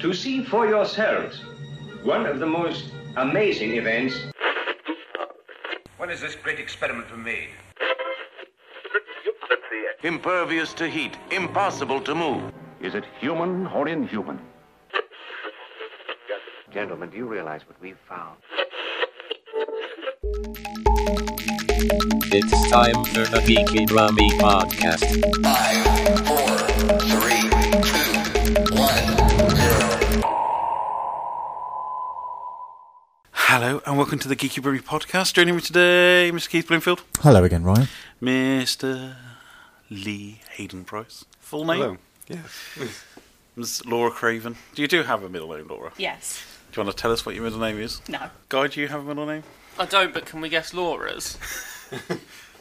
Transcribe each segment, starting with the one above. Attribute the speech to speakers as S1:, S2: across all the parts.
S1: to see for yourselves one of the most amazing events.
S2: When is this great experiment made?
S3: Impervious to heat, impossible to move.
S4: Is it human or inhuman?
S5: Gentlemen, do you realize what we've found?
S6: It's time for the Geeky Drummy Podcast.
S7: Five, four, three, two, one, zero.
S8: Hello and welcome to the Geeky Brewery Podcast. Joining me today, Mr. Keith Bloomfield,
S9: Hello again, Ryan.
S8: Mr. Lee Hayden Price, full name. Hello. Ms. Laura Craven. Do you do have a middle name, Laura?
S10: Yes.
S8: Do you want to tell us what your middle name is?
S10: No.
S8: Guy, do you have a middle name?
S11: I don't, but can we guess Laura's?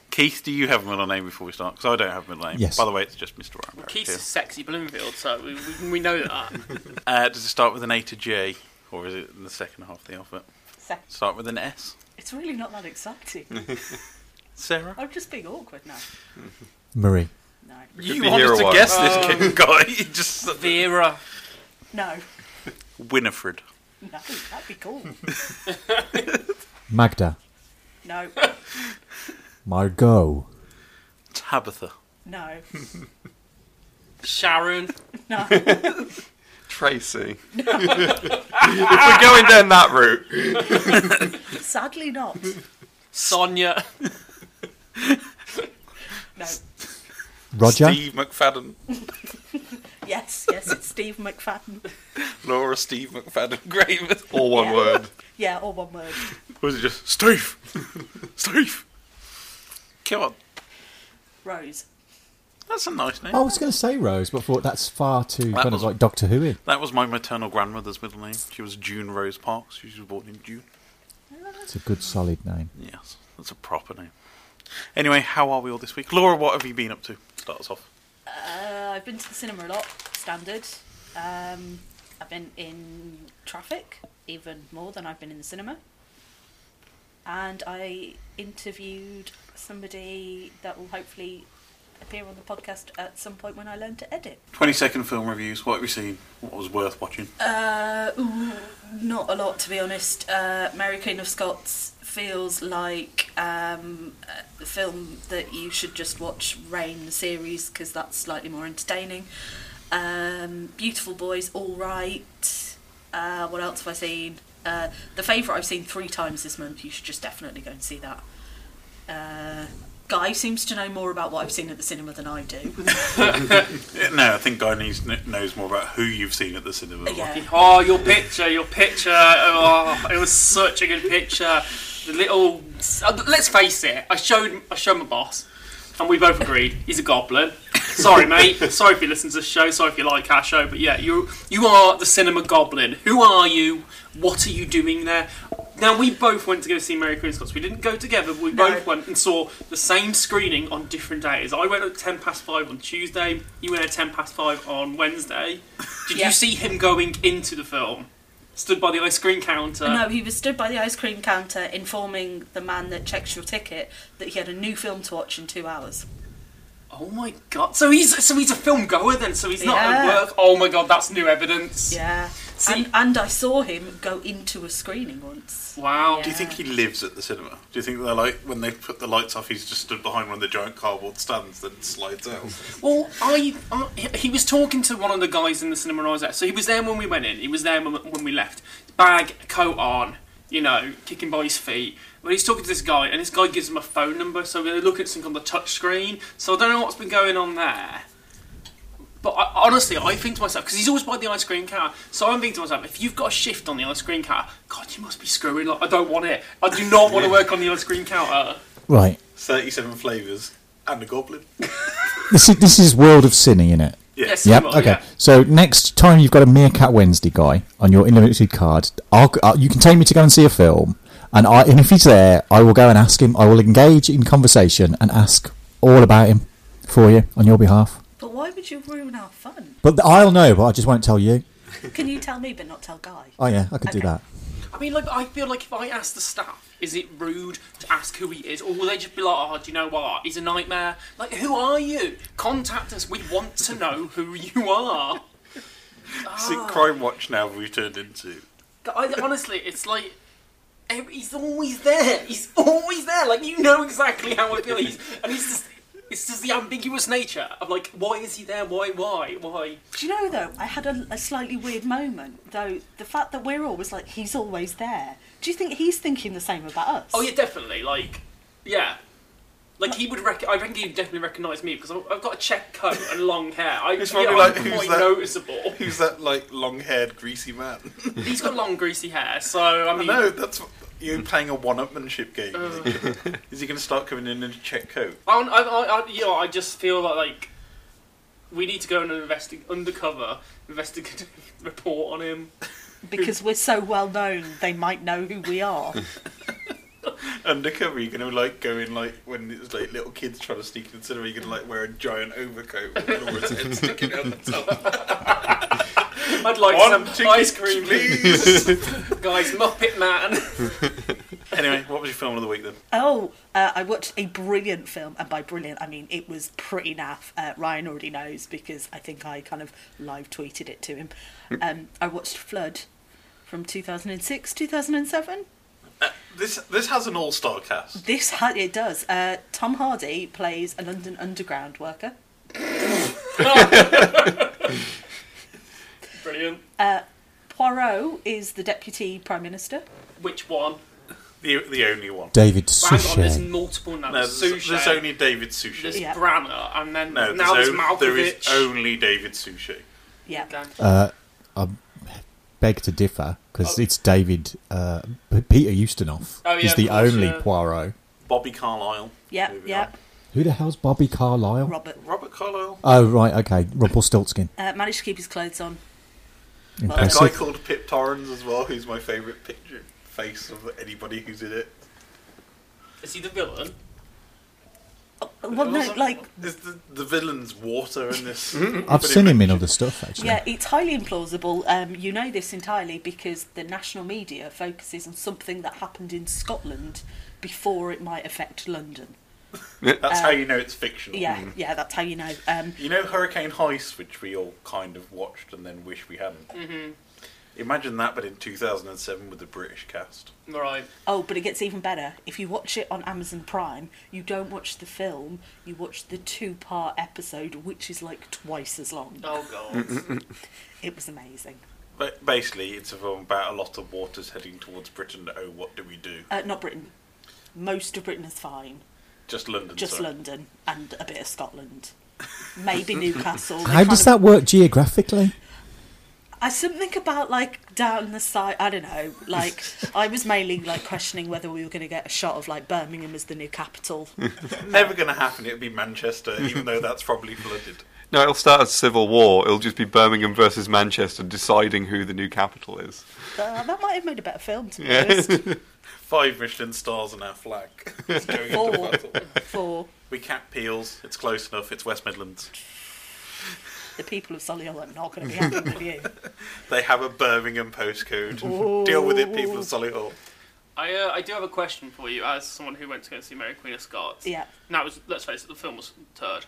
S8: Keith, do you have a middle name before we start? Because I don't have a middle name.
S9: Yes.
S8: By the way, it's just Mr. Ryan. Barrett
S11: Keith's
S8: here.
S11: is sexy Bloomfield, so we, we, we know that.
S8: Uh, does it start with an A to J, or is it in the second half of the alphabet?
S10: Sec-
S8: Start with an S.
S10: It's really not that exciting.
S8: Sarah.
S10: I'm just being awkward now.
S9: Marie.
S10: No.
S8: you want us to guess this, kid, guy? You just
S11: Vera.
S10: No.
S8: Winifred.
S10: No. That'd be cool.
S9: Magda.
S10: No.
S9: Margot.
S8: Tabitha.
S10: No.
S11: Sharon.
S10: No.
S12: Tracy. if we're going down that route,
S10: Sadly not.
S11: Sonia.
S10: No.
S9: Roger.
S12: Steve McFadden,
S10: Yes, yes, it's Steve McFadden.
S12: Laura Steve McFadden Graven, all one word.
S10: Yeah, all one word.
S8: Or is it just Steve? Steve. Come on.
S10: Rose.
S8: That's a nice name.
S9: Oh, I was going to say Rose, but thought that's far too
S8: That
S9: kind
S8: was-
S9: of like Doctor Who.
S8: That was my maternal grandmother's middle name. She was June Rose Parks. She was born in June.
S9: It's a good solid name.
S8: Yes, that's a proper name. Anyway, how are we all this week? Laura, what have you been up to? Start us off.
S10: Uh, I've been to the cinema a lot, standard. Um, I've been in traffic even more than I've been in the cinema. And I interviewed somebody that will hopefully appear on the podcast at some point when I learn to edit.
S8: 20 second film reviews. What have we seen? What was worth watching?
S10: Uh, ooh, not a lot to be honest. Uh, Mary Queen of Scots feels like um, a film that you should just watch Rain the series because that's slightly more entertaining. Um, Beautiful Boys, all right. Uh, what else have I seen? Uh, the favourite I've seen three times this month. You should just definitely go and see that. Uh, Guy seems to know more about what I've seen at the cinema than I do.
S8: Yeah, No, I think Guy needs, kn- knows more about who you've seen at the cinema.
S10: yeah.
S11: Oh, your picture, your picture. Oh, it was such a good picture. The little. uh, Let's face it. I showed I showed my boss, and we both agreed he's a goblin. Sorry, mate. Sorry if you listen to the show. Sorry if you like our show. But yeah, you you are the cinema goblin. Who are you? What are you doing there? Now we both went to go see Mary Queen of Scots. We didn't go together. But we
S10: No.
S11: both went and saw the same screening on different days. I went at ten past five on Tuesday. You went at ten past five on Wednesday. Did
S10: Yeah.
S11: you see him going into the film? Stood by the ice cream counter.
S10: No, he was stood by the ice cream counter informing the man that checks your ticket that he had a new film to watch in two hours.
S11: Oh my god! So he's so he's a film goer then. So he's not
S10: Yeah.
S11: at work. Oh my god! That's new evidence.
S10: Yeah.
S11: See-
S10: and, and I saw him go into a screening once.
S11: Wow.
S8: Do you think he lives at the cinema? Do you think they're like, when they put the lights off, he's just stood behind one of the giant cardboard stands that slides out?
S11: Well, I, I he was talking to one of the guys in the cinema when I was there. So he was there when we went in. He was there when, when we left. Bag, coat on, you know, kicking by his feet. But he's talking to this guy, and this guy gives him a phone number. So they look at something on the touch screen. So I don't know what's been going on there. But I, honestly, I think to myself because he's always by the ice cream counter. So I'm thinking to myself, if you've got a shift on the ice cream counter, God, you must be screwing. Like, I don't want it. I do not want to work on the ice cream counter.
S9: Right.
S8: 37 flavours and a goblin.
S9: This is this is World of Cine, innit?
S11: Yes.
S9: Yep.
S11: well,
S9: Okay.
S11: yeah.
S9: So next time you've got a Meerkat Wednesday guy on your unlimited card, I'll, i you can take me to go and see a film, and I and if he's there, I will go and ask him. I will engage in conversation and ask all about him for you on your behalf.
S10: But why would you ruin our fun?
S9: But th- I'll know, but I just won't tell you.
S10: Can you tell me but not tell Guy?
S9: Oh yeah, I could do
S10: Okay.
S9: that.
S11: I mean, like, I feel like if I ask the staff, is it rude to ask who he is, or will they just be like, oh, do you know what? He's a nightmare. Like, who are you? Contact us. We want to know who you are.
S13: See, Crime Watch now we turned into.
S11: I, honestly, it's like eh, he's always there. He's always there. Like you know exactly how I feel. He's, and it's just it's just the ambiguous nature of like why is he there? Why? Why? Why?
S10: Do you know though? I had a, a slightly weird moment though. The fact that we're always like he's always there. Do you think he's thinking the same about us?
S11: Oh yeah, definitely. Like yeah. Like he would, rec- I reckon he'd definitely recognise me because I've I've got a check coat and long hair. I,
S8: It's
S11: yeah,
S8: probably
S11: I'm
S8: like,
S11: quite
S8: who's that?
S11: noticeable.
S8: Who's that, like, long haired, greasy man?
S11: He's got long greasy hair, so I mean,
S8: no, that's. what- You're playing a one upmanship game.
S13: uh.
S8: Is he going to start coming in in a check coat?
S11: I, I, I, I, you know, I just feel like, like we need to go and investi- undercover investigative report on him.
S10: Because we're so well known, they might know who we are.
S8: Undercover, you're going to, like, go in, like, when it's, like, little kids trying to sneak into the cinema, you're going to, like, wear a giant overcoat with Laura's head sticking out the top.
S11: I'd like
S8: One
S11: some
S8: ticket,
S11: ice cream,
S8: please.
S11: guys. Muppet Man.
S8: anyway, what was your film of the week then?
S10: Oh, uh, I watched a brilliant film, and by brilliant I mean it was pretty naff. Uh, Ryan already knows because I think I kind of live tweeted it to him. Um, I watched Flood from 2006, 2007.
S8: This this has an all star cast.
S10: This ha- it does. Uh, Tom Hardy plays a London Underground worker.
S11: Brilliant.
S10: Uh, Poirot is the deputy prime minister.
S11: Which one?
S8: The the only one.
S9: David
S11: Hang on, there's
S9: Suchet.
S11: multiple now.
S8: No,
S11: there's,
S8: there's,
S11: Suchet,
S8: there's only David Suchet.
S11: there's Branner, and then
S8: No,
S11: now there's
S8: there's o- there is
S11: Malkovich.
S8: only David Suchet.
S10: Yeah.
S9: Uh, I beg to differ because it's David uh, P- Peter Ustinov.
S8: Oh, yeah,
S9: is the
S8: of course,
S9: only
S8: yeah.
S9: Poirot.
S8: Bobby Carlyle.
S10: Yeah, yeah.
S9: Who the hell's Bobby Carlyle?
S10: Robert.
S8: Robert Carlyle.
S9: Oh right, okay, Rumpelstiltskin.
S10: Uh, managed to keep his clothes on.
S8: A
S9: Impressive.
S8: guy called Pip Torrens as well, who's my favourite picture face of anybody who's in it.
S11: Is he the villain?
S10: Oh, Well, no, like
S8: Is the, the villain's water in this?
S9: I've seen him in other stuff actually.
S10: Yeah, it's highly implausible. Um, you know this entirely because the national media focuses on something that happened in Scotland before it might affect London.
S8: That's how
S10: Uh,
S8: you know it's fictional.
S10: Yeah, yeah, that's how you know. Um,
S8: You know Hurricane Heist, which we all kind of watched and then wish we hadn't.
S10: Mm-hmm.
S11: Mhm.
S8: Imagine that, but in 2007 with the British cast.
S11: Right.
S10: oh, but it gets even better. If you watch it on Amazon Prime, you don't watch the film, you watch the two part episode, which is like twice as long.
S11: Oh, God.
S10: it was amazing.
S8: But basically, it's a film about a lot of waters heading towards Britain. Oh, what do we do?
S10: Uh, not Britain. Most of Britain is fine.
S8: Just London.
S10: Just
S8: sorry.
S10: London and a bit of Scotland. Maybe Newcastle. They
S9: How
S10: kind
S9: does
S10: of-
S9: that work geographically?
S10: I something about like down the side. I don't know. Like I was mainly like questioning whether we were going to get a shot of like Birmingham as the new capital.
S8: Never going to happen. It'll be Manchester, even though that's probably flooded.
S7: No, it'll start as civil war. It'll just be Birmingham versus Manchester deciding who the new capital is.
S10: Uh, that might have made a better film to be
S7: Yeah.
S10: honest.
S8: Five Michelin stars on our flag. It's going
S10: Four.
S8: into battle.
S10: Four.
S8: We cap Peels. It's close enough. It's West Midlands.
S10: The people of Solihull are not going to be happy with you.
S8: They have a Birmingham postcode. Deal with it, people of Solihull.
S11: I, uh, I do have a question for you as someone who went to go see Mary Queen of Scots.
S10: Yeah.
S11: And that was, let's face it, the film was turd.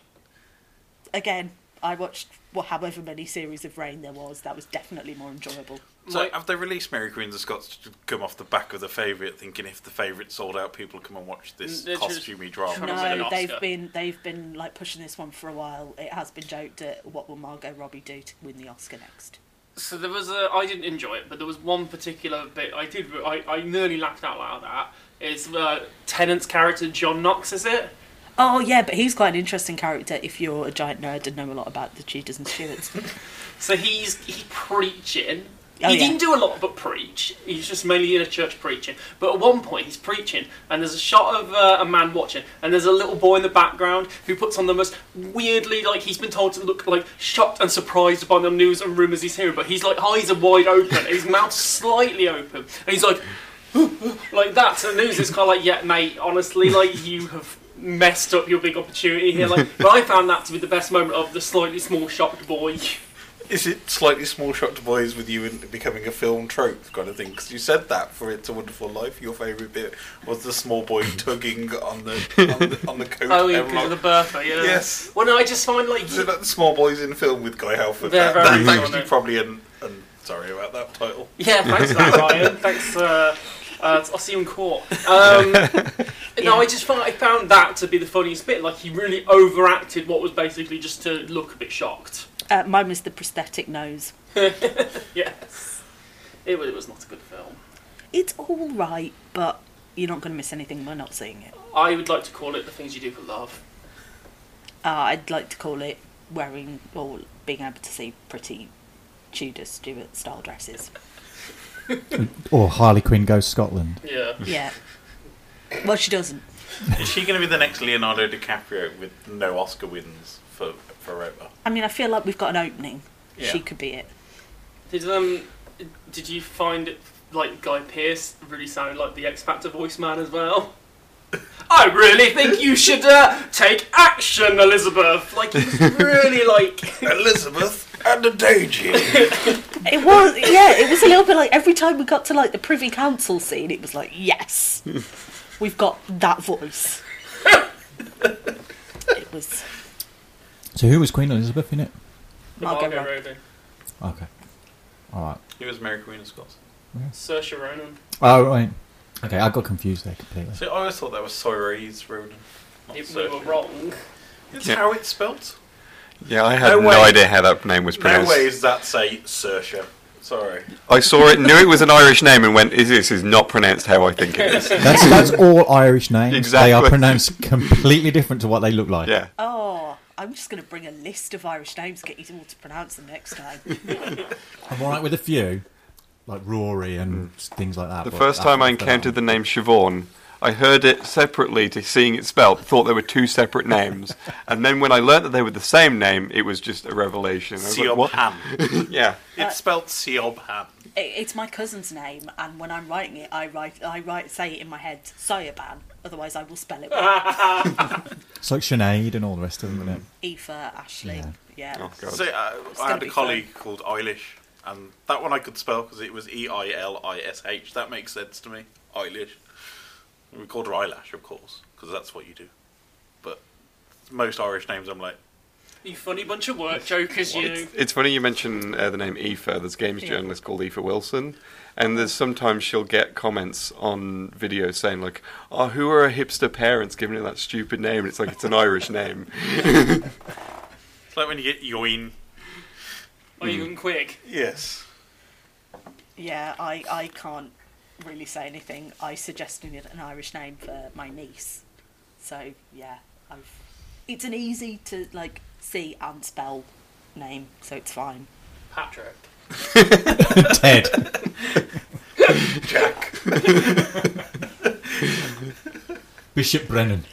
S10: Again, I watched well, however many series of Rain there was. That was definitely more enjoyable.
S8: So, have they released Mary Queen of Scots to come off the back of the favourite, thinking if the favourite sold out, people come and watch this
S11: Mm, they're just
S8: costumey drama?
S10: No, they've been they've been like pushing this one for a while. It has been joked at what will Margot Robbie do to win the Oscar next?
S11: So there was a. I didn't enjoy it, but there was one particular bit I did. I, I nearly laughed out loud at. It's uh, Tennant's character John Knox, is it?
S10: Oh yeah, but he's quite an interesting character if you're a giant nerd and know a lot about the Tudors and Stuarts.
S11: So he's he preaching.
S10: Oh,
S11: he
S10: yeah.
S11: didn't do a lot but preach. He's just mainly in a church preaching. But at one point he's preaching, and there's a shot of uh, a man watching, and there's a little boy in the background who puts on the most weirdly like he's been told to look like shocked and surprised by the news and rumours he's hearing, but he's like eyes are wide open, and his mouth's slightly open, and he's like like that to the news. It's kind of like, yeah, mate. Honestly, like you have messed up your big opportunity here. Like, but I found that to be the best moment of the slightly small shocked boy.
S8: Is it slightly small shot to boys with you and becoming a film trope kind of thing? Because you said that for It's a Wonderful Life, your favourite bit was the small boy tugging on the on the, on the coat.
S11: Oh, yeah,
S8: and
S11: because of the
S8: like-
S11: birthday. Yeah.
S8: Yes.
S11: Well, no, I just find like
S8: Is it about the small boys in film with Guy Halford?
S11: They're
S8: That, that's
S11: very good,
S8: actually
S11: aren't they?
S8: probably an, an sorry about that title.
S11: Yeah, thanks for that, Ryan. Thanks. Uh, uh, I'll see you in court. Um, No, I just found, I found that to be the funniest bit. Like he really overacted what was basically just to look a bit shocked.
S10: Uh, mine was the prosthetic nose.
S11: yes, it, wa- it was not a good film.
S10: It's all right, but you're not going to miss anything by not seeing it.
S11: I would like to call it the things you do for love.
S10: Uh, I'd like to call it wearing or being able to see pretty Tudor Stuart style dresses.
S9: Or Oh, Harley Quinn goes Scotland.
S11: Yeah.
S10: Yeah. Well, she doesn't.
S8: Is she going to be the next Leonardo DiCaprio with no Oscar wins for forever?
S10: I mean, I feel like we've got an opening.
S8: Yeah.
S10: She could be it.
S11: Did um, did you find it like Guy Pearce really sounded like the X Factor voice man as well? I really think you should uh, take action, Elizabeth. Like he was really like
S8: Elizabeth and a daydream.
S10: It was, yeah, it was a little bit like every time we got to like the Privy Council scene, it was like, yes, we've got that voice. it was
S9: So who was Queen Elizabeth in it?
S10: Margot Robbie.
S9: Okay. All right.
S8: It was Mary Queen of Scots.
S11: Saoirse Ronan.
S9: Oh, right. Okay, I got confused there completely.
S8: See, I always thought that was Soirees Ronan. not
S11: If we
S8: Saoirse.
S11: were wrong.
S8: It's
S7: Yeah.
S8: how it's spelled.
S7: Yeah, I had
S8: No
S7: no,
S8: way.
S7: idea how that name was
S8: No
S7: pronounced.
S8: way is that say Saoirse. Sorry.
S7: I saw it, knew it was an Irish name, and went, "Is this is not pronounced how I think it is."
S9: That's that's all Irish names. They are
S7: Exactly.
S9: pronounced completely different to what they look like.
S7: Yeah.
S10: Oh, I'm just going to bring a list of Irish names, get you all to pronounce them next time.
S9: I'm all right with a few, like Rory and things like that.
S7: The
S9: but
S7: first
S9: that-
S7: time I
S9: that-
S7: encountered the name Siobhan, I heard it separately to seeing it spelt, thought they were two separate names, and then when I learnt that they were the same name, it was just a revelation. I was like, "What?"
S8: Siobhan.
S7: yeah.
S11: Uh,
S8: It's spelled Siobhan.
S10: I- It's my cousin's name, and when I'm writing it, I write, I write, say it in my head, Sayaban. Otherwise, I will spell it wrong.
S9: It's like Sinead and all the rest of them, isn't it?
S10: Aoife, Ashley, yeah.
S8: So, uh,
S10: It's
S8: I
S10: gonna
S8: had
S10: be
S8: a
S10: fun.
S8: colleague called Eilish, and that one I could spell because it was E I L I S H. That makes sense to me. Eilish. We called her Eyelash, of course, because that's what you do. But most Irish names, I'm like,
S11: You funny bunch of work jokers, you.
S7: It's funny you mention uh, the name Aoife. There's a games
S11: Yeah.
S7: journalist called Aoife Wilson, and there's sometimes she'll get comments on videos saying like, "Oh, who are her hipster parents giving her that stupid name?" And it's like it's an Irish name.
S8: it's like when you get Yoin.
S11: Are you going quick?
S8: Yes.
S10: Yeah, I, I can't really say anything. I suggested an Irish name for my niece. So, yeah, I've, it's an easy to, like, see and spell name, so it's fine.
S11: Patrick.
S9: Ted.
S8: Jack.
S9: Bishop Brennan.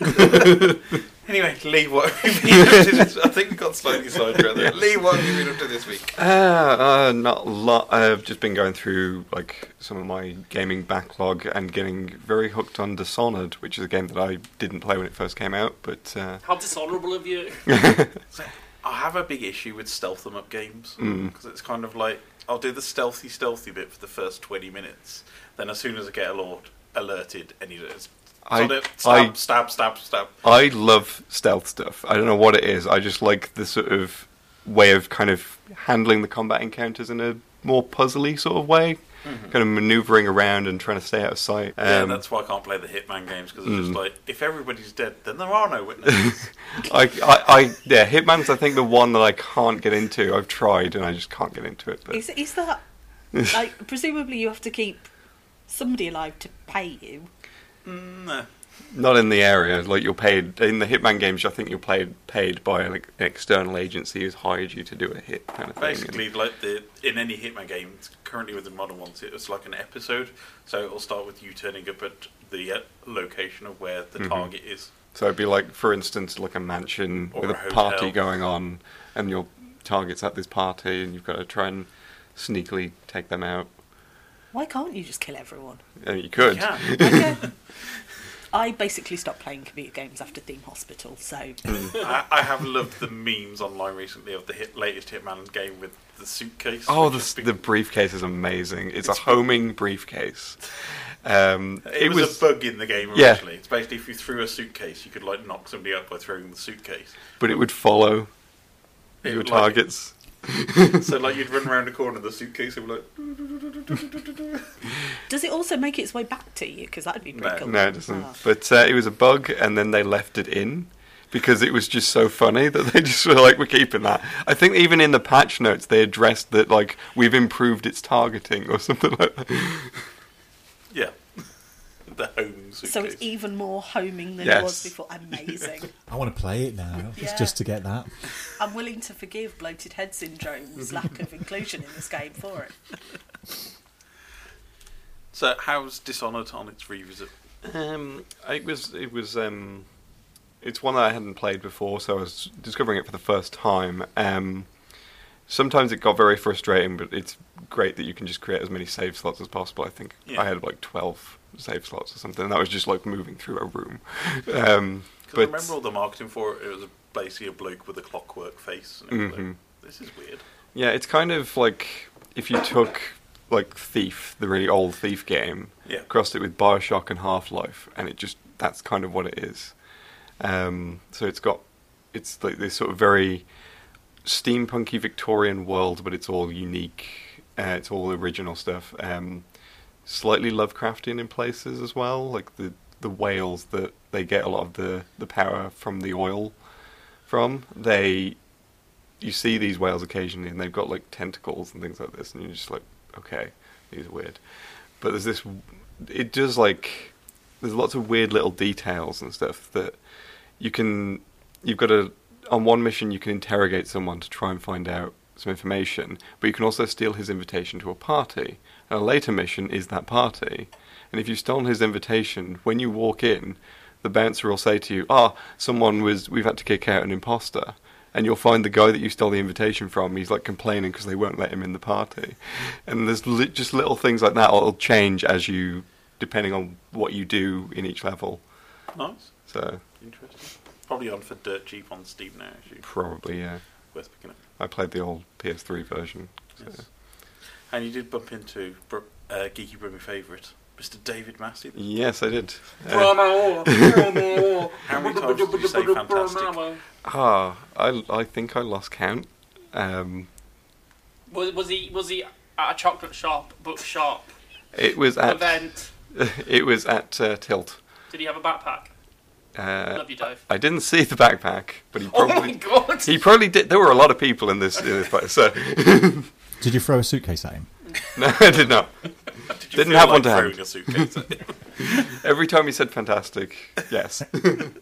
S8: Anyway, Lee, what have you been up to this? I think we got slightly sidetracked there. Lee, what have you been up to this week?
S7: Uh, uh, not a lot. I've just been going through like some of my gaming backlog and getting very hooked on Dishonored, which is a game that I didn't play when it first came out. But uh,
S11: How dishonourable of you.
S8: So, I have a big issue with stealth them up games
S7: Mm.
S8: because it's kind of like I'll do the stealthy, stealthy bit for the first twenty minutes. Then as soon as I get alert, alerted, uh, and you just
S7: I-
S8: sort of
S7: I-
S8: stab, stab, stab, stab.
S7: I love stealth stuff. I don't know what it is. I just like the sort of way of kind of handling the combat encounters in a more puzzly sort of way,
S8: Mhm.
S7: kind of maneuvering around and trying to stay out of sight.
S8: yeah,
S7: Um,
S8: that's why I can't play the Hitman games because it's just
S7: Mm.
S8: like if everybody's dead, then there are no witnesses.
S7: I, I, I, yeah, Hitman's I think the one that I can't get into. I've tried and I just can't get into it. But
S10: Is, is that, like, presumably you have to keep somebody alive to pay you?
S8: no.
S7: Not in the area. Like you're paid in the Hitman games. I think you're paid paid by an, an external agency who's hired you to do a hit kind of thing.
S8: Basically, like the in any Hitman game, it's currently with the modern ones, it's like an episode. So it'll start with you turning up at the uh, location of where the
S7: Mhm.
S8: target is.
S7: so it'd be like, for instance, like a mansion Mm-hmm.
S8: Or
S7: with
S8: a
S7: a,
S8: hotel.
S7: party going on, and your target's at this party, and you've got to try and sneakily take them out.
S10: Why can't you just kill everyone?
S7: And you could.
S10: Yeah. Okay. I basically stopped playing computer games after Theme Hospital, so.
S8: I, I have loved the memes online recently of the hit, latest Hitman game with the suitcase.
S7: Oh,
S8: which
S7: the,
S8: has been-
S7: the briefcase is amazing. It's, a homing briefcase. Um,
S8: it, was, a bug in the game
S7: Yeah.
S8: originally. It's basically if you threw a suitcase, you could like knock somebody up by throwing the suitcase.
S7: but it would follow
S8: It
S7: your
S8: would like
S7: targets.
S8: so like you'd run around the corner, the suitcase would be like,
S10: Does it also make its way back to you? Because that'd be pretty cool.
S7: No, it doesn't.
S10: Ah.
S7: But uh, it was a bug, and then they left it in because it was just so funny that they just were like, "We're keeping that." I think even in the patch notes, they addressed that like we've improved its targeting or something like that.
S8: yeah, the home suitcase.
S10: So it's even more homing than it
S7: Yes.
S10: was before. Amazing.
S9: I want to play it now.
S10: Yeah.
S9: It's just to get that.
S10: I'm willing to forgive bloated head syndrome's lack of inclusion in this game for it.
S8: So how's Dishonored on its revisit?
S7: Um, it was it was um, it's one that I hadn't played before, so I was discovering it for the first time. Um, sometimes it got very frustrating, but it's great that you can just create as many save slots as possible. I think
S8: Yeah.
S7: I had like twelve save slots or something, and that was just like moving through a room. Um,
S8: 'Cause I
S7: but
S8: remember all the marketing for it. It was basically a bloke with a clockwork face. And it was like,
S7: Mhm.
S8: This is weird.
S7: Yeah, it's kind of like if you took like Thief, the really old Thief game,
S8: Yeah.
S7: crossed it with Bioshock and Half Life, and it just that's kind of what it is. Um, so it's got it's like this sort of very steampunky Victorian world, but it's all unique. Uh, it's all original stuff. Um, slightly Lovecraftian in places as well, like the the whales that they get a lot of the the power from the oil from. They you see these whales occasionally, and they've got like tentacles and things like this, and you're just like, okay, these are weird. But there's this, it does like, there's lots of weird little details and stuff that you can, you've got to, on one mission, you can interrogate someone to try and find out some information, but you can also steal his invitation to a party. And a later mission is that party. And if you've stolen his invitation, when you walk in, the bouncer will say to you, "Ah, someone was. We've had to kick out an imposter." And you'll find the guy that you stole the invitation from. He's like complaining because they won't let him in the party. And there's li- just little things like that. It'll change as you, depending on what you do in each level.
S8: Nice,
S7: So
S8: interesting. Probably on for dirt cheap on Steam now. Actually.
S7: probably yeah.
S8: worth picking up.
S7: I played the old PS3 version. So.
S8: Yes. And you did bump into br- uh, geeky Brummy favourite, Mr. David Massey.
S7: Yes, I did. Uh,
S11: Brahma, Brahma.
S8: How many times did you say fantastic?
S11: Brahma.
S7: Ah, I I think I lost count. Um,
S11: Was, was he was he at a chocolate shop, bookshop?
S7: It was at-
S11: event.
S7: it was at uh, Tilt.
S11: Did he have a backpack?
S7: Uh,
S11: Love you, Dave.
S7: I didn't see the backpack, but he
S11: Oh
S7: probably.
S11: my God.
S7: He probably did. There were a lot of people in this in this place, so
S9: Did you throw a suitcase at him?
S7: no, I did not.
S8: you
S7: Didn't
S8: feel
S7: have one
S8: like
S7: to
S8: throwing a suitcase at
S7: hand.
S8: him?
S7: Every time he said "fantastic," yes,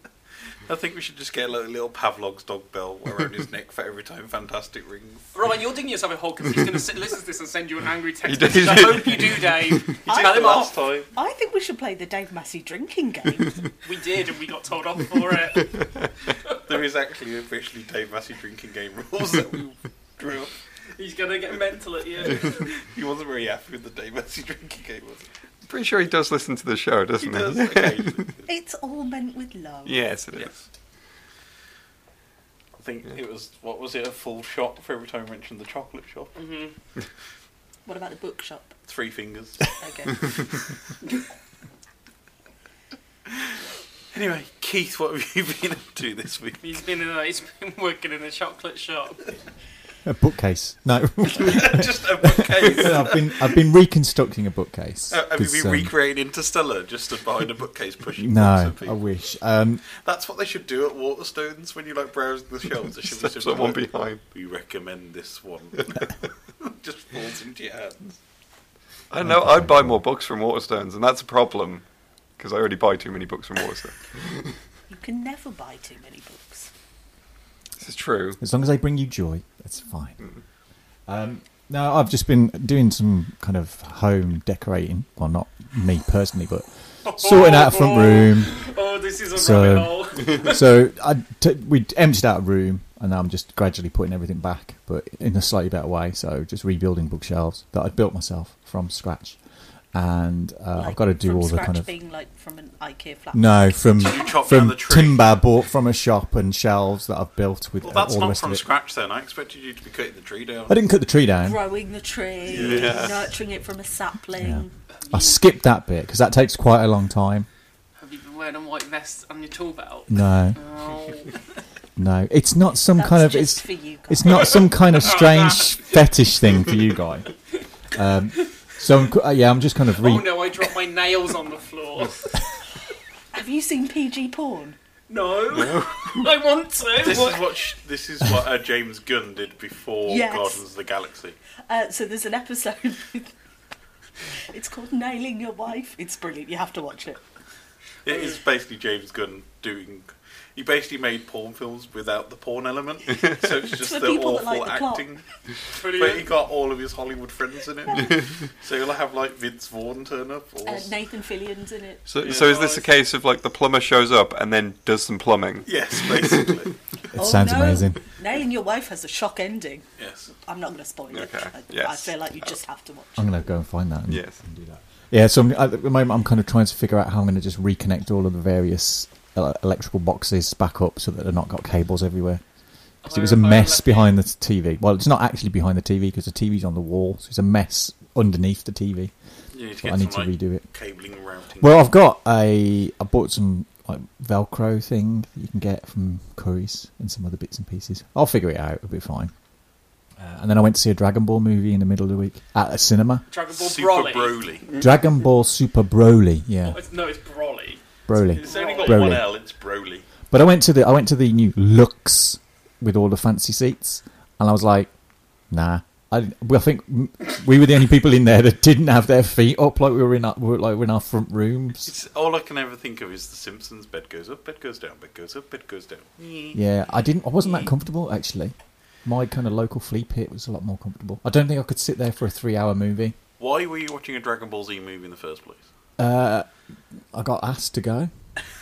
S8: I think we should just get like, a little Pavlov's dog bell around his neck for every time Fantastic rings.
S11: Right, you're digging yourself a hole because he's going to listen to this and send you an angry text.
S8: did.
S11: message. I hope you do, Dave. Tell him off.
S8: time.
S10: I think we should play the Dave Massey drinking game.
S11: We did, and we got told off for it.
S8: There is actually officially Dave Massey drinking game rules that we drew up.
S11: He's going to get mental at you.
S8: He wasn't very happy with the Dave Massey drinking game, was he?
S7: I'm pretty sure he does listen to the show, doesn't he?
S8: does, okay.
S10: it's all meant with love.
S7: yes, it is.
S8: I think it was, what was it, a full shot for every time we mentioned the chocolate shop?
S11: Mhm.
S10: What about the bookshop?
S8: Three fingers.
S10: Okay.
S8: Anyway, Keith, what have you been up to this week?
S11: He's been in a, he's been working in a chocolate shop.
S9: A bookcase? No.
S8: Just a bookcase.
S9: I've been I've been reconstructing a bookcase.
S8: Uh, have you
S9: 'cause,
S8: been
S9: um,
S8: recreating Interstellar just stood behind a bookcase pushing books
S9: No,
S8: at
S9: I
S8: people?
S9: wish. Um,
S8: That's what they should do at Waterstones when you like browsing the shelves. They should
S7: Slap
S8: just
S7: someone
S8: like,
S7: behind.
S8: We recommend this one. just falls into your hands.
S7: I don't know. I'd buy more books from Waterstones, and that's a problem because I already buy too many books from Waterstones.
S10: You can never buy too many books.
S7: this is true.
S9: as long as they bring you joy, that's fine. Um, no, I've just been doing some kind of home decorating. Well, not me personally, but sorting out a front room.
S11: Oh, this is a
S9: so,
S11: rabbit hole.
S9: so I t- we emptied out a room, and now I'm just gradually putting everything back, but in a slightly better way. So just rebuilding bookshelves that I'd built myself from scratch. and uh, I've got to do
S10: from
S9: all the
S10: scratch
S9: kind of
S10: being like from an IKEA flat.
S9: no from
S8: So you chop down
S9: from
S8: the tree?
S9: timber bought from a shop and shelves that I've built with
S8: Well, that's
S9: all the
S8: not
S9: rest
S8: from
S9: of it.
S8: scratch then. I expected you to be cutting the tree down.
S9: I didn't cut the tree down.
S10: growing the tree,
S8: Yeah.
S10: nurturing it from a sapling.
S9: I skipped that bit because that takes quite a long time.
S11: Have you been wearing a white vest on your tool belt?
S9: No.
S11: Oh.
S9: No, it's not some
S11: That's
S9: kind of
S11: just
S9: it's
S11: for you guys.
S9: it's not some kind of strange fetish thing for you guy. Um, so I'm, uh, yeah, I'm just kind of re-
S11: Oh no, I dropped my nails on the floor.
S10: Have you seen PG porn?
S11: No.
S8: No.
S11: I want to.
S8: This is what sh- this is what uh, James Gunn did before
S10: Yes.
S8: Guardians of the Galaxy.
S10: Uh, so there's an episode. with- it's called Nailing Your Wife. It's brilliant. You have to watch it.
S8: It is basically James Gunn doing. He basically made porn films without the porn element, so it's just
S10: for
S8: the
S10: people
S8: awful
S10: that like the plot.
S8: acting. But he got all of his Hollywood friends in it, so you'll have like Vince Vaughn turn up. Or...
S10: Uh, Nathan Fillion's in it.
S7: So, so is this a case of like the plumber shows up and then does some plumbing?
S8: Yes, basically.
S9: It sounds
S11: Oh,
S9: amazing.
S10: Oh, Nailing Your Wife has a shock ending.
S8: Yes.
S10: I'm not going to spoil it.
S7: Okay.
S10: I,
S7: Yes.
S10: I feel like you just have to watch.
S9: I'm going to go and find that. And,
S7: Yes.
S9: and do that. Yeah, so I'm, at the moment I'm kind of trying to figure out how I'm going to just reconnect all of the various ele- electrical boxes back up so that they're not got cables everywhere. 'Cause it was a mess behind the TV. Well, it's not actually behind the TV because the TV's on the wall, so it's a mess underneath the TV.
S8: You need to
S9: But
S8: get
S9: I need
S8: some,
S9: to
S8: like,
S9: redo it.
S8: cabling routing.
S9: Well, I've got a. I bought some like Velcro thing that you can get from Curry's and some other bits and pieces. I'll figure it out. It'll be fine. Uh, and then I went to see a Dragon Ball movie in the middle of the week at a cinema.
S11: Dragon Ball
S8: Super
S11: Broly.
S8: Broly.
S9: Dragon Ball Super Broly, yeah,
S11: Mm-hmm. Oh, it's- no, it's Broly.
S9: Broly.
S8: It's only got
S9: Broly.
S8: one L. It's Broly.
S9: But I went to the I went to the new Lux with all the fancy seats, and I was like, nah. I, didn't- well, I think m- we were the only people in there that didn't have their feet up, like we were in our, we were, like we were in our front rooms.
S8: It's, all I can ever think of is The Simpsons. Bed goes up, bed goes down, bed goes up, bed goes down.
S9: Yeah, I didn't. I wasn't that comfortable actually. My kind of local flea pit was a lot more comfortable. I don't think I could sit there for a three-hour movie.
S8: Why were you watching a Dragon Ball Z movie in the first place?
S9: Uh, I got asked to go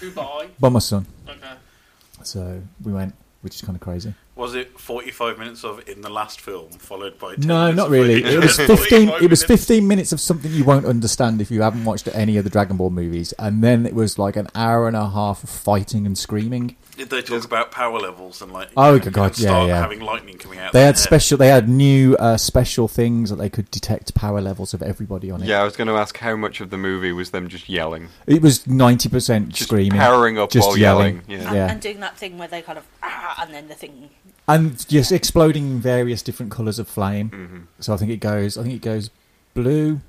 S8: Goodbye.
S9: by my son,
S8: Okay.
S9: so we went, which is kind of crazy.
S8: Was it 45 minutes of in the last film, followed by 10
S9: No,
S8: minutes
S9: not
S8: of
S9: really.
S8: footage?
S9: It was
S8: 45
S9: fifteen. It was
S8: minutes.
S9: fifteen minutes of something you won't understand if you haven't watched any of the Dragon Ball movies, and then it was like an hour and a half of fighting and screaming.
S8: Did they talk about power levels and like?
S9: Oh
S8: you
S9: good
S8: can
S9: god, yeah,
S8: start
S9: yeah.
S8: Having lightning coming out.
S9: They
S8: their
S9: had
S8: hair.
S9: special. They had new uh, special things that they could detect power levels of everybody on it.
S7: Yeah, I was going to ask how much of the movie was them just yelling.
S9: It was ninety percent screaming,
S7: powering up
S9: just
S7: while yelling,
S9: yelling.
S10: And, and doing that thing where they kind of ah, and then the thing.
S9: and just exploding in various different colours of flame.
S7: Mhm.
S9: So I think it goes. I think it goes blue,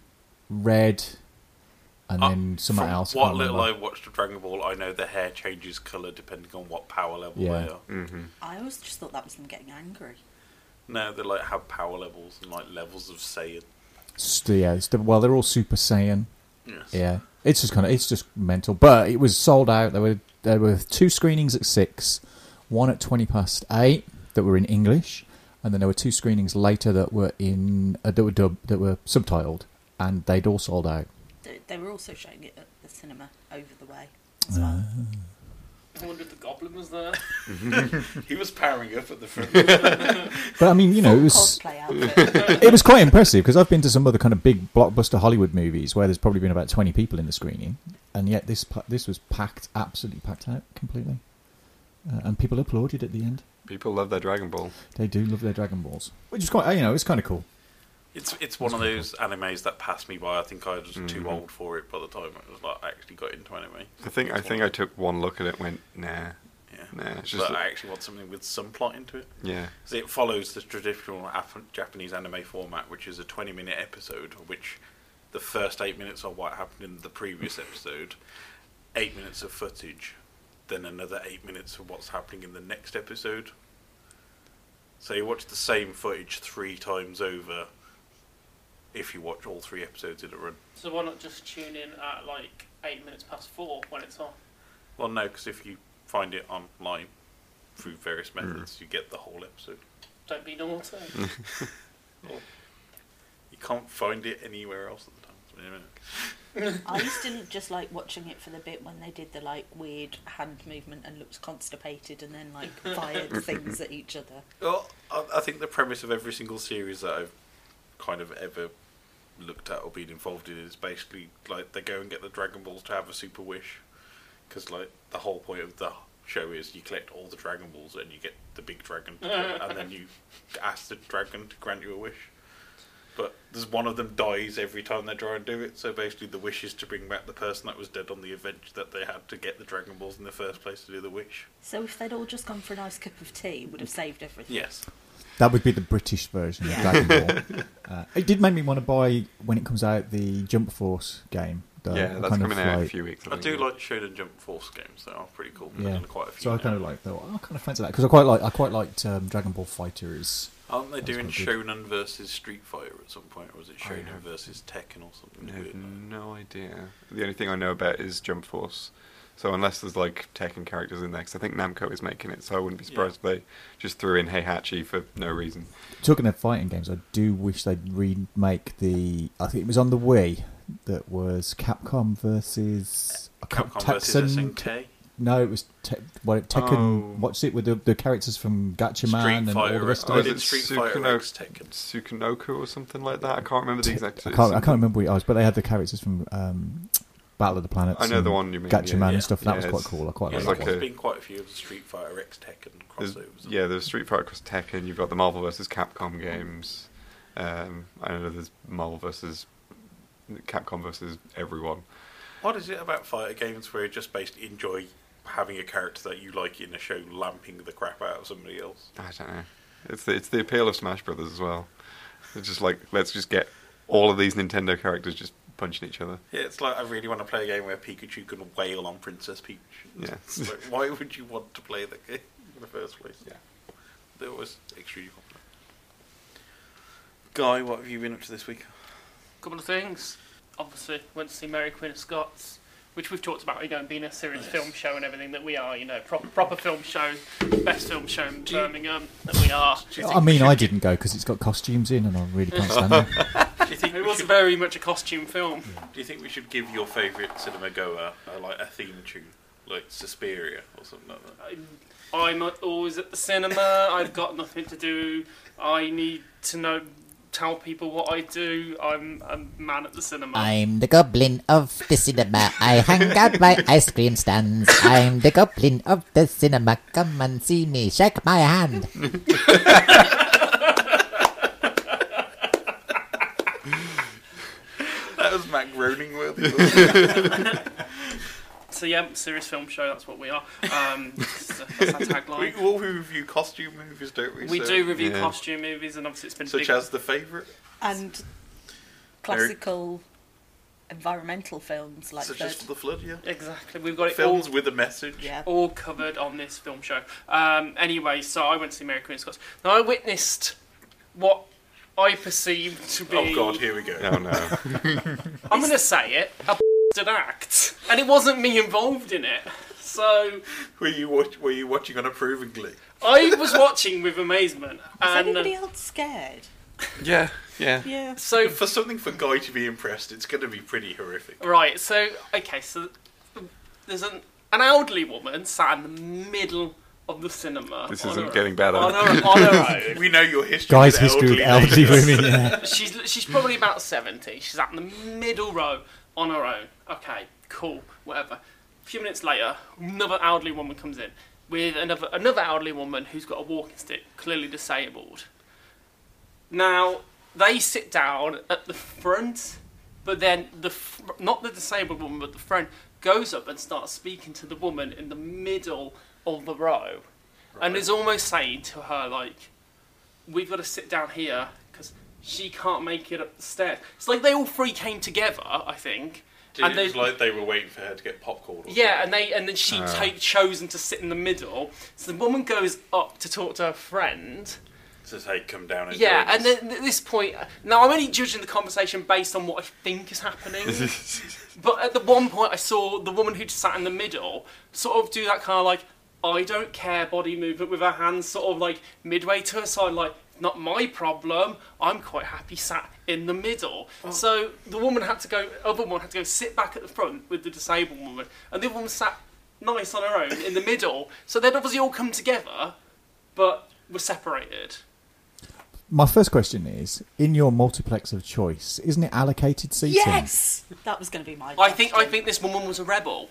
S9: red, and
S8: Uh,
S9: then something
S8: From
S9: else. I
S8: What
S9: can't
S8: little I
S9: remember.
S8: watched of Dragon Ball, I know the hair changes color depending on what power level
S9: Yeah.
S8: they are.
S10: I always just thought that was them getting angry.
S8: No, they like have power levels and like levels of Saiyan.
S9: So, yeah, it's the- well, they're all Super Saiyan.
S8: Yes.
S9: Yeah, it's just kind of it's just mental. But it was sold out. There were there were two screenings at six, one at twenty past eight that were in English, and then there were two screenings later that were in uh, that were dubbed that were subtitled, and they'd all sold out.
S10: They, they were also showing it at the cinema over the way.
S11: I wonder if the goblin was there.
S8: he was powering up at the front.
S9: But I mean, you know, it was it was quite impressive because I've been to some other kind of big blockbuster Hollywood movies where there's probably been about twenty people in the screening, and yet this pa- this was packed, absolutely packed out completely, uh, and people applauded at the end.
S7: People love their Dragon Ball.
S9: They do love their Dragon Balls, which is quite you know it's kind of cool.
S8: It's it's one of those animes that passed me by. I think I was too old for it by the time I was like I actually got into anime.
S7: Mm-hmm. I think I
S8: It's
S7: think
S8: one
S7: I
S8: of-
S7: took one look at it, and went nah, nah. It's just
S8: but I actually want something with some plot into it.
S7: Yeah.
S8: So it follows the traditional Af- Japanese anime format, which is a 20 minute episode, which the first eight minutes are what happened in the previous episode, eight minutes of footage, then another eight minutes of what's happening in the next episode. So you watch the same footage three times over if you watch all three episodes in a run.
S11: So why not just tune in at like eight minutes past four when it's on?
S8: Well, no, because if you find it online through various methods, you get the whole episode.
S11: Don't be naughty.
S8: You can't find it anywhere else at the time. It's been a minute.
S10: I used to just like watching it for the bit when they did the like weird hand movement and looked constipated and then like fired things at each other.
S8: Well, I, I think the premise of every single series that I've kind of ever looked at or been involved in is basically like they go and get the Dragon Balls to have a super wish, because like the whole point of the show is you collect all the Dragon Balls and you get the big dragon, and then you ask the dragon to grant you a wish. But there's one of them dies every time they try and do it. So basically, the wish is to bring back the person that was dead on the adventure that they had to get the Dragon Balls in the first place to do the wish.
S10: So if they'd all just gone for a nice cup of tea, it would have saved everything.
S8: Yes.
S9: That would be the British version of Dragon Ball. Uh, it did make me want to buy, when it comes out, the Jump Force game. The
S7: Yeah, that's
S9: kind of
S7: coming out in a
S9: like-
S7: few weeks.
S8: I do like Shonen Jump Force games. They are pretty cool. I've
S9: Yeah.
S8: done quite a few.
S9: So I kind of like that. I kind of fancy that because I quite like I quite liked um, Dragon Ball Fighters.
S8: Aren't they
S9: That's
S8: doing
S9: quite good. Oh,
S8: Shonen versus Street Fighter at some point, or is it
S7: I
S8: Shonen
S7: have-
S8: versus Tekken or something?
S7: I
S8: weird?
S7: have no idea. The only thing I know about is Jump Force. So unless there's like Tekken characters in there, because I think Namco is making it, so I wouldn't be surprised if they just threw in Heihachi for no reason.
S9: Talking of fighting games, I do wish they'd remake the. I think it was on the Wii that was Capcom versus I can't-
S8: Capcom versus SNK?
S9: No, it was te- well, Tekken.
S7: Oh.
S9: What's it with the, the characters from Gatchaman and all the rest
S7: Oh,
S9: of
S7: is
S9: it?
S7: it Sukuno- Sukunoku or something like that? I can't remember the exact.
S9: I can't, I can't remember what it was, but they had the characters from um, Battle of the Planets.
S7: I know the
S9: and
S7: one you mean,
S9: Gatchaman
S7: yeah.
S9: and stuff. That
S7: Yeah,
S9: was
S7: it's-
S9: quite cool. I quite
S7: yeah, it's
S9: like that
S7: like
S9: one.
S7: a-
S8: There's been quite a few of the Street Fighter X Tekken
S7: There's-
S8: crossovers.
S7: yeah, there's Street Fighter Cross Tekken. You've got the Marvel vs. Capcom games. Um, I know there's Marvel vs. Capcom versus everyone.
S8: What is it about fighter games where you just basically enjoy having a character that you like in a show lamping the crap out of somebody else?
S7: I don't know. It's the it's the appeal of Smash Brothers as well. It's just like let's just get all of these Nintendo characters just punching each other.
S8: Yeah, it's like I really want to play a game where Pikachu can wail on Princess Peach.
S7: Yeah.
S8: It's like, why would you want to play that game in the first place? Yeah. That was extremely popular. Guy, what have you been up to this week?
S11: couple of things. Obviously, went to see Mary Queen of Scots, which we've talked about, you know, being a serious film show and everything that we are, you know, pro- proper film show, best film show in Birmingham that we are.
S9: I mean, I didn't go because it's got costumes in, and I really can't stand them.
S8: Do you think
S11: it was very much a costume film.
S8: Do you think we should give your favourite cinema goer uh, like a theme tune, like Suspiria or something like that?
S11: I'm not always at the cinema. I've got nothing to do. I need to know, tell people what I do. I'm a man at the cinema.
S14: I'm the goblin of the cinema. I hang out my ice cream stands. I'm the goblin of the cinema. Come and see me. Shake my hand.
S8: That was Mac Groeningworthy.
S11: So yeah, serious film show. That's what we are. Um, that's our tagline.
S8: We, well, we review costume movies, don't we?
S11: We
S8: So-
S11: do review costume movies, and obviously it's been
S8: Such
S11: big.
S8: as the favourite.
S10: And classical environmental films like
S8: Such
S10: Third-
S8: as the flood, yeah.
S11: Exactly, we've got it
S8: Films
S11: all
S8: with a message.
S11: Yeah. all covered on this film show. Um, anyway, so I went to see Mary Queen of Scots. Now I witnessed what I perceived to be.
S8: Oh God, here we go.
S7: Oh no.
S11: I'm going to say it. A bastard act, and it wasn't me involved in it. So
S8: were you watch, were you watching unapprovingly?
S11: I was watching with amazement.
S8: uh,
S10: Is
S11: and, uh,
S10: anybody else scared?
S8: Yeah, yeah.
S10: Yeah.
S11: So
S8: for something for Guy to be impressed, it's going to be pretty horrific.
S11: Right, so, okay, so there's an, an elderly woman sat in the middle of the cinema.
S7: This
S11: on
S7: isn't
S11: her-
S7: getting better.
S11: On her, on her own.
S8: we know your history.
S9: Guy's
S8: with
S9: history with
S8: elderly
S9: elderly
S8: ladies.
S9: women, yeah.
S11: she's, she's probably about 70. She's sat in the middle row on her own. Okay, cool, whatever. A few minutes later, another elderly woman comes in with another, another elderly woman who's got a walking stick, clearly disabled. Now they sit down at the front, but then the fr- not the disabled woman, but the friend goes up and starts speaking to the woman in the middle of the row, and is almost saying to her like, "We've got to sit down here because she can't make it up the stairs." It's like they all three came together, I think,
S8: Dude,
S11: and
S8: it
S11: they
S8: was like they were waiting for her to get popcorn. Or
S11: yeah, and they and then she
S8: Ah.
S11: take, chosen to sit in the middle. So the woman goes up to talk to her friend.
S8: something. Says, "Hey, come down and
S11: Yeah,
S8: join
S11: and then at this point, now I'm only judging the conversation based on what I think is happening.
S8: us."
S11: but at the one point, I saw the woman who'd sat in the middle sort of do that kind of like, I don't care body movement with her hands, sort of like midway to her side, like, not my problem. I'm quite happy sat in the middle. So the woman had to go, other woman had to go sit back at the front with the disabled woman, and the other woman sat nice on her own in the middle. So they'd obviously all come together, but were separated.
S9: my first question is: in your multiplex of choice, isn't it allocated seating?
S10: Yes, that was going to be my.
S11: I think I think this woman was a rebel.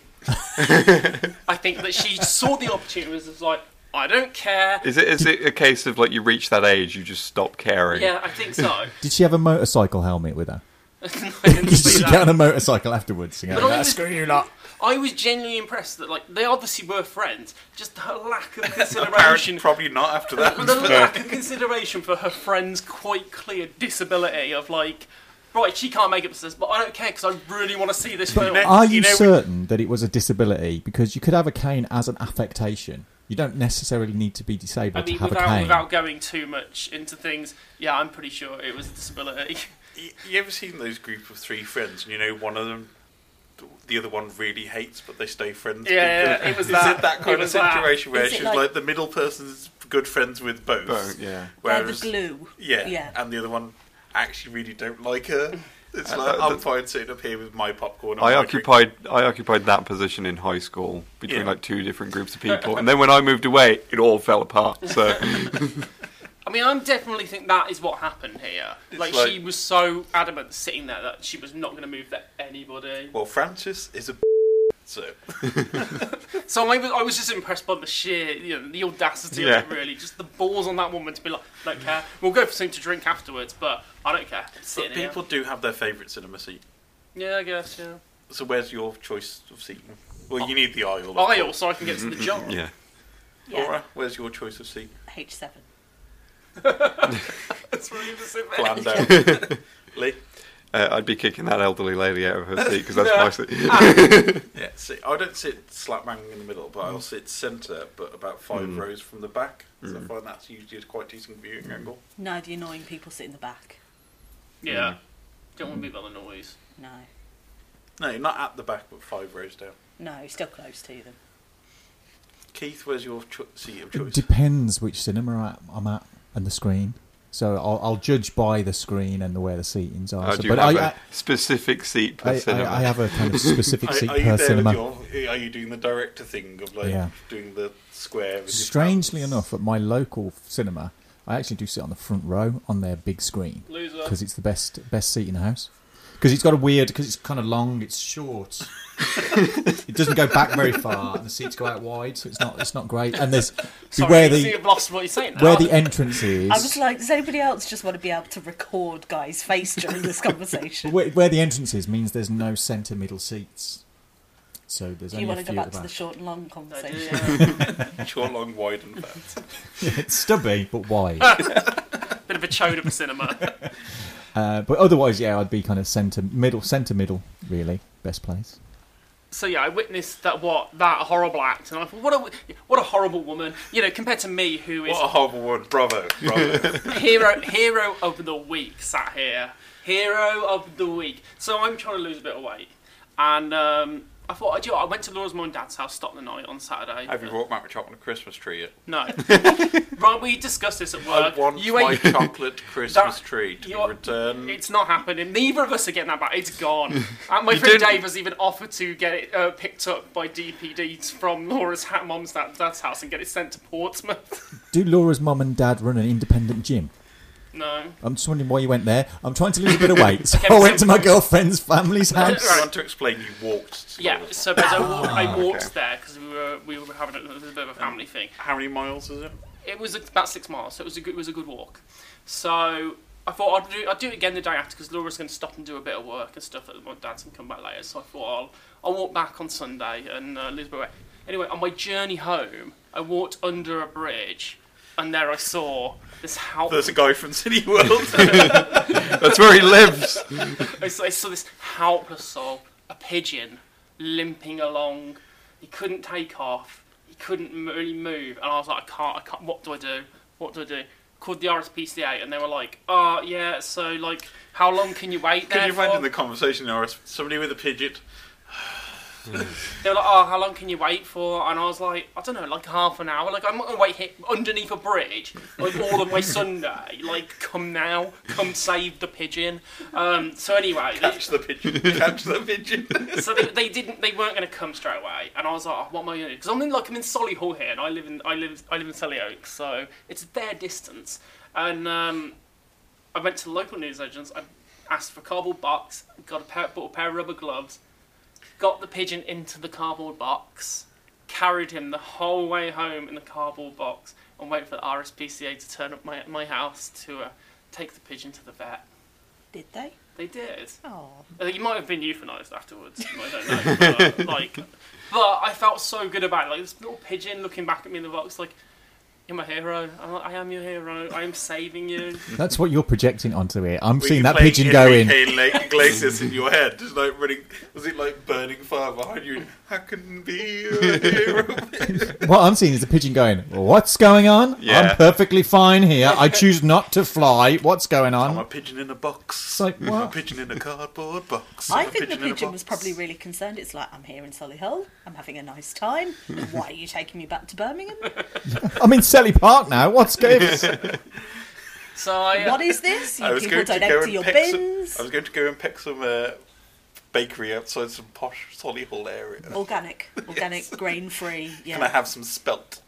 S11: I think that she saw the opportunity and was like, I don't care.
S7: Is it is it a case of like you reach that age, you just stop caring?
S11: Yeah, I think so.
S9: Did she have a motorcycle helmet with her?
S11: I didn't
S9: Did
S11: see
S9: she
S11: that.
S9: get on a motorcycle afterwards? And go,
S11: But I
S9: "Nah,
S11: was-
S9: screw you lot.
S11: I was genuinely impressed that like they obviously were friends. Just her lack of
S8: Apparently,
S11: consideration.
S8: probably not after that.
S11: the lack of consideration for her friend's quite clear disability of like, right, she can't make it for this, but I don't care because I really want to see this film.
S9: Are you, certain that it was a disability? Because you could have a cane as an affectation. You don't necessarily need to be disabled
S11: I mean,
S9: to have a
S11: without
S9: cane.
S11: without going too much into things, yeah, I'm pretty sure it was a disability.
S8: You, you ever seen those group of three friends, and you know one of them, the other one really hates, but they stay friends?
S11: Yeah,
S8: because-
S11: it was
S8: is
S11: that.
S8: it that
S11: It
S8: kind of
S11: was that.
S8: situation where
S11: Is it
S8: she's
S11: like-
S8: like, the middle person's good friends with both?
S7: Both, yeah.
S10: They're the glue.
S8: Yeah,
S10: Yeah.
S8: and the other one actually really don't like her. It's
S7: Uh,
S8: like
S7: that-
S8: I'm fine sitting up here with my popcorn. And
S7: I
S8: my
S7: occupied I occupied that position in high school between
S8: Yeah.
S7: like two different groups of people, and then when I moved away, it all fell apart. So
S11: I mean, I'm definitely think that is what happened here.
S8: It's
S11: Like,
S8: like-
S11: she was so adamant sitting there that she was not going to move to anybody.
S8: Well, Francis is a so.
S11: So I was, I was just impressed by the sheer, you know, the audacity
S8: Yeah.
S11: of it. Really, just the balls on that woman to be like, don't care. We'll go for something to drink afterwards, but I don't care. Sit
S8: But
S11: in here.
S8: people do have their favourite cinema seat.
S11: Yeah, I guess. Yeah.
S8: So where's your choice of seating? Well, you need the aisle. of
S11: Aisle,
S8: course.
S11: so I can get to the jar.
S7: yeah,
S10: Oh. Yeah.
S8: Laura, where's your choice of seat?
S10: H seven.
S11: That's really specific.
S8: Planned out. Lee?
S7: uh, I'd be kicking that elderly lady out of her seat because that's
S8: No.
S7: my seat.
S8: yeah, see, I don't sit slap bang in the middle, but I'll sit centre, but about five
S7: Mm.
S8: rows from the back. So I
S7: Mm.
S8: find that's usually a quite decent viewing angle.
S10: No, the annoying people sit in the back.
S11: Yeah.
S8: Mm.
S11: Don't want to be by the noise.
S10: No,
S8: No, not at the back, but five rows down.
S10: no, still close to them.
S8: Keith, where's your cho- seat of
S9: It
S8: choice?
S9: depends which cinema I- I'm at and the screen. So I'll, I'll judge by the screen and the where the seatings are.
S7: I
S9: So-
S7: do
S9: but
S7: have
S9: I-
S7: a
S9: I-
S7: specific seat per
S9: I- I-
S7: cinema.
S9: I have a kind of specific
S8: Are,
S9: seat
S8: are you
S9: per
S8: there with
S9: cinema.
S8: your- are you doing the director thing of like
S9: Yeah.
S8: doing the square? With your
S9: Strangely enough, at my local cinema, I actually do sit on the front row on their big screen
S11: Loser.
S9: because it's the best best seat in the house. Because it's got a weird, because it's kind of long, it's short. it doesn't go back very far, and the seats go out wide, so it's not it's not great. And there's
S11: Sorry,
S9: where
S11: you
S9: the
S11: see you've lost what you're saying Oh, now.
S9: where the entrance is.
S10: I was like, does anybody else just want to be able to record guys' face during this conversation?
S9: where, where the entrance is means there's no centre middle seats, so there's
S10: Do you
S9: only
S10: want
S9: a
S10: to
S9: few
S10: go back
S9: at
S10: to
S9: the
S10: the
S9: back.
S10: short and long conversation?
S8: family? Short, long, wide, and fat.
S9: it's stubby but wide.
S11: Bit of a chode of a cinema.
S9: Uh, but otherwise, yeah, I'd be kind of centre middle, centre middle, really best place.
S11: So yeah, I witnessed that what that horrible act, and I thought, what a what a horrible woman. You know, compared to me, who is
S8: What a horrible word! Bravo, bravo.
S11: hero hero of the week sat here. Hero of the week. So I'm trying to lose a bit of weight, and um, I thought, do you know, what? I went to Laura's mum and dad's house, stopped the night on Saturday.
S8: Have you brought Matt chocolate Christmas tree yet?
S11: No. right, we discussed this at work.
S8: I want
S11: Uh, you
S8: my
S11: ain't.
S8: chocolate Christmas tree to be
S11: you're-
S8: returned.
S11: It's not happening. Neither of us are getting that back. It's gone. And my
S8: You
S11: friend
S8: didn't-
S11: Dave has even offered to get it uh, picked up by DPD from Laura's ha- mum's dad, dad's house and get it sent to Portsmouth.
S9: Do Laura's mum and dad run an independent gym?
S11: No.
S9: I'm just wondering why you went there. I'm trying to lose a bit of weight, so
S11: Okay,
S9: I
S11: so-
S9: went to my girlfriend's family's
S8: I
S9: house.
S8: want to explain. You walked.
S11: Yeah, so but I walked, I
S8: Oh,
S9: Ah,
S11: walked
S9: okay.
S11: there because we were we were having a, it was a bit of a family thing.
S8: How many miles is it?
S11: It was about six miles, so it was a good, it was a good walk. So I thought I'd do I'd do it again the day after because Laura's going to stop and do a bit of work and stuff at my dad's and come back later. So I thought I'll I'll walk back on Sunday and uh, lose my way. Anyway, on my journey home, I walked under a bridge, and there I saw this house.
S8: There's a guy from City World.
S7: That's where he lives.
S11: I saw, I saw this helpless soul, a pigeon, limping along. He couldn't take off. He couldn't m- really move. And I was like, I can't, I can't, what do I do? What do I do? Called the RSPCA and they were like, oh, yeah, so, like, how long can you wait there
S8: Can you
S11: for?
S8: imagine the conversation, or somebody with a pigeon?
S11: They were like, oh, how long can you wait for? And I was like, I don't know, like half an hour. Like, I'm not going to wait here underneath a bridge, like, all the way Sunday. Like, come now, come save the pigeon. Um, so, anyway.
S8: Catch the pigeon. Catch the pigeon.
S11: so they, they didn't they weren't going to come straight away and i was like oh, what am i going to do because i'm in like i'm in solihull here and i live in i live i live in Oak, so it's their distance and um I went to local newsagents. I asked for a cardboard box. Got a pair, bought a pair of rubber gloves. Got the pigeon into the cardboard box. Carried him the whole way home in the cardboard box, and waited for the RSPCA to turn up my my house to uh, take the pigeon to the vet.
S10: Did they?
S11: They did.
S10: Oh.
S11: Uh, He might have been euthanized afterwards. I don't know. But, like, but I felt so good about it. Like this little pigeon looking back at me in the box, like, "You're my hero. I'm like, I am your hero. I am saving you."
S9: That's what you're projecting onto it. I'm
S8: Were
S9: seeing
S8: you
S9: that
S8: playing
S9: pigeon going.
S8: Enrique Lake Iglesias in your head, just like running. Was it like burning fire behind you? I can be a hero.
S9: what I'm seeing is the pigeon going. What's going on?
S8: Yeah.
S9: I'm perfectly fine here. I choose not to fly. What's going on?
S8: I'm a pigeon in a box. It's
S9: like,
S8: I'm a
S9: what?
S8: pigeon in a cardboard box.
S10: I
S8: I'm a
S10: think the
S8: in a
S10: pigeon
S8: box.
S10: was probably really concerned. It's like, I'm here in Solihull. I'm having a nice time. Why are you taking me back to Birmingham?
S9: I'm in Selly Park now. What's going? on?
S11: So I, uh,
S10: What is this? You
S8: I was
S10: people
S8: going
S10: don't
S8: to go
S10: empty
S8: and
S10: your
S8: pick
S10: bins.
S8: Some, I was going to go and pick some uh, bakery outside some posh Solihull area.
S10: Organic, organic, grain free. Yeah.
S8: Can I have some spelt?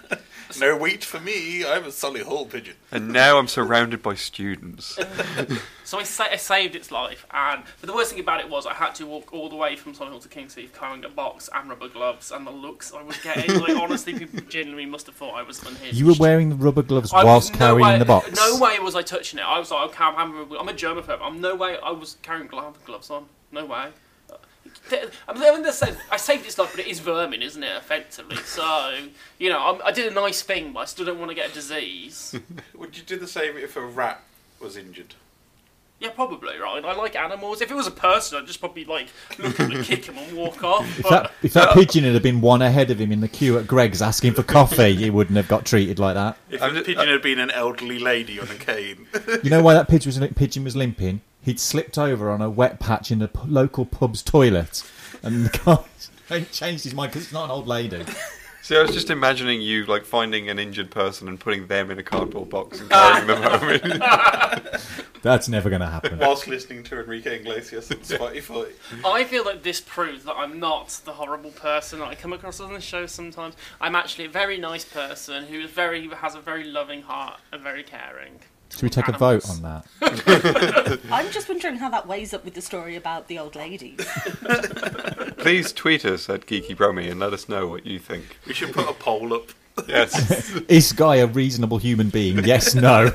S8: no wheat for me. I'm a Solihull pigeon.
S7: And now I'm surrounded by students.
S11: So I, sa- I saved its life, and but the worst thing about it was I had to walk all the way from Solihull to King's Heath carrying a box and rubber gloves, and the looks I was getting. like honestly, people genuinely must have thought I was unhinged.
S9: You were wearing the rubber gloves
S11: I was
S9: whilst
S11: no
S9: carrying
S11: way-
S9: the box.
S11: No way was I touching it. I was like, okay, I'm, I'm, I'm a germaphobe. I'm no way. I was carrying glo- gloves on. No way. I'm living the same. I saved its life, but it is vermin, isn't it? Effectively, so you know, I'm, I did a nice thing, but I still don't want to get a disease.
S8: Would you do the same if a rat was injured?
S11: Yeah, probably right. I like animals. If it was a person, I'd just probably like look at him, kick him, and walk off.
S9: If that, if that pigeon had been one ahead of him in the queue at Greg's asking for coffee, he wouldn't have got treated like that.
S8: If a pigeon
S9: uh,
S8: had been an elderly lady on a cane.
S9: You know why that pigeon was, pigeon was limping? He'd slipped over on a wet patch in a p- local pub's toilet, and the guy he changed his mind because it's not an old lady.
S7: See, I was just imagining you like finding an injured person and putting them in a cardboard box and carrying them home.
S9: That's never going to happen.
S8: Whilst listening to Enrique Iglesias and Spotty Footy.
S11: I feel that this proves that I'm not the horrible person that I come across on the show sometimes. I'm actually a very nice person who is very has a very loving heart and very caring.
S9: Should we take a
S11: Animals.
S9: vote on that?
S10: I'm just wondering how that weighs up with the story about the old ladies.
S7: Please tweet us at Geeky Brummy and let us know what you think.
S8: We should put a poll up.
S7: Yes.
S9: Is Guy a reasonable human being? Yes, no.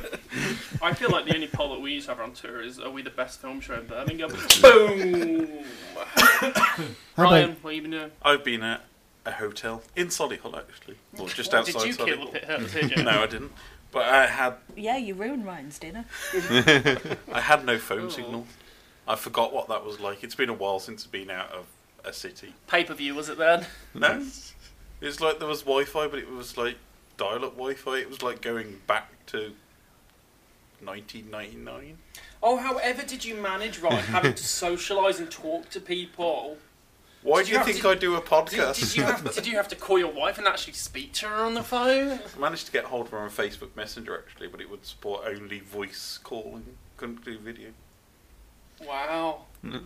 S11: I feel like the only poll that we used to have on tour is Are we the best film show in Birmingham? Boom!
S9: How about-
S11: Ryan, what have you been doing?
S8: I've been at a hotel in Solihull, actually. Or just
S11: Did
S8: outside
S11: you kill
S8: Solihull.
S11: the pi- pigeon?
S8: no, I didn't. But I had
S10: Yeah, you ruined Ryan's dinner.
S8: I had no phone
S11: Oh.
S8: signal. I forgot what that was like. It's been a while since I've been out of a city.
S11: Pay per view, was it then?
S8: No. It's like there was Wi Fi, but it was like dial up Wi Fi. It was like going back to 1999.
S11: Oh, however, did you manage, Ryan, having to socialise and talk to people?
S8: Why
S11: Did
S8: do you
S11: have
S8: think
S11: to-
S8: I do a podcast?
S11: Did, did you have, did you have to call your wife and actually speak to her on the phone?
S8: I managed to get hold of her on Facebook Messenger actually, but it would support only voice calling. Couldn't do video.
S11: Wow.
S8: Like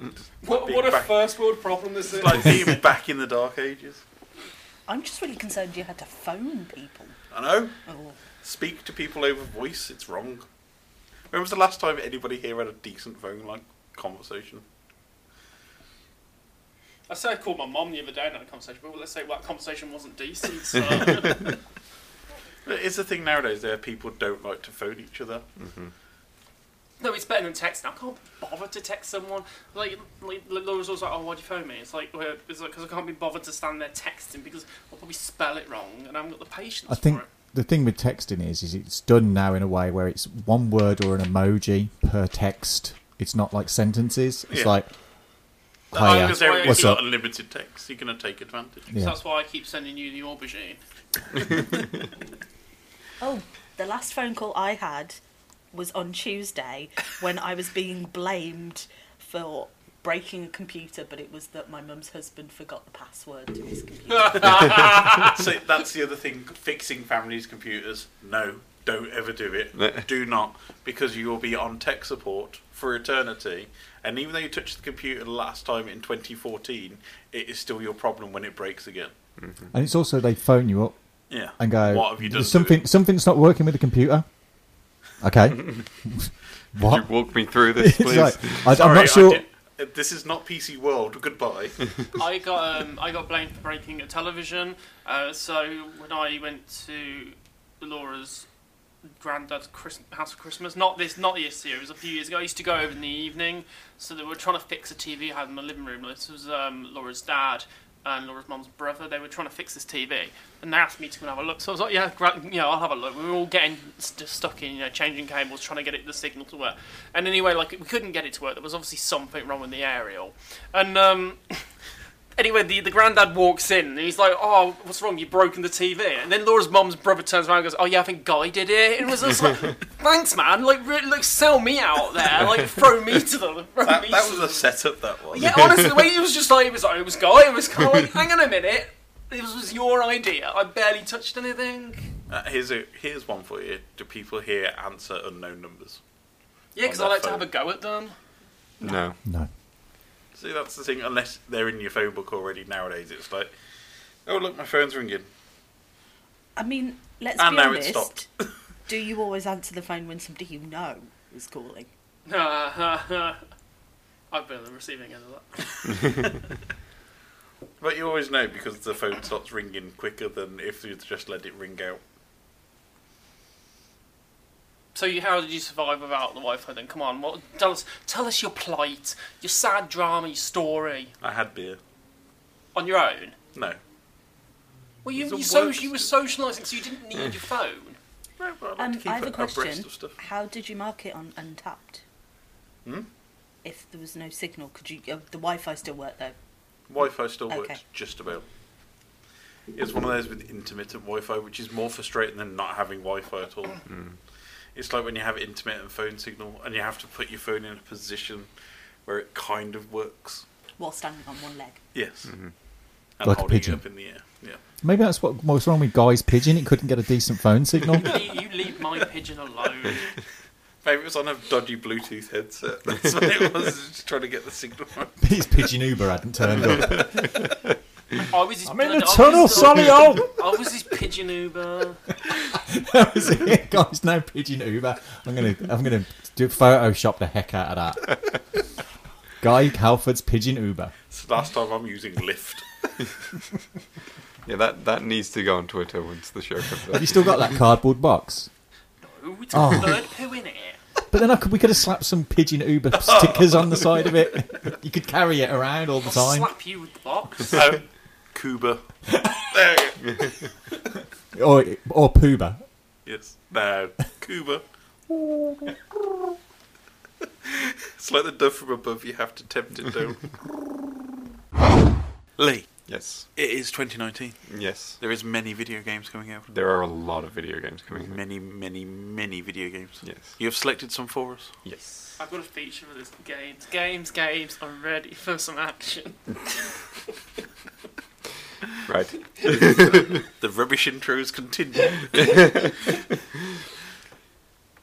S11: What,
S8: being
S11: what a
S8: back-
S11: first world problem this is.
S8: It's like being back in the dark ages.
S10: I'm just really concerned you had to phone people.
S8: I know.
S10: Oh.
S8: Speak to people over voice. It's wrong. When was the last time anybody here had a decent phone like conversation?
S11: I said I called my mum the other day and had a conversation, but let's say that conversation wasn't decent, so.
S8: But It's the thing nowadays. There, people don't like to phone each other. Mm-hmm.
S11: No, it's better than texting. I can't bother to text someone. Like, like Laura's always like, "Oh, why'd you phone me?" It's like, well, it's like because I can't be bothered to stand there texting because I'll probably spell it wrong and I haven't got the patience.
S9: I think
S11: for it.
S9: the thing with texting is, is it's done now in a way where it's one word or an emoji per text. It's not like sentences. It's
S8: Yeah.
S9: like,
S8: Oh,
S9: hiya,
S8: because there-
S9: what's
S8: if you've
S9: up?
S8: got unlimited text, you're going to take advantage.
S9: Oh. Yeah.
S11: So that's why I keep sending you the aubergine.
S10: Oh, the last phone call I had was on Tuesday when I was being blamed for breaking a computer, but it was that my mum's husband forgot the password to his computer.
S8: so that's the other thing. Fixing families' computers. No, don't ever do it. do not, because you will be on tech support for eternity. And even though you touched the computer last time in 2014, it is still your problem when it breaks again.
S9: And it's also they phone you up
S8: Yeah.
S9: and go,
S8: What have you done
S9: "There's
S8: to
S9: something, something's not working with the computer. Okay.
S7: Could you walk me through this,
S9: It's
S7: please?
S9: like, I- I'm not sure.
S8: Uh, This is not PC World. Goodbye.
S11: I got um, I got blamed for breaking a television. Uh, so when I went to Laura's granddad's Christ- house for Christmas, not this, not this year, it was a few years ago. I used to go over in the evening, so they were trying to fix a TV I had in my living room. This was um, Laura's dad and Laura's mum's brother. They were trying to fix this TV, and they asked me to come and have a look. So I was like, yeah, gra- you know, I'll have a look. We were all getting st- stuck in, you know, changing cables, trying to get it the signal to work. And anyway, like we couldn't get it to work. There was obviously something wrong with the aerial, and. um... Anyway, the, the granddad walks in and he's like, Oh, what's wrong? You've broken the TV. And then Laura's mum's brother turns around and goes, Oh, yeah, I think Guy did it. And it was just like, Thanks, man. Like, re- like, sell me out there. Like, throw me to them. Throw
S8: that,
S11: me
S8: that
S11: to
S8: was a setup. That was.
S11: yeah, honestly, the way it was just like it was like, it was Guy. It was kind of like, hang on a minute, this was your idea. I barely touched anything.
S8: Uh, here's a here's one for you. Do people here answer unknown numbers?
S11: Yeah, because I
S8: On
S11: like
S8: their
S11: to have a go at them.
S7: No.
S9: No.
S8: See, that's the thing. Unless they're in your phone book already nowadays, it's like, oh look, my phone's ringing.
S10: I mean, let's
S8: And
S10: be
S8: now
S10: honest.
S8: it's stopped.
S10: do you always answer the phone when somebody you know is calling?
S11: I've been on the receiving end of that.
S8: But you always know because the phone stops ringing quicker than if you just let it ring out.
S11: so, you, how did you survive without the Wi-Fi? Then, come on, what, tell us, tell us your plight, your sad drama, your story
S8: I had beer.
S11: on your own.
S8: No.
S11: Well, you
S8: It's a
S11: you, so,
S8: work
S11: you were socialising, so you didn't need your phone.
S10: Um, I have a
S11: abreast
S10: question.
S11: of stuff.
S10: How did you mark it on Untapped?
S8: Hmm?
S10: If there was no signal, could you? Uh, the Wi-Fi still worked though.
S8: Wi-Fi still
S10: Okay.
S8: works just about. It's one of those with intermittent Wi-Fi, which is more frustrating than not having Wi-Fi at all. It's like when you have intermittent phone signal and you have to put your phone in a position where it kind of works.
S10: While standing on one leg.
S8: Yes. And
S9: Like a
S8: holding
S9: pigeon.
S8: it up in the air. Yeah.
S9: Maybe that's what was wrong with Guy's pigeon. It couldn't get a decent phone signal.
S11: You leave, you leave my pigeon alone.
S8: Maybe it was on a dodgy Bluetooth headset. That's what it was. Just trying to get the signal.
S9: His pigeon Uber hadn't turned up.
S11: I was his
S9: I'm in
S11: blood-
S9: the
S11: I
S9: tunnel,
S11: was his-
S9: Sally, oh!
S11: I was his pigeon Uber.
S9: that was it, guys. No pigeon Uber. I'm gonna, I'm gonna do Photoshop the heck out of that. Guy Halford's pigeon Uber.
S8: It's the last time I'm using Lyft.
S7: Yeah, that, that needs to go on Twitter once the show comes out.
S9: Have you still got that cardboard box?
S11: No, it's
S9: Oh.
S11: a bird poo in it.
S9: But then I could, we could have slapped some pigeon Uber stickers on the side of it. You could carry it around all the
S11: I'll
S9: time.
S11: slap you with the box.
S8: Oh, Cuba. There you go.
S9: Or or Pooba.
S8: Yes. No. Cuba. It's like the dove from above. You have to tempt it down. Lee.
S7: Yes.
S8: It is 2019.
S7: Yes.
S8: There is many video games coming out.
S7: There are a lot of video games coming out.
S8: Many, many, many video games.
S7: Yes.
S8: You have selected some for us.
S7: Yes.
S11: I've got a feature for this games. Games, games, I'm ready for some action.
S7: Right.
S8: the rubbish intros continue.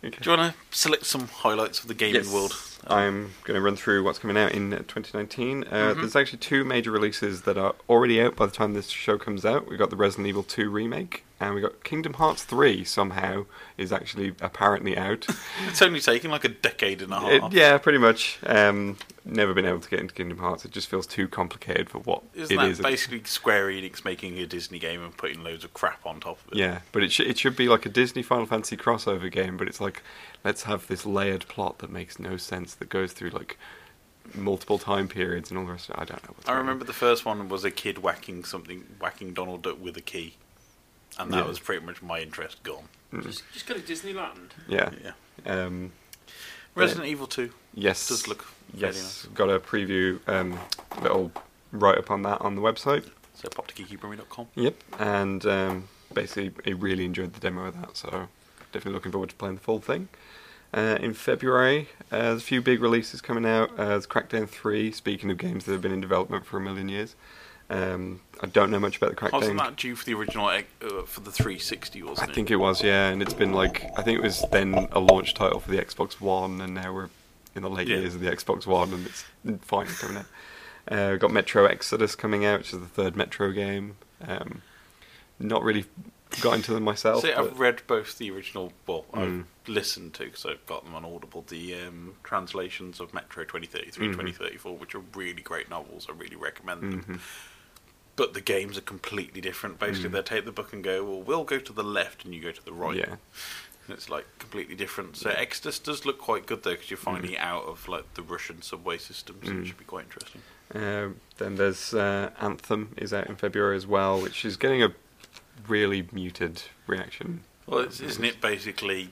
S8: Do you want to select some highlights of the gaming
S7: Yes.
S8: world?
S7: I'm going to run through what's coming out in uh, 2019. Uh,
S8: Mhm.
S7: There's actually two major releases that are already out by the time this show comes out. We've got the Resident Evil 2 remake, and we got Kingdom Hearts 3 somehow is actually apparently out.
S8: It's only taken like a decade and a
S7: It-
S8: half.
S7: yeah, pretty much. Um, never been able to get into Kingdom Hearts. It just feels too complicated for what
S8: Isn't
S7: it
S8: that
S7: is at the
S8: basically Square Enix making a Disney game and putting loads of crap on top of it?
S7: Yeah, but it, sh- it should be like a Disney Final Fantasy crossover game, but it's like, let's have this layered plot that makes no sense, that goes through like multiple time periods and all the rest of it. I don't know. What's
S8: I
S7: going on.
S8: remember the first one was a kid whacking something, whacking Donald Duck with a key, and that
S7: Yeah.
S8: was pretty much my interest gone.
S7: Mm.
S11: Just, just go to Disneyland.
S7: Yeah. Um, but-
S8: Resident Evil 2.
S7: Yes.
S8: Does look very
S7: Yes. Got a preview um, little write up on that on the website.
S8: So pop to geekybrewery.com.
S7: Yep. And um, basically, I really enjoyed the demo of that, so definitely looking forward to playing the full thing. Uh, in February, uh, there's a few big releases coming out. Uh, there's Crackdown 3, speaking of games that have been in development for a million years. Um, I don't know much about the Crackdown
S8: Wasn't that due for the original uh, for the 360? Wasn't
S7: I
S8: it?
S7: think it was, yeah, and it's been like I think it was then a launch title for the Xbox One, and now we're in the late
S8: Yeah.
S7: years of the Xbox One, and it's finally coming out. Uh, we've got Metro Exodus coming out, which is the third Metro game. Um, not really got into them myself.
S8: See,
S7: but-
S8: I've read both the original, well,
S7: Mm.
S8: I've listened to because I've got them on Audible. The um, translations of Metro 2033,
S7: Mhm.
S8: 2034, which are really great novels. I really recommend them.
S7: Mhm.
S8: But the games are completely different. Basically,
S7: Mm.
S8: they take the book and go, "Well, we'll go to the left, and you go to the right."
S7: Yeah.
S8: And it's like completely different. So Exodus does look quite good though, because you're finally out of like the Russian subway systems. So
S7: Mm-hmm. Mm.
S8: it should be quite interesting.
S7: Um, then there's uh, Anthem is out in February as well, which is getting a really muted reaction.
S8: Well, it's, isn't it basically?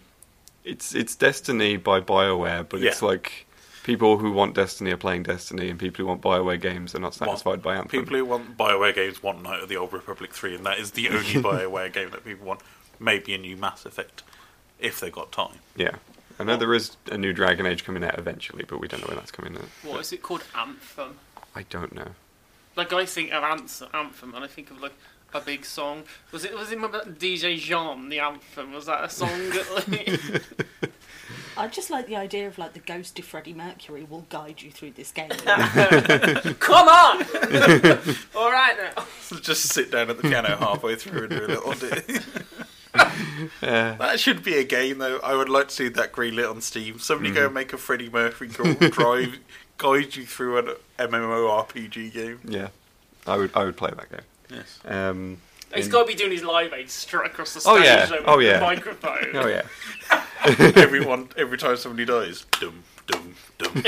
S7: It's it's Destiny by Bioware, but it's
S8: Yeah.
S7: like people who want Destiny are playing Destiny, and people who want Bioware games are not satisfied by Anthem.
S8: People who want Bioware games want Night of the Old Republic 3, and that is the only Bioware game that people want. Maybe a new Mass Effect, if they got time.
S7: Yeah, I know there is a new Dragon Age coming out eventually, but we don't know when that's coming out.
S11: What is it called? Anthem.
S7: I don't know.
S11: Like I think of anthem, anthem, and I think of like a big song. Was it? Was it remember that DJ Jean the anthem? Was that a song? that, like,
S10: I just like the idea of like the ghost of Freddie Mercury will guide you through this game.
S11: Come on! All right now.
S8: Just sit down at the piano halfway through and do a little bit. that should be a game, though. I would like to see that greenlit on Steam. Somebody go
S7: Mhm.
S8: and make a Freddie Murphy gr- drive guide you through an MMORPG game.
S7: Yeah, I would I would play that game.
S8: Yes.
S7: Um,
S11: He's
S7: in-
S11: got to be doing his live aid straight across the stage
S7: Oh yeah!
S11: though, with
S7: Oh yeah!
S11: the microphone.
S7: Oh yeah!
S8: Everyone, every time somebody dies, dum dum dum.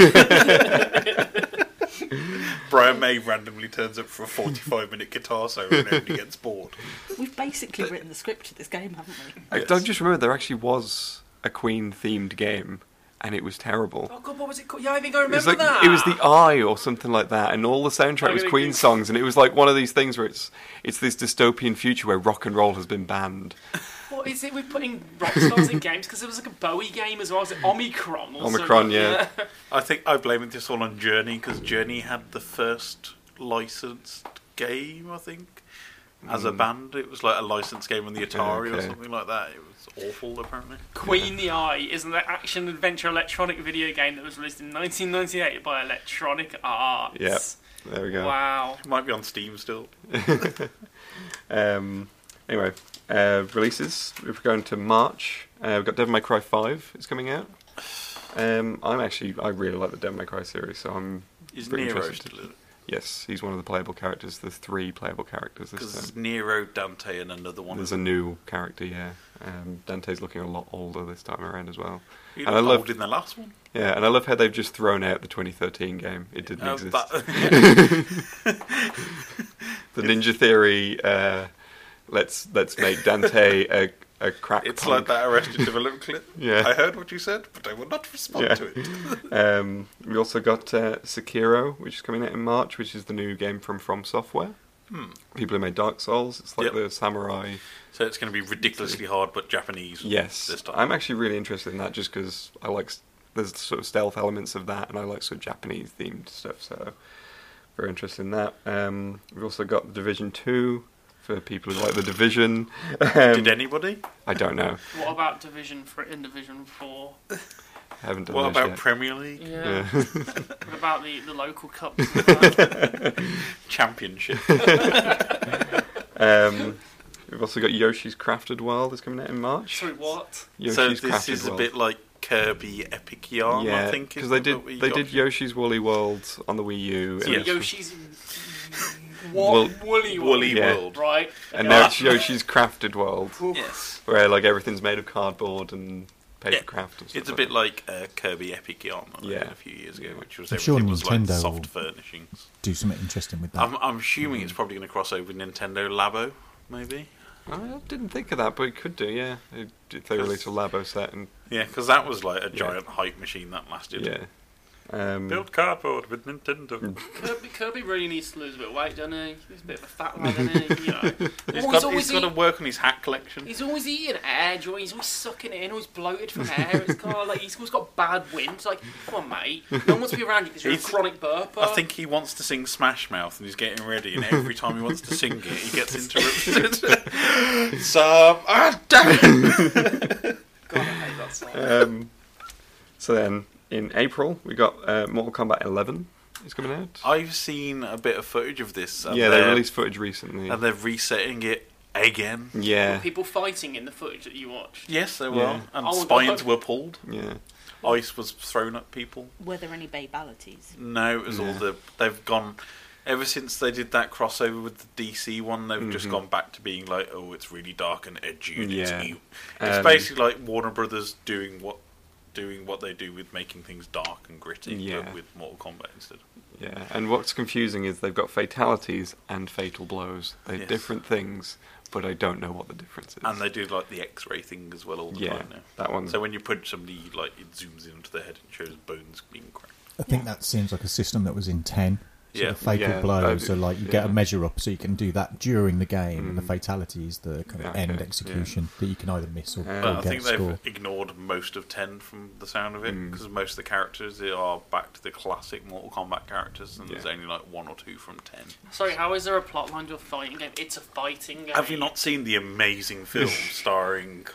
S8: Brian May randomly turns up for a forty-five minute guitar solo and everybody gets bored.
S10: We've basically written the script to this game, haven't we?
S7: I, I just remember there actually was a Queen themed game, and it was terrible.
S11: Oh god, what was it called? Yeah, I think I remember
S7: It was like
S11: that. Oh,
S7: it was the Eye or something like that, and all the soundtrack
S11: I'm
S7: was
S11: gonna
S7: Queen
S11: Google-
S7: songs, and it was like one of these things where it's it's this dystopian future where rock and roll has been banned.
S11: What is it with putting rock stars in games? Because there was like a Bowie game as well. Was it Omicron? Or
S7: Omicron,
S11: something?
S7: yeah.
S8: I think I blame this all on Journey because Journey had the first licensed game. I think as a
S7: Mm.
S8: band, it was like a licensed game on the Atari or
S7: Okay.
S8: something like that. It was awful, apparently.
S11: Queen the Eye is an action adventure electronic video game that was released in 1998 by Electronic Arts.
S7: Yeah, there we go.
S11: Wow.
S8: Might be on Steam still.
S7: um, anyway, uh, releases. If we're going to March, uh, we've got Devil May Cry 5 is coming out. Um, I'm actually, I really like the Devil May Cry series, so I'm
S8: Is
S7: pretty
S8: Nero
S7: interested.
S8: still in it?
S7: Yes, he's one of the playable characters. There's three playable characters this
S8: Because
S7: time.
S8: there's Nero, Dante, and another one.
S7: There's a new character, yeah. Um, Dante's looking a lot older this time around as well.
S8: He
S7: And I
S8: looked
S7: love-
S8: old in the last one.
S7: Yeah, and I love how they've just thrown out the 2013 game. It didn't
S8: Oh,
S7: exist.
S8: but-
S7: the Ninja Theory. Uh, let's let's make Dante a a crack.
S8: It's
S7: punk.
S8: like that Arrested Development clip.
S7: Yeah.
S8: I heard what you said, but I will not respond
S7: Yeah.
S8: to it.
S7: um, we also got uh, Sekiro, which is coming out in March, which is the new game from From Software.
S8: Hmm.
S7: People who made Dark Souls. It's like
S8: Yep.
S7: the samurai.
S8: So it's going to be ridiculously hard, but Japanese.
S7: Yes,
S8: This time.
S7: I'm actually really interested in that just because I like s- there's sort of stealth elements of that, and I like sort of Japanese themed stuff. So very interested in that. Um, we've also got the Division Two for people who like the Division. Um,
S8: Did anybody?
S7: I don't know.
S11: What about Division for in Division Four?
S7: I haven't done.
S8: What
S7: those
S8: about
S7: yet.
S8: Premier League?
S11: Yeah.
S7: Yeah.
S11: what about the, the local cups? as well?
S8: Championship.
S7: um, we've also got Yoshi's Crafted World is coming out in March.
S11: Sorry, what?
S7: Yoshi's
S8: so this
S7: Crafted
S8: is a
S7: World.
S8: bit like Kirby Epic Yarn, I
S7: yeah,
S8: think. is
S7: because they did
S8: what we
S7: they
S8: got.
S7: did Yoshi's Woolly World on the Wii U.
S11: So
S7: and it's-
S11: Yoshi's wo-
S7: Wool-
S11: woolly,
S8: Woolly
S7: Yeah.
S8: World.
S11: right?
S7: And
S11: Okay.
S7: now it's Yoshi's Crafted World.
S8: Yes.
S7: Where like everything's made of cardboard and paper
S8: Yeah.
S7: craft. And stuff
S8: It's a
S7: like
S8: bit like uh, Kirby Epic Yarn that they
S7: Yeah.
S8: did a few years ago, which was
S9: I'm sure
S8: everything was like
S9: Nintendo Ah.
S8: soft
S9: will
S8: furnishings.
S9: do something interesting with that.
S8: I'm, I'm assuming it's probably going to cross over with Nintendo Labo, maybe.
S7: that. I didn't think of that, but it could do. Yeah, It- if they release a Labo set and
S8: Yeah, because that was like a giant hype machine that lasted.
S7: yeah, um, Mm.
S8: Build cardboard with Nintendo.
S11: Kirby, Kirby really needs to lose a bit of weight, doesn't he? He's a bit of a fat lad, isn't he? You
S8: he's
S11: know. Oh, Always-
S8: got,
S11: always
S8: he's got to
S11: eat-
S8: work on his hat collection.
S11: He's always eating air, joy. He's always sucking it in, always bloated from air. It's kind of like he's always got bad wind. Like, come on, mate. No one wants to be around you because you're a
S8: He's-
S11: chronic burper.
S8: I think he wants to sing Smash Mouth and he's getting ready, and every time he wants to sing it, he gets interrupted. so, ah, damn it!
S11: God, I hate that song.
S7: um, so then in April we got uh, Mortal Kombat 11 is coming out.
S8: I've seen a bit of footage of this. and
S7: yeah, they
S8: they're-
S7: released footage recently.
S8: And they're resetting it Again?
S7: Yeah.
S11: Were people fighting in the footage that you watched?
S8: Yes, there were.
S7: Yeah.
S8: And
S11: Oh,
S8: spines
S11: God.
S8: were pulled.
S7: Yeah.
S8: Ice was thrown at people.
S10: Were there any babalities?
S8: No, it was all
S7: Yeah.
S8: the. They've gone. Ever since they did that crossover with the DC one, they've just
S7: Mhm.
S8: gone back to being like, oh, it's really dark and edgy and
S7: Yeah.
S8: it's evil. It's
S7: Um,
S8: basically like Warner Brothers doing what doing what they do with making things dark and gritty,
S7: Yeah.
S8: but with Mortal Kombat instead.
S7: Yeah, and what's confusing is they've got fatalities and fatal blows. They're
S8: Yes.
S7: different things, but I don't know what the difference is.
S8: And they do like the X-ray thing as well all the
S7: Yeah,
S8: time now.
S7: that one-
S8: So when you punch somebody, you, like it zooms into their head and shows bones being cracked.
S9: I think that seems like a system that was in 10. So
S8: Yeah.
S9: the fatal
S7: Yeah,
S9: blows
S7: that-
S9: are like you get a
S7: yeah.
S9: measure up, so you can do that during the game,
S8: Mm.
S9: and the fatality is the kind of
S7: Okay,
S9: end
S7: yeah.
S9: execution that you can either miss or,
S8: But
S9: or
S8: Uh, I think
S9: get
S8: they've
S9: score.
S8: ignored most of 10 from the sound of it because most of the characters they are back to the classic Mortal Kombat characters and there's only like one or two from 10.
S11: Sorry, how is there a plot line to a fighting game? It's a fighting game.
S8: Have you not seen the amazing film starring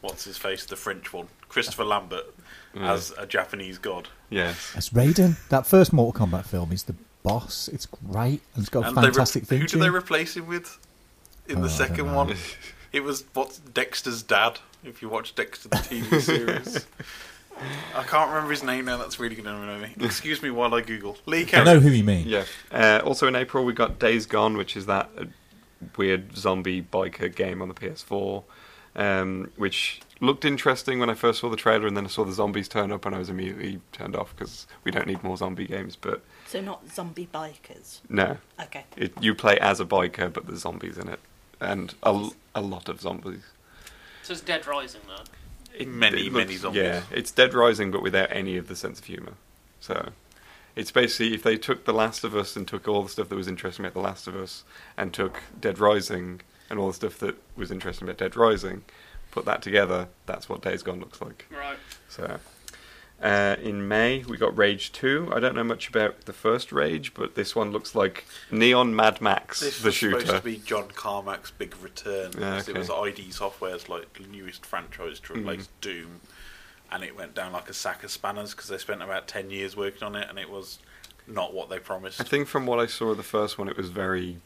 S8: what's his face, the French one, Christopher Lambert
S7: Yeah.
S8: as a Japanese god?
S7: Yes.
S9: That's Raiden. That first Mortal Kombat film is the boss. It's great, and it's got a
S8: And they re-
S9: fantastic thing.
S8: who do they replace him with in
S9: Oh, I
S8: the
S9: don't
S8: second
S9: know.
S8: one? It was what's Dexter's dad. If you watch Dexter the TV series, I can't remember his name now. That's really going to annoy me. Excuse me while I Google Lee
S9: I
S8: Carey.
S9: know who you mean.
S7: Yeah. Uh, also in April we got Days Gone, which is that uh, weird zombie biker game on the PS4, um, which looked interesting when I first saw the trailer, and then I saw the zombies turn up, and I was immediately turned off because we don't need more zombie games. But
S10: So not zombie bikers.
S7: no,
S10: Okay.
S7: it, you play as a biker, but there's zombies in it, and a, l- a lot of zombies.
S11: So it's Dead Rising then.
S8: many,
S7: It
S8: many
S7: looks-
S8: zombies.
S7: Yeah, it's Dead Rising, but without any of the sense of humor. So it's basically if they took The Last of Us and took all the stuff that was interesting about The Last of Us, and took Dead Rising and all the stuff that was interesting about Dead Rising, put that together. That's what Days Gone looks like.
S11: Right.
S7: So. Uh, in May, we got Rage 2. I don't know much about the first Rage, but this one looks like Neon Mad Max,
S8: This
S7: the
S8: was
S7: shooter.
S8: supposed to be John Carmack's big return.
S7: Yeah,
S8: 'cause
S7: okay.
S8: It
S7: Hmm.
S8: was ID Software's like the newest franchise to replace Doom, and it went down like a sack of spanners because they spent about ten years working on it, and it was not what they promised.
S7: I think from what I saw of the first one, it was very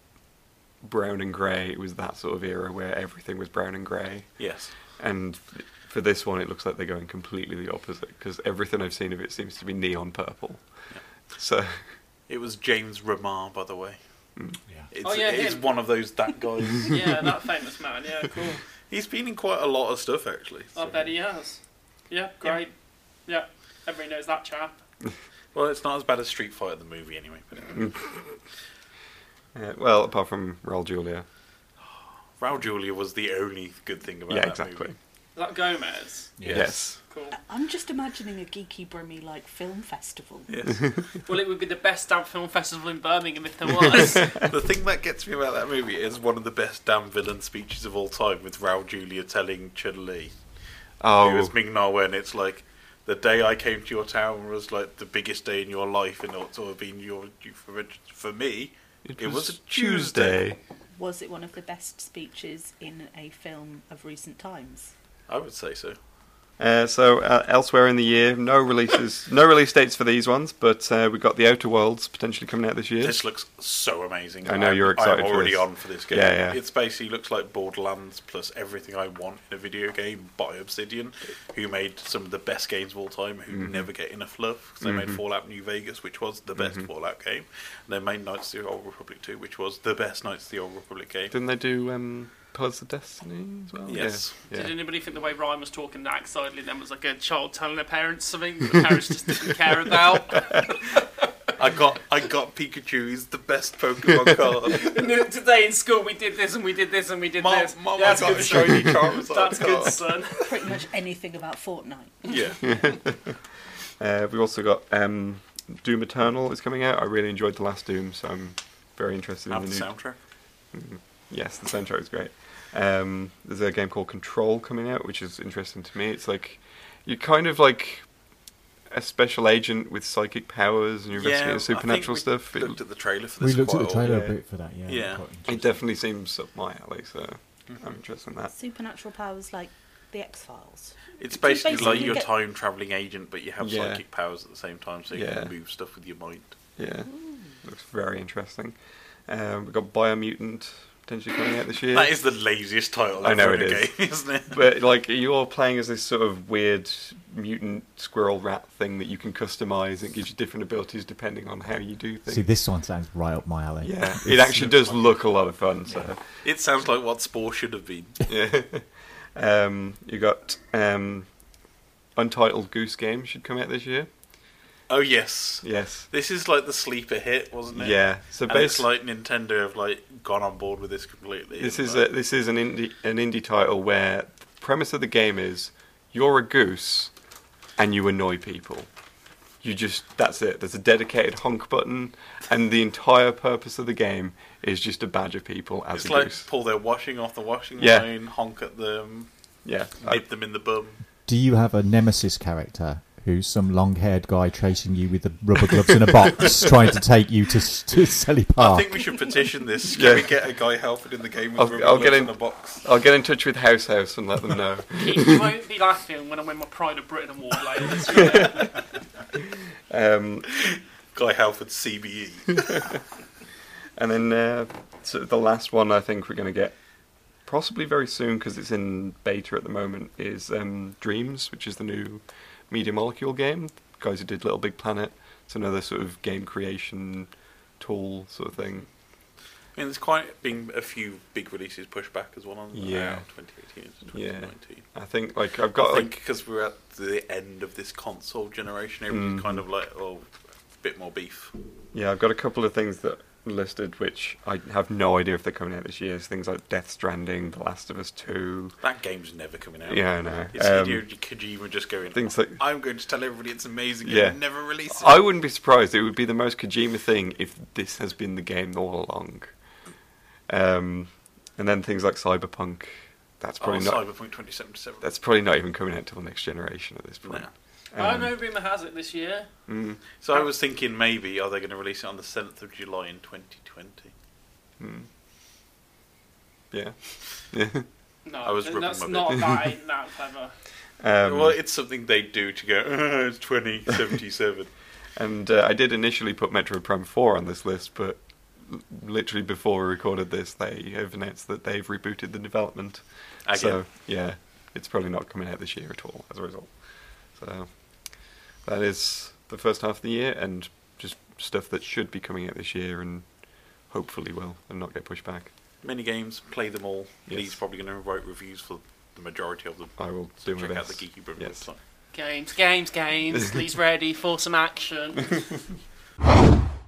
S7: brown and grey. It was that sort of era where everything was brown and grey.
S8: Yes.
S7: And for this one, it looks like they're going completely the opposite because everything I've seen of it seems to be neon purple. So
S8: It was James Ramar, by the way.
S7: Hmm.
S8: Yeah. It's,
S11: Oh, yeah,
S8: it's
S11: him.
S8: one of those that guys.
S11: Yeah, that famous man. Yeah, cool.
S8: He's been in quite a lot of stuff actually.
S11: I bet he has. Yeah, great. Yeah, everybody knows that chap.
S8: Well, it's not as bad as Street Fighter the movie anyway. But
S7: uh, well, apart from Raul Julia,
S8: Raul Julia was the only good thing about
S7: yeah,
S8: that
S7: exactly.
S8: movie.
S11: Is that Gomez?
S7: Yes.
S11: Cool.
S10: I'm just imagining a geeky, brimmy like film festival.
S11: Well, it would be the best damn film festival in Birmingham if there was.
S8: the thing that gets me about that movie is one of the best damn villain speeches of all time with Raul Julia telling Chun Li,
S7: Oh.
S8: who is Ming Na Wen, it's like, the day I came to your town was like the biggest day in your life, and it's all been your you- for, for me. It, was, a Tuesday.
S10: Was it one of the best speeches in a film of recent times?
S8: I would say so.
S7: Uh, so uh, elsewhere in the year, no releases, no release dates for these ones, but uh, we've got The Outer Worlds potentially coming out this year.
S8: This looks so amazing.
S7: I know
S8: I'm-
S7: you're excited
S8: I'm
S7: for
S8: already
S7: this.
S8: on for this game.
S7: Yeah, yeah.
S8: It's basically looks like Borderlands plus everything I want in a video game by Obsidian, who made some of the best games of all time. Who
S7: Mhm.
S8: never get enough love. 'cause they made
S7: Mhm.
S8: Fallout New Vegas, which was the best
S7: Mhm.
S8: Fallout game. And they made Knights of the Old Republic 2, which was the best Knights of the Old Republic game.
S7: Didn't they do um, Pillars of Destiny as well?
S8: Yes.
S7: Yeah.
S11: Did
S7: Yeah.
S11: anybody think the way Ryan was talking that excitedly then was like a child telling their parents something that the parents just didn't care about?
S8: I got I got Pikachu. He's the best Pokemon card.
S11: And then Today in school we did this and we did this and we did
S8: Mom-
S11: this.
S8: Mom, I
S11: That's
S8: got
S11: good,
S8: a
S11: son.
S8: shiny Charizard
S11: That's good,
S8: card.
S11: son.
S10: Pretty much anything about Fortnite.
S8: yeah.
S7: uh, we've also got um, Doom Eternal is coming out. I really enjoyed the last Doom, so I'm very interested
S8: Have
S7: in
S8: the
S7: the new.
S8: soundtrack.
S7: Mhm. Yes, the soundtrack is great. Um, there's a game called Control coming out, which is interesting to me. It's like you're kind of like a special agent with psychic powers, and you're investigating
S8: I think
S7: supernatural
S8: we
S7: stuff. It-
S8: Looked at the trailer for
S9: We
S8: this.
S9: looked at
S8: quite
S9: the
S8: a lot.
S9: trailer a bit for that, yeah,
S8: Yeah.
S9: quite
S7: it definitely seems up my alley, so I'm interested in that.
S10: Supernatural powers like the X Files.
S8: It's
S10: Do you
S8: basically, like
S10: basically
S8: your
S10: get-
S8: time traveling agent, but you have
S7: Yeah.
S8: psychic powers at the same time, so you
S7: Yeah.
S8: can move stuff with your mind.
S7: Yeah, looks very interesting. Um, we've got Biomutant potentially coming out this year.
S8: That is the laziest title
S7: I know
S8: ever
S7: it
S8: in a
S7: is,
S8: game, isn't it?
S7: But like you're playing as this sort of weird mutant squirrel rat thing that you can customize. It gives you different abilities depending on how you do things.
S9: See, this one sounds right up my alley.
S7: yeah, it actually does look a lot of fun. So
S8: It sounds like what Spore should have been.
S7: yeah, um, you got um, Untitled Goose Game should come out this year.
S8: Oh yes,
S7: Yes.
S8: This is like the sleeper hit, wasn't it?
S7: Yeah, so
S8: and it's
S7: basi-
S8: like Nintendo have like gone on board with this completely.
S7: This
S8: and,
S7: is a,
S8: like,
S7: this is an indie an indie title where the premise of the game is you're a goose and you annoy people. You just that's it. There's a dedicated honk button, and the entire purpose of the game is just to badger people as
S8: It's
S7: a
S8: like
S7: goose.
S8: pull their washing off the washing
S7: Yeah.
S8: line, honk at them,
S7: Yeah.
S8: nip them in the bum.
S9: Do you have a nemesis character who's some long-haired guy chasing you with the rubber gloves in a box, trying to take you to, s- to Selly
S8: I
S9: Park?
S8: think we should petition this. Can
S7: Yeah.
S8: we get a guy Halford in the game with
S7: I'll, I'll get in.
S8: a box?
S7: I'll get in touch with House House and let them know.
S11: You won't be laughing when I win my Pride of Britain award later this year.
S7: um,
S8: Guy Halford E. CBE.
S7: and then uh, sort of the last one I think we're going to get possibly very soon because it's in beta at the moment is um, Dreams, which is the new Media Molecule game. guys who did Little Big Planet. It's another sort of game creation tool sort of thing.
S8: I mean, there's quite been a few big releases pushed back as well on
S7: Yeah.
S8: 2018 to
S7: Yeah,
S8: 2019.
S7: I think like I've got
S8: I think
S7: like
S8: because we're at the end of this console generation, everybody's
S7: Mm.
S8: kind of like, oh, a bit more beef.
S7: yeah I've got a couple of things that listed which I have no idea if they're coming out this year. It's things like Death Stranding, The Last of Us Two.
S8: That game's never coming out.
S7: Yeah, I know.
S8: It's
S7: Um,
S8: Hideo Kojima just going.
S7: things like-
S8: I'm going to tell everybody it's amazing.
S7: Yeah.
S8: and never release it.
S7: I wouldn't be surprised. It would be the most Kojima thing if this has been the game all along. Um, and then things like Cyberpunk. That's
S8: Oh,
S7: probably not.
S8: Cyberpunk 2077.
S7: That's probably not even coming out till next generation at this point.
S11: I
S7: Um,
S11: know rumour has it this year.
S7: mm,
S8: So I was thinking maybe are they going to release it on the 7th of July in 2020?
S7: mm. Yeah. Yeah.
S11: No,
S8: I was
S11: th-
S8: ripping
S11: that's
S8: my
S11: not
S8: bit.
S11: that. ain't that clever.
S7: Um,
S8: well, it's something they do to go. "Uh, it's 2077.
S7: And uh, I did initially put Metro Prime 4 on this list, but l- literally before we recorded this, they have announced that they've rebooted the development.
S8: Again.
S7: So, yeah, it's probably not coming out this year at all as a result. So, that is the first half of the year and just stuff that should be coming out this year and hopefully will and not get pushed back.
S8: Many games, play them all.
S7: Yes.
S8: Lee's probably going to write reviews for the majority of them.
S7: I will
S8: So
S7: do my
S8: check out the
S7: best.
S8: Geeky Brother
S7: Yes.
S8: website.
S11: Games, games, games. Lee's ready for some action.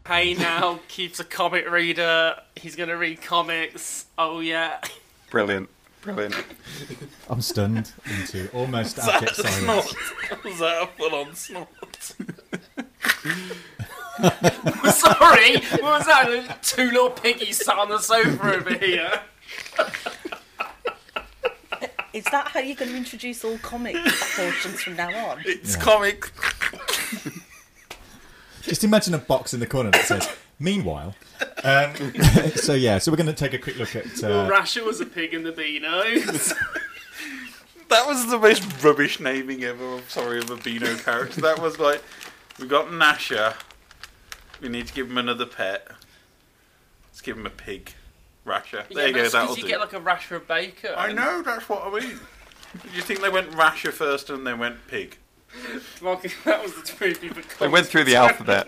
S11: hey now, keeps a comic reader. He's gonna read comics. Oh yeah.
S7: Brilliant. Brilliant.
S9: I'm stunned into almost
S11: Was that
S9: abject
S11: a
S9: silence.
S11: snort? Was that a full-on snort? Sorry, what was that? Two little piggies sat on the sofa over here.
S10: Is that how you're going to introduce all comic portions from now on?
S8: It's
S9: Yeah.
S8: comic.
S9: Just imagine a box in the corner that says, meanwhile. Um, so, yeah, so we're going to take a quick look at. Uh,
S11: Rasher was a pig in the beanos.
S8: That was the most rubbish naming ever. I'm sorry of a Beano character. That was like, we got Nasher. We need to give him another pet. Let's give him a pig. Rasher. There you go. That'll
S11: Because you
S8: do.
S11: get like a Rasher Baker.
S8: I know. That's what I mean. Do you think they went Rasher first and then went pig?
S11: Like, that was the truth.
S7: They went through the alphabet.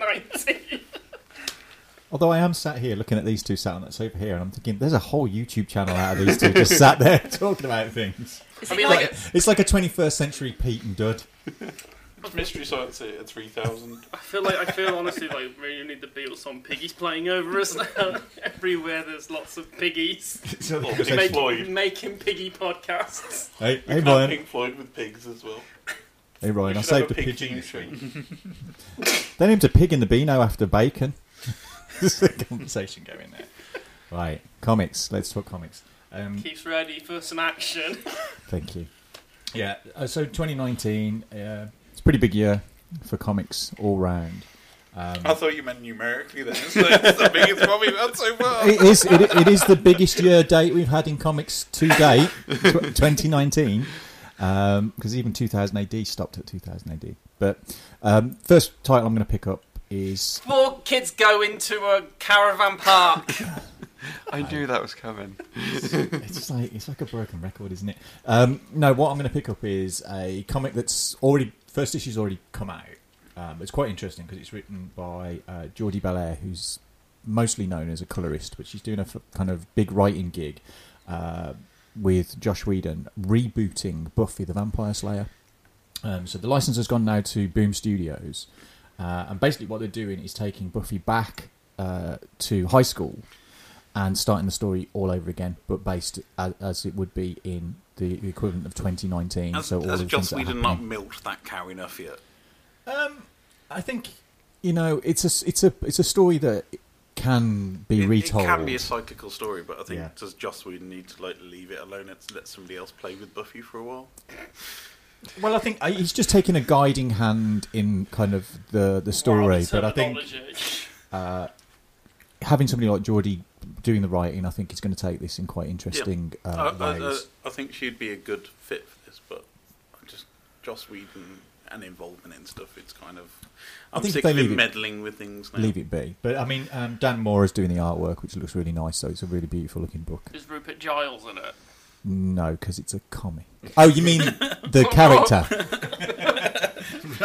S9: although I am sat here looking at these two sat on that sofa here, and I'm thinking, there's a whole YouTube channel out of these two just sat there talking about things.
S11: Is I it mean, like-
S9: It's it's like a 21st century Pete and Dud.
S8: Mystery Science Theater 3000.
S11: I feel like I feel honestly like we really need the Beatles song "Piggies" playing over us now. Everywhere there's lots of piggies.
S9: So they-
S8: Pink
S11: Make-
S8: Floyd.
S11: Making piggy podcasts.
S8: We
S9: Hey, hey,
S8: could have
S9: Ryan.
S8: Pink Floyd with pigs as well.
S9: Hey, Ryan,
S8: We
S9: I
S8: should have
S9: saved
S8: a
S9: the
S8: pig
S9: pigeon.
S8: theme tune.
S9: They named a pig in the Beano after bacon. There's a conversation going there. Right, comics. Let's talk comics. Um,
S11: Keeps ready for some action.
S9: Thank you. Yeah. Uh, so 2019, uh, it's a pretty big year for comics all round. Um,
S8: I thought you meant numerically then. It's, like, it's the biggest one we've had so far.
S9: it is it, it is the biggest year date we've had in comics to date, tw- 2019, because even 2000 AD stopped at 2000 AD. But um, first title I'm going to pick up is
S11: Four kids go into a caravan park.
S7: I knew that was coming.
S9: it's just like it's like a broken record, isn't it? Um, no, what I'm going to pick up is a comic that's already first issue's already come out. Um, it's quite interesting because it's written by uh, Geordie Belair, who's mostly known as a colorist, but she's doing a f- kind of big writing gig uh, with Josh Whedon rebooting Buffy the Vampire Slayer. Um, so the license has gone now to Boom Studios, uh, and basically what they're doing is taking Buffy back uh, to high school and starting the story all over again, but based as, as it would be in the equivalent of 2019.
S8: Has,
S9: so all
S8: has
S9: the things
S8: Joss
S9: that are
S8: Whedon
S9: happening.
S8: not milked that cow enough yet?
S9: Um, I think you know it's a it's a it's a story that can be
S8: It
S9: retold.
S8: can be a cyclical story, but I think
S9: Yeah.
S8: does Joss Whedon need to like leave it alone and let somebody else play with Buffy for a while?
S9: Well, I think I, Uh, he's just taking a guiding hand in kind of the the story, but I think uh, having somebody like Geordie doing the writing, I think is going to take this in quite interesting
S8: Yeah.
S9: uh,
S8: I, I, I,
S9: ways.
S8: I think she'd be a good fit for this, but I just Joss Whedon and involvement in stuff. It's kind of I'm
S9: think if
S8: sick
S9: they
S8: of
S9: leave
S8: him
S9: it-
S8: meddling with things now.
S9: Leave it be, but I mean um, Dan Moore is doing the artwork, which looks really nice. So it's a really beautiful looking book.
S11: Is Rupert Giles in it?
S9: No, because it's a comic. Oh, you mean the character? Oh.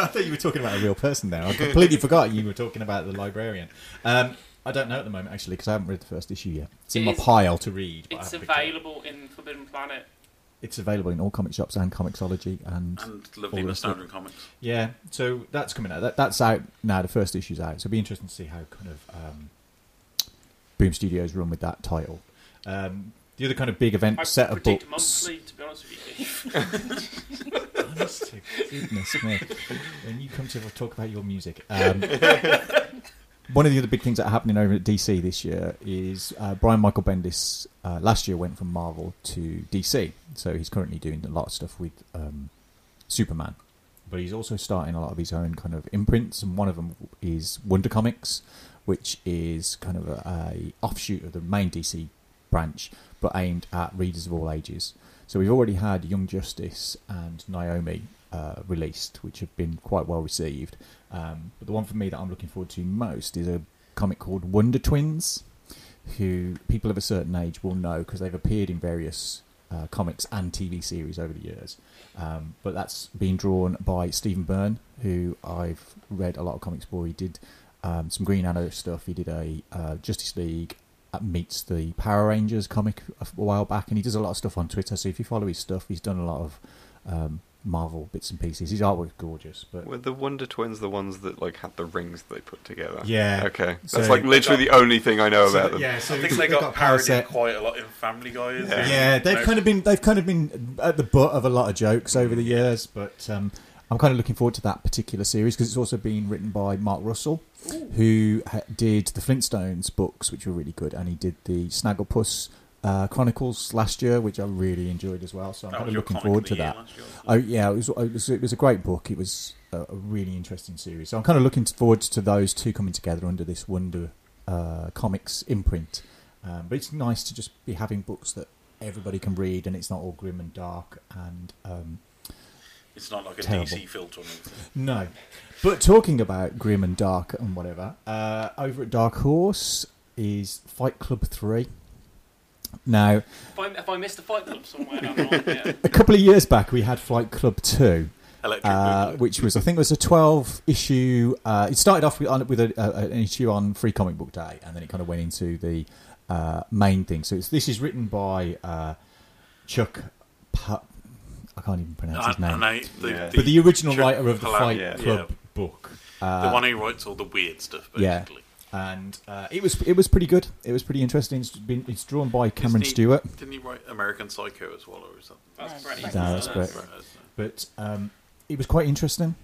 S9: I thought you were talking about a real person there. I completely forgot you were talking about the librarian. Um, I don't know at the moment actually because I haven't read the first issue yet. It's in
S11: It
S9: my
S11: is-
S9: pile to read. But I
S11: It's
S9: haven't picked it.
S11: available in Forbidden Planet.
S9: It's available in all comic shops and Comixology and
S8: And
S9: all
S8: lovely
S9: the rest of it.
S8: Nostalgia comics.
S9: Yeah, so that's coming out. That, that's out now. The first issue's out, so it'll be interesting to see how kind of um, Boom Studios run with that title. Um, the other kind of big event
S11: I
S9: set of
S11: predict
S9: books.
S11: monthly, to be honest with you, Keith.
S9: Honest to goodness me. When you come to talk about your music, um, one of the other big things that are happening over at DC this year is uh, Brian Michael Bendis. Uh, last year went from Marvel to DC, so he's currently doing a lot of stuff with um, Superman, but he's also starting a lot of his own kind of imprints, and one of them is Wonder Comics, which is kind of a, a offshoot of the main DC branch, but aimed at readers of all ages. So we've already had Young Justice and Naomi uh, released, which have been quite well received. Um, but the one for me that I'm looking forward to most is a comic called Wonder Twins, who people of a certain age will know because they've appeared in various uh, comics and TV series over the years. Um, but that's been drawn by Stephen Byrne, who I've read a lot of comics for. He did um, some Green Arrow stuff. He did a uh, Justice League uh, meets the Power Rangers comic a f- a while back, and he does a lot of stuff on Twitter. So if you follow his stuff, he's done a lot of um, Marvel bits and pieces. His artwork's gorgeous, but
S7: Were the Wonder Twins the ones that like had the rings that they put together?
S9: Yeah.
S7: Okay. That's
S9: So-
S7: like literally the only thing I know about them.
S8: I think they got, parodied quite a lot in Family Guy. isn't
S9: Yeah,
S8: it?
S9: they've
S8: Like,
S9: kind of been they've kind of been at the butt of a lot of jokes over the years, but um, I'm kind of looking forward to that particular series because it's also been written by Mark Russell, who ha- did the Flintstones books, which were really good, and he did the Snagglepuss. Uh, Chronicles last year, which I really enjoyed as well, so I'm
S8: That
S9: kind
S8: was
S9: of
S8: your
S9: looking
S8: comic
S9: forward
S8: of
S9: to
S8: the year
S9: that. Oh yeah, it was, it was it was a great book. It was a, a really interesting series, so I'm kind of looking forward to those two coming together under this Wonder uh, Comics imprint. Um, but it's nice to just be having books that everybody can read, and it's not all grim and dark. And um,
S8: It's not like a
S9: Terrible.
S8: DC filter. or anything.
S9: no, but talking about grim and dark and whatever, uh, over at Dark Horse is Fight Club Three. Now,
S11: If I, if I missed a fight club somewhere, I'm not yeah.
S9: a couple of years back, we had Flight Club Two,
S8: Electric
S9: uh, which was I think was a twelve issue. Uh, it started off with, on- with a, a, an issue on Free Comic Book Day, and then it kind of went into the uh, main thing. So it's, this is written by uh, Chuck. Pa- I can't even pronounce his
S8: I- I
S9: name,
S8: know, the- Yeah. the
S9: but the original
S8: Chuck
S9: writer of the
S8: Palahniuk,
S9: Fight
S8: yeah.
S9: Club
S8: Yeah.
S9: book,
S8: the
S9: uh,
S8: one who writes all the weird stuff. Basically.
S9: yeah, and uh, it was it was pretty good. It was pretty interesting. It's been it's drawn by Cameron
S8: Didn't he-
S9: Stewart.
S8: Didn't he write American Psycho as well, or is that?
S11: That's
S8: Brett.
S9: No, that's correct. But um, it was quite interesting,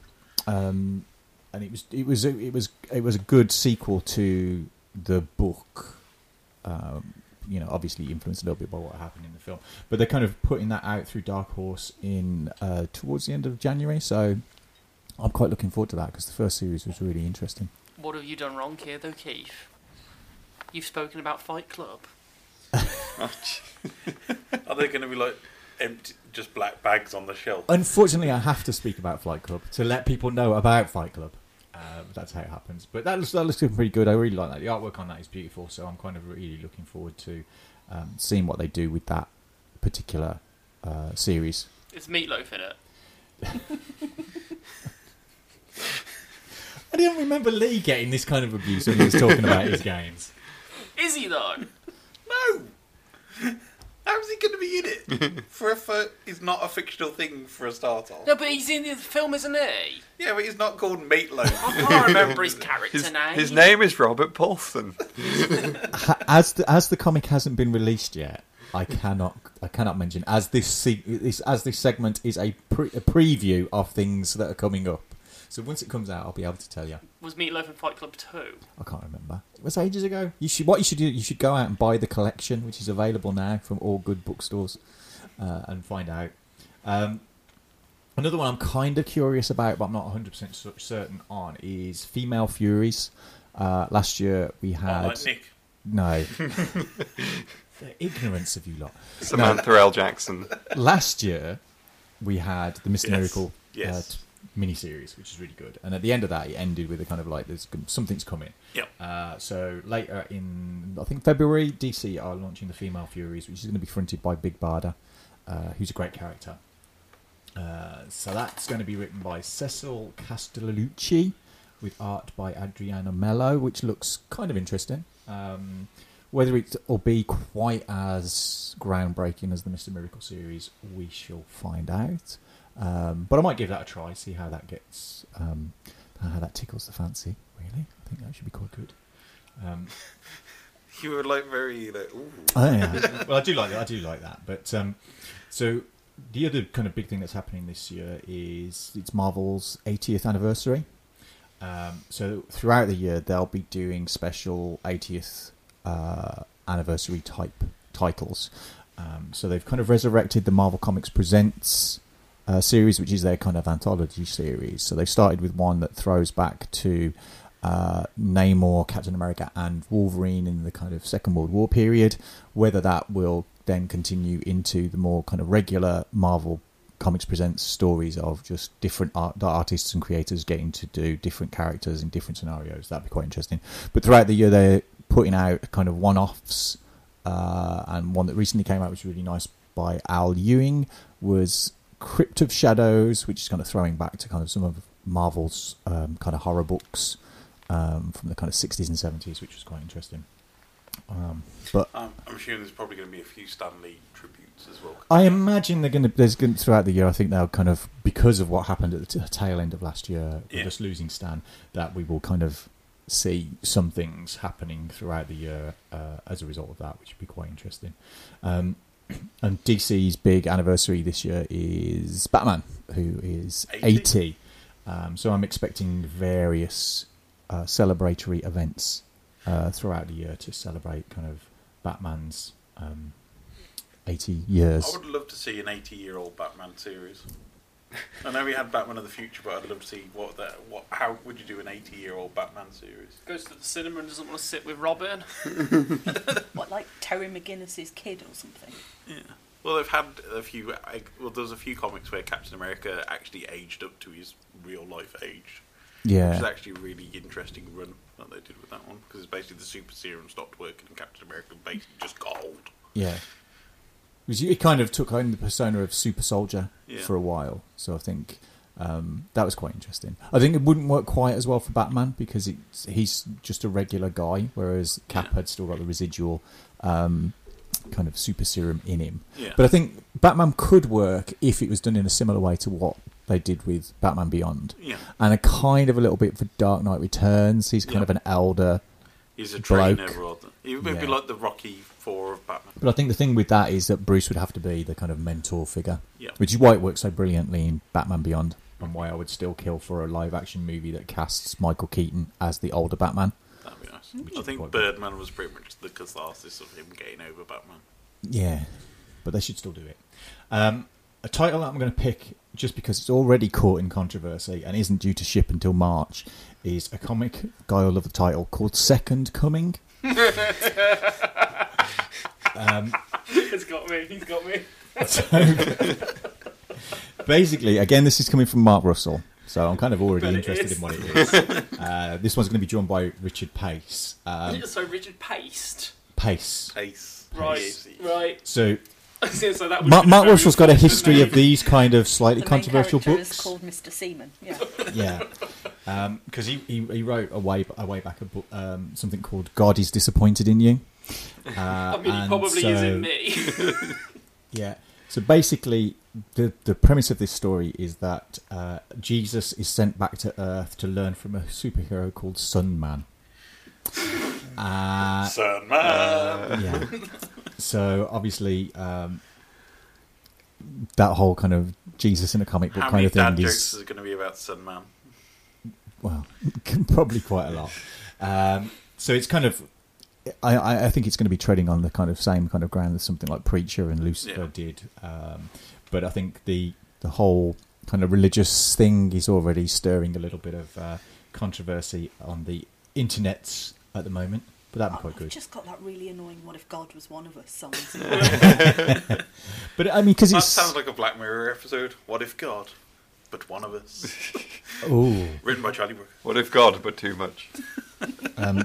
S9: um, and it was it was it was it was a good sequel to the book. Um, you know, obviously influenced a little bit by what happened in the film, but they're kind of putting that out through Dark Horse in uh, towards the end of January. So I'm quite looking forward to that because the first series was really interesting.
S11: What have you done wrong here, though, Keith? You've spoken about Fight Club.
S8: Are they going to be like empty, just black bags on the shelf?
S9: Unfortunately, I have to speak about Flight Club to let people know about Fight Club.
S15: Um, that's how it happens. But that looks, that looks pretty good. I really like that. The artwork on that is beautiful. So I'm kind of really looking forward to um, seeing what they do with that particular uh, series.
S11: It's meatloaf in it.
S15: I didn't remember Lee getting this kind of abuse when he was talking about his games.
S11: Is he though?
S8: No. How's he going to be in it? Forever is not a fictional thing for a starter.
S11: No, but he's in the film, isn't he?
S8: Yeah, but he's not called Meatloaf.
S11: I can't remember his character
S7: His,
S11: name.
S7: his name is Robert Paulson.
S9: Ha- as the, as the comic hasn't been released yet, I cannot I cannot mention as this se- this as this segment is a, pre- a preview of things that are coming up. So once it comes out, I'll be able to tell you.
S11: was Meatloaf in Fight Club Two.
S9: I can't remember. It was ages ago. You should what you should do. You should go out and buy the collection, which is available now from all good bookstores, uh, and find out. Um, another one I'm kind of curious about, but I'm not 100 percent certain on, is Female Furies. Uh, last year we had
S8: like Nick.
S9: No, the ignorance of you lot.
S7: Samantha L. Jackson.
S9: Last year we had the Mr.
S7: Yes.
S9: Miracle
S7: Yes.
S9: Uh, miniseries, which is really good. And at the end of that, it ended with a kind of like there's something's coming.
S8: Yep.
S9: Uh, so later in I think February, DC are launching the Female Furies, which is going to be fronted by Big Barda, uh, who's a great character. Uh, so that's going to be written by Cecil Castellucci, with art by Adriana Mello, which looks kind of interesting. Um, whether it will be quite as groundbreaking as the Mr. Miracle series, we shall find out. Um, but I might give that a try, see how that gets, um, how that tickles the fancy. Really, I think that should be quite good. Um,
S8: You were like very like. Ooh.
S9: I well, I do like that. I do like that. But um, so the other kind of big thing that's happening this year is it's Marvel's 80th anniversary. Um, so throughout the year, they'll be doing special 80th uh, anniversary type titles. Um, so they've kind of resurrected the Marvel Comics Presents uh, series, which is their kind of anthology series. So they started with one that throws back to uh, Namor, Captain America, and Wolverine in the kind of Second World War period. Whether that will then continue into the more kind of regular Marvel Comics Presents stories of just different art, artists and creators getting to do different characters in different scenarios, that'd be quite interesting. But throughout the year, they're putting out kind of one offs uh, and one that recently came out, which was really nice by Al Ewing, was Crypt of Shadows, which is kind of throwing back to kind of some of Marvel's um, kind of horror books um, from the kind of 60s and 70s, which was quite interesting. Um, but
S8: Um, I'm assuming there's probably going to be a few Stanley tributes as well.
S9: I imagine they're going to. There's going throughout the year. I think they'll kind of because of what happened at the t- tail end of last year with us losing Stan, that we will kind of see some things happening throughout the year uh, as a result of that, which would be quite interesting. Um, and DC's big anniversary this year is Batman, who is 80. Um, so I'm expecting various uh, celebratory events uh, throughout the year to celebrate kind of Batman's um, 80 years.
S8: I would love to see an 80 year old Batman series. I know we had Batman of the Future, but I'd love to see what that. What? How would you do an 80 year old Batman series?
S11: Goes to the cinema and doesn't want to sit with Robin.
S10: What, like Terry McGinnis's kid or something?
S8: Yeah. Well, they've had a few. like, Well, there's a few comics where Captain America actually aged up to his real life age.
S9: Yeah.
S8: Which is actually a really interesting run that they did with that one because basically the super serum stopped working and Captain America basically just got old.
S9: Yeah. Because it kind of took on the persona of super soldier
S8: Yeah.
S9: for a while. So I think um, that was quite interesting. I think it wouldn't work quite as well for Batman because it's, he's just a regular guy, whereas Cap had still got the residual um, kind of super serum in him.
S8: Yeah.
S9: But I think Batman could work if it was done in a similar way to what they did with Batman Beyond.
S8: Yeah.
S9: And a kind of a little bit for Dark Knight Returns. He's kind
S8: Yeah.
S9: of an elder.
S8: He's a
S9: bloke.
S8: trainer rather than. He would be
S9: Yeah.
S8: like the Rocky Four of Batman.
S9: But I think the thing with that is that Bruce would have to be the kind of mentor figure,
S8: Yeah.
S9: which is why it works so brilliantly in Batman Beyond, and why I would still kill for a live-action movie that casts Michael Keaton as the older Batman.
S8: That'd be nice. I think Birdman was pretty much the catharsis of him getting over Batman.
S9: Yeah, but they should still do it. Um, a title that I'm going to pick, just because it's already caught in controversy and isn't due to ship until March, is a comic guy will love the title called Second Coming. Um,
S11: it's got me. He's got me.
S9: So- basically, again, this is coming from Mark Russell. So I'm kind of already
S11: But it
S9: interested
S11: is.
S9: in what it is. uh, this one's going to be drawn by Richard Pace. Um,
S11: so Richard Paste.
S9: Pace.
S8: Pace.
S11: Right. Right.
S9: So
S11: so that would
S9: Mark,
S11: be
S9: Mark
S11: very
S9: Russell's got a
S11: important,
S9: history
S11: isn't
S9: of
S11: it?
S9: these kind of slightly
S10: the main
S9: controversial
S10: character
S9: books.
S10: is called Mr. Seaman. Yeah.
S9: yeah, because he, he he wrote a way a way back a book, um, something called "God is disappointed in you." Uh,
S11: I mean, he
S9: and
S11: probably
S9: so-
S11: is in me.
S9: yeah. So basically, the the premise of this story is that uh, Jesus is sent back to Earth to learn from a superhero called Sun Man. Uh,
S8: Sun Man.
S9: uh, yeah. So obviously, um, that whole kind of Jesus in a comic book
S8: How
S9: kind
S8: many
S9: of thing
S8: dad
S9: is
S8: jokes is it going to be about Sun Man?
S9: well, probably quite a lot. Um, so it's kind of, I- I, I think it's going to be treading on the kind of same kind of ground as something like Preacher and Lucifer did. Um, but I think the the whole kind of religious thing is already stirring a little bit of uh, controversy on the internets at the moment. But that'd be quite
S10: I've
S9: good.
S10: just got that really annoying "What if God was one of us" song.
S9: but I mean, because
S8: Oh, that
S9: it's
S8: sounds like a Black Mirror episode. What if God, but one of us?
S9: Ooh.
S8: Written by Charlie Brooker.
S7: What if God, but too much?
S9: Um,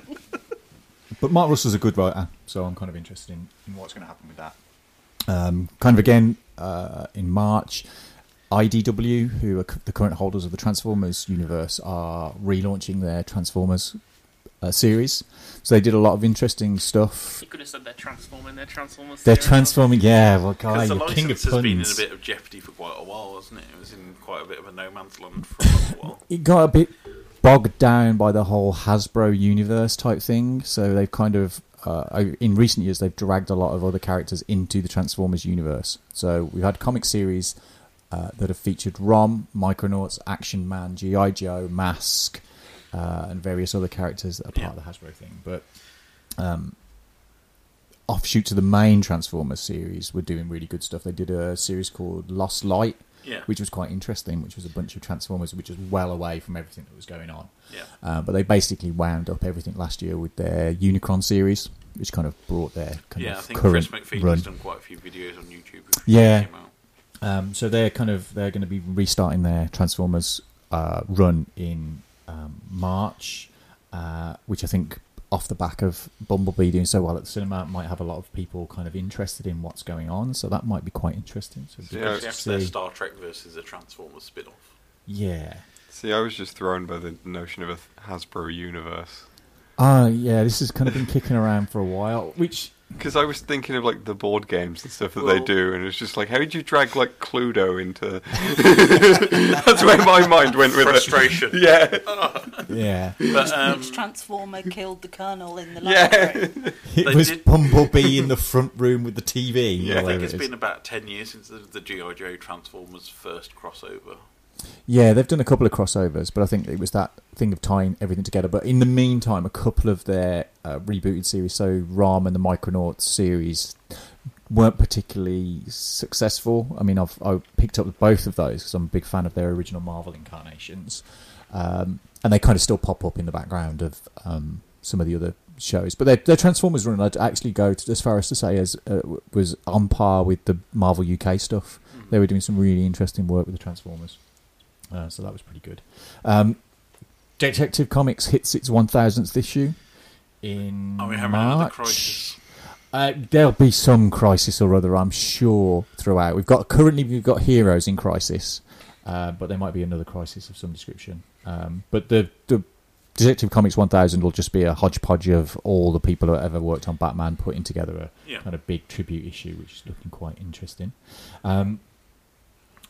S9: but Mark Russell's a good writer, so I'm kind of interested in, in what's going to happen with that. Um, kind of again uh, in March, IDW, who are c- the current holders of the Transformers universe, are relaunching their Transformers uh, series. So they did a lot of interesting stuff.
S11: You could have said they're transforming. They're transforming.
S9: They're transforming. Yeah, well, guy,
S8: Because the
S9: you're
S8: license
S9: king of
S8: has been in a
S9: puns.
S8: bit of jeopardy for quite a while, hasn't it? It was in quite a bit of a no man's land for a while.
S9: it got a bit bogged down by the whole Hasbro universe type thing. So they've kind of, uh, o- in recent years, they've dragged a lot of other characters into the Transformers universe. So we've had comic series uh, that have featured Rom, Micronauts, Action Man, G.I. Joe, Mask, uh, and various other characters that are part of the Hasbro thing. But um, offshoot to the main Transformers series were doing really good stuff. They did a series called Lost Light,
S8: Yeah.
S9: which was quite interesting, which was a bunch of Transformers which was well away from everything that was going on.
S8: Yeah.
S9: Uh, but they basically wound up everything last year with their Unicron series, which kind of brought their kind
S8: yeah,
S9: of
S8: I think Chris
S9: current
S8: McPhee's
S9: run.
S8: done quite a few videos on YouTube.
S9: Yeah. Um, so they're kind of they're going to be restarting their Transformers uh, run in um, March, uh, which I think off the back of Bumblebee doing so well at the cinema might have a lot of people kind of interested in what's going on. So that might be quite interesting. So it'd be
S7: Yeah.
S9: good to
S8: After their
S9: see.
S8: Star Trek versus a Transformers spin off.
S9: Yeah.
S7: See, I was just thrown by the notion of a Hasbro universe.
S9: Ah, yeah, this has kind of been kicking around for a while. Which
S7: Because I was thinking of like the board games and stuff that they
S9: Well-
S7: do, and it's just like, how did you drag like Cluedo into? That's where my mind went with
S8: Frustration.
S7: It. Yeah.
S9: Yeah.
S10: Which,
S8: But, um,
S10: which transformer killed the colonel in the
S7: Yeah.
S10: library?
S9: It
S8: They
S9: was
S8: did-
S9: Bumblebee in the front room with the TV. or
S8: I think
S9: whatever
S8: it's
S9: it is.
S8: been about 10 years since the, the G.I. Joe Transformers first crossover.
S9: Yeah, they've done a couple of crossovers, but I think it was that thing of tying everything together. But in the meantime, a couple of their uh, rebooted series, so Ram and the Micronauts series, weren't particularly successful. I mean, I've I picked up both of those because I'm a big fan of their original Marvel incarnations, um, and they kind of still pop up in the background of um, some of the other shows. But their, their Transformers run, I'd actually go to, as far as to say, as uh, w- was on par with the Marvel UK stuff.
S8: Mm-hmm.
S9: They were doing some really interesting work with the Transformers. Uh, so that was pretty good. Um, Detective Comics hits its 1000th issue in
S8: Are we having another
S9: March.
S8: crisis?
S9: Uh, there'll be some crisis or other, I'm sure, throughout. We've got currently we've got heroes in crisis, uh, but there might be another crisis of some description. Um, but the the Detective Comics 1000 will just be a hodgepodge of all the people who ever worked on Batman putting together a
S8: Yeah.
S9: kind of big tribute issue, which is looking quite interesting. Um,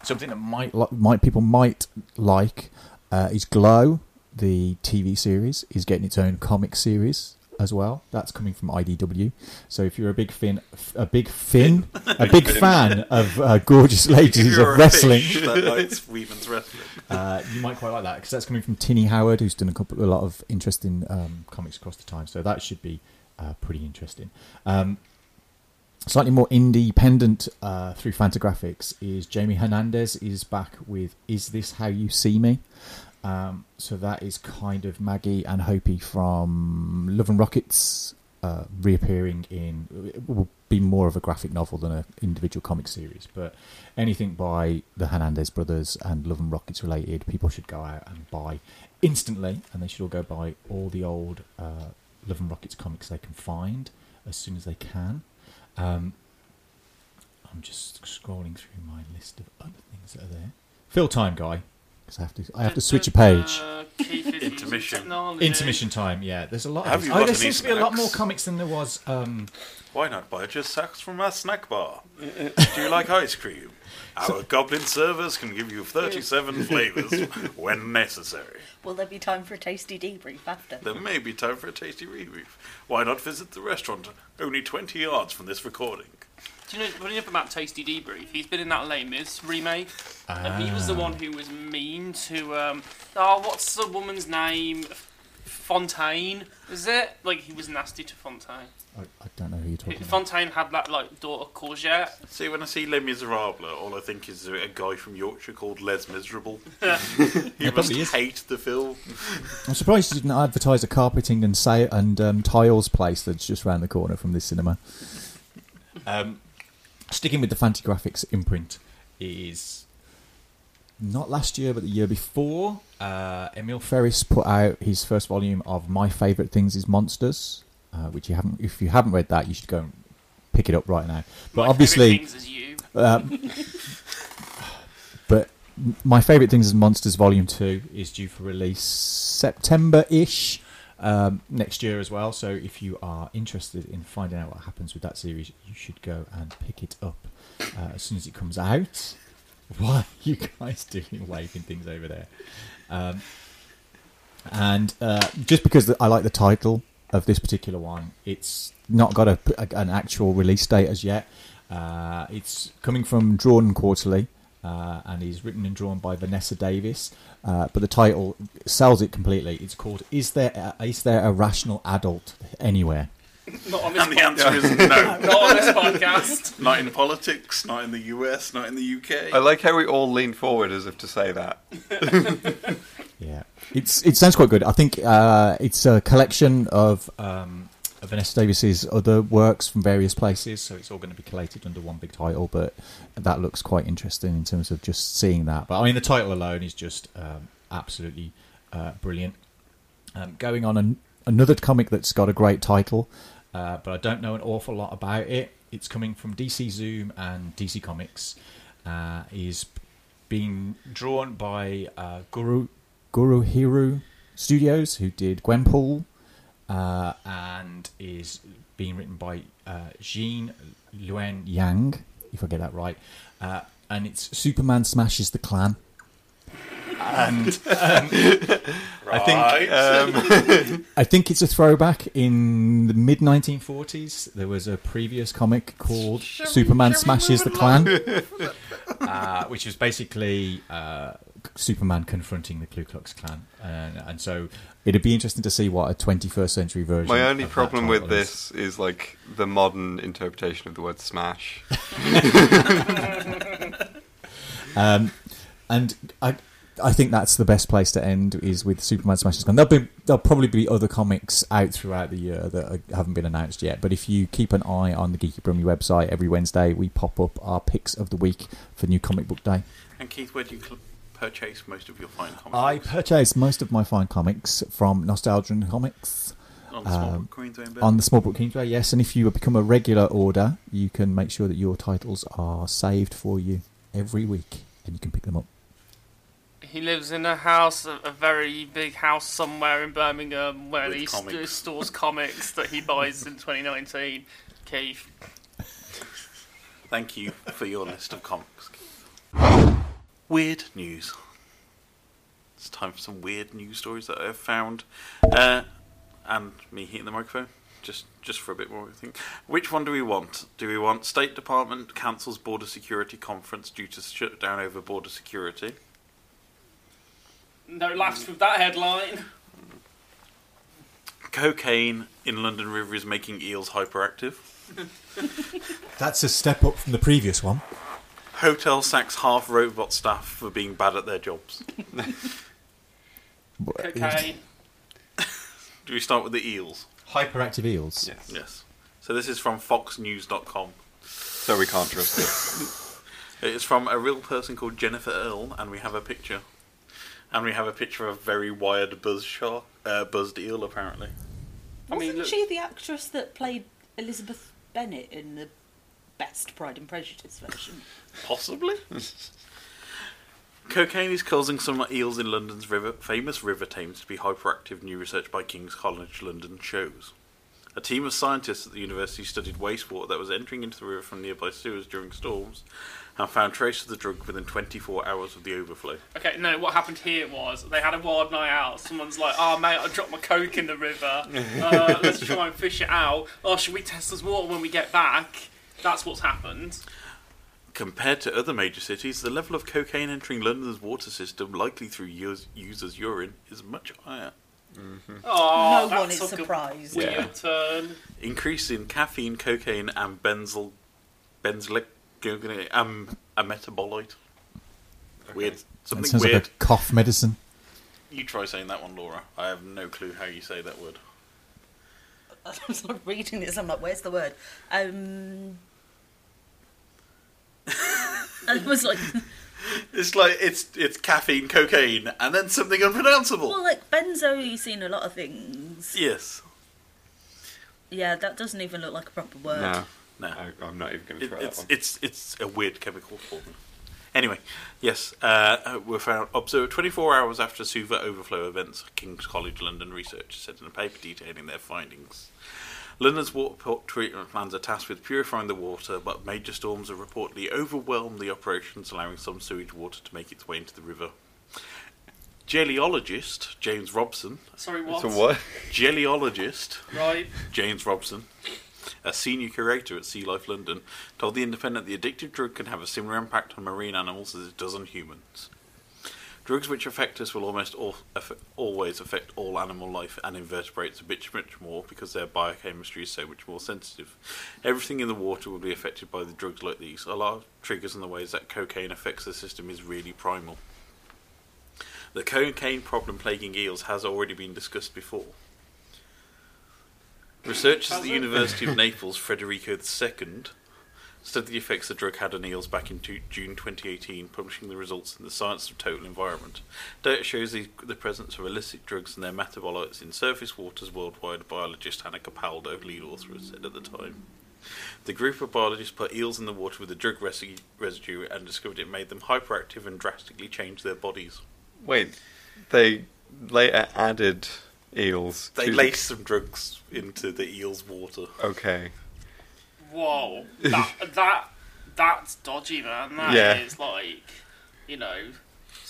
S9: something that might li- might people might like uh, is Glow. The TV series is getting its own comic series as well. That's coming from IDW. So if you're a big fin, a big fin, a big fan of uh, gorgeous ladies
S8: You're
S9: of
S8: a
S9: wrestling,
S8: fish that likes women's wrestling.
S9: uh, you might quite like that because that's coming from Tinny Howard, who's done a couple, a lot of interesting um, comics across the time. So that should be uh, pretty interesting. Um, slightly more independent uh, through Fantagraphics is Jamie Hernandez is back with "Is This How You See Me?" Um, so that is kind of Maggie and Hopi from Love and Rockets uh, reappearing in it will be more of a graphic novel than an individual comic series, but anything by the Hernandez brothers and Love and Rockets related, people should go out and buy instantly, and they should all go buy all the old uh, Love and Rockets comics they can find as soon as they can. Um, I'm just scrolling through my list of other things that are there. Fill time, guy, because I have to. I have to
S11: Uh,
S9: switch a page.
S8: Intermission.
S9: Intermission time. Yeah, there's a lot.
S8: Have
S9: of
S8: you
S9: oh,
S8: got
S9: there
S8: any
S9: seems to be a lot
S8: snacks?
S9: more comics than there was. Um,
S8: Why not buy just snacks from our snack bar? Do you like ice cream? Our goblin servers can give you 37 flavours when necessary.
S10: Will there be time for a tasty debrief after?
S8: There may be time for a tasty rebrief. Why not visit the restaurant only 20 yards from this recording?
S11: Do you know, putting up about Tasty Debrief, he's been in that Les Mis remake. And he was the
S8: Ah.
S11: one who was mean to, um, oh, what's the woman's name? Fontaine, is it? Like, he was nasty to Fontaine.
S9: I, I don't know who you're talking about.
S11: Fontaine had that, like, daughter courgette.
S8: See, when I see Les Miserables, all I think is a guy from Yorkshire called Les Miserable. he
S9: It
S8: must
S9: probably is.
S8: hate the film.
S9: I'm surprised you didn't advertise a carpeting and say and um, tiles place that's just round the corner from this cinema. Um, sticking with the Fantagraphics imprint is not last year, but the year before. Uh, Emil Ferris put out his first volume of My Favorite Things Is Monsters, uh, which you haven't. If you haven't read that, you should go and pick it up right now. But obviously,
S11: Things Is You.
S9: um, but my favourite things is Monsters Volume Two is due for release September-ish um, next year as well. So if you are interested in finding out what happens with that series, you should go and pick it up uh, as soon as it comes out. What are you guys doing, waving things over there? Um, and uh, just because I like the title of this particular one, it's not got a, an actual release date as yet. Uh, it's coming from Drawn Quarterly, uh, and is written and drawn by Vanessa Davis. Uh, but the title sells it completely. It's called "Is there a, is there a rational adult anywhere?"
S11: Not on this
S8: and the answer is no.
S11: Not on this podcast.
S8: Not in politics, not in the US, not in the UK.
S7: I like how we all lean forward as if to say that.
S9: Yeah, it's it sounds quite good. I think uh, it's a collection of um, of Vanessa Davis's other works from various places, so it's all going to be collated under one big title. But that looks quite interesting in terms of just seeing that. But I mean, the title alone is just um, absolutely uh, brilliant. Um, going on an, another comic that's got a great title, uh, but I don't know an awful lot about it. It's coming from DC Zoom and DC Comics. Uh, is being drawn by uh, Guru Guru Hiru Studios, who did Gwenpool, uh, and is being written by uh, Jean Luen Yang, if I get that right. Uh, and it's Superman smashes the Klan. And um, I
S7: Right.
S9: think um, I think it's a throwback in the mid 1940s. There was a previous comic called Superman Smashes the Klan, uh, which was basically uh, Superman confronting the Ku Klux Klan, and, and so it'd be interesting to see what a 21st century version.
S7: My only
S9: of that
S7: problem with
S9: title is.
S7: this is like the modern interpretation of the word smash.
S9: Um, and I, I think that's the best place to end is with Superman Smashes Gun. There'll be there'll probably be other comics out throughout the year that are, haven't been announced yet. But if you keep an eye on the Geeky Brummy website every Wednesday, we pop up our picks of the week for New Comic Book Day.
S8: And Keith, where do you cl- purchase most of your fine comics?
S9: I purchased most of my fine comics from Nostalgian Comics.
S8: On the Smallbrook Queensway in Birmingham.
S9: on the Smallbrook Queensway, yes. And if you become a regular order, you can make sure that your titles are saved for you every week, and you can pick them up.
S11: He lives in a house, a, a very big house somewhere in Birmingham, where
S8: With
S11: he st-
S8: comics.
S11: stores comics that he buys in 2019. Keith.
S8: Thank you for your list of comics. Weird news. It's time for some weird news stories that I've found, uh, and me hitting the microphone just just for a bit more. I think. Which one do we want? Do we want State Department cancels border security conference due to shutdown over border security?
S11: No laughs with that headline.
S8: Cocaine in London River is making eels hyperactive.
S9: That's a step up from the previous one.
S8: Hotel sacks half robot staff for being bad at their jobs.
S11: Cocaine.
S8: Do we start with the eels?
S15: Hyperactive eels.
S7: Yes.
S8: Yes. So this is from FoxNews.com.
S7: So we can't trust
S8: it. It's from a real person called Jennifer Earle, and we have a picture. And we have a picture of a very wired buzz shark, uh, buzzed eel, apparently.
S10: Wasn't she the actress that played Elizabeth Bennet in the best Pride and Prejudice version?
S8: Possibly. Cocaine is causing some eels in London's river, famous River Thames to be hyperactive, new research by King's College London shows. A team of scientists at the university studied wastewater that was entering into the river from nearby sewers during storms and found traces of the drug within 24 hours of the overflow.
S11: Okay, no, what happened here was they had a wild night out. Someone's like, oh, mate, I dropped my coke in the river. Uh, let's try and fish it out. Oh, should we test this water when we get back? That's what's happened.
S8: Compared to other major cities, the level of cocaine entering London's water system, likely through us- users' urine, is much higher.
S11: Oh,
S10: no one
S11: that
S10: is
S11: took a
S10: surprised.
S11: Weird
S8: Yeah.
S11: turn.
S8: Increase in caffeine, cocaine, and benzyl, benzylic, um, a metabolite. Weird,
S9: That
S8: something
S9: sounds
S8: weird.
S9: like a cough medicine.
S8: You try saying that one, Laura. I have no clue how you say that word.
S10: I was not reading this. I'm like, where's the word? Um, I was like,
S8: It's like it's it's caffeine, cocaine, and then something unpronounceable.
S10: well, like benzo, you've seen a lot of things.
S8: yes.
S10: Yeah, that doesn't even look like a proper word.
S7: No.
S8: No.
S7: I, am not even going to
S8: It-
S7: try
S8: it's,
S7: that one.
S8: it's it's a weird chemical form. Anyway, yes, uh, uh, were found observed 24 hours after Suva overflow events. King's College London research said in a paper detailing their findings. London's water po- treatment plans are tasked with purifying the water, but major storms have reportedly overwhelmed the operations, allowing some sewage water to make its way into the river. Jellyologist James Robson.
S11: Sorry, what?
S7: It's a what?
S8: Jellyologist.
S11: Right.
S8: James Robson, a senior curator at Sea Life London, told The Independent the addictive drug can have a similar impact on marine animals as it does on humans. Drugs which affect us will almost al- aff- always affect all animal life and invertebrates a bit much more because their biochemistry is so much more sensitive. Everything in the water will be affected by the drugs like these. A lot of triggers and the ways that cocaine affects the system is really primal. The cocaine problem plaguing eels has already been discussed before. Researchers at the University of Naples, Federico II, studied the effects the drug had on eels back in tu- June 2018, publishing the results in the Science of Total Environment. Data shows the, the presence of illicit drugs and their metabolites in surface waters worldwide, biologist Hannah Capaldo, lead author, said at the time. The group of biologists put eels in the water with the drug resi- residue and discovered it made them hyperactive and drastically changed their bodies.
S7: Wait, they later added eels.
S8: They
S7: to the-
S8: laced some drugs into the eel's water.
S7: Okay.
S11: Whoa, that that that's dodgy, man. That is
S8: Yeah.
S11: like, you know,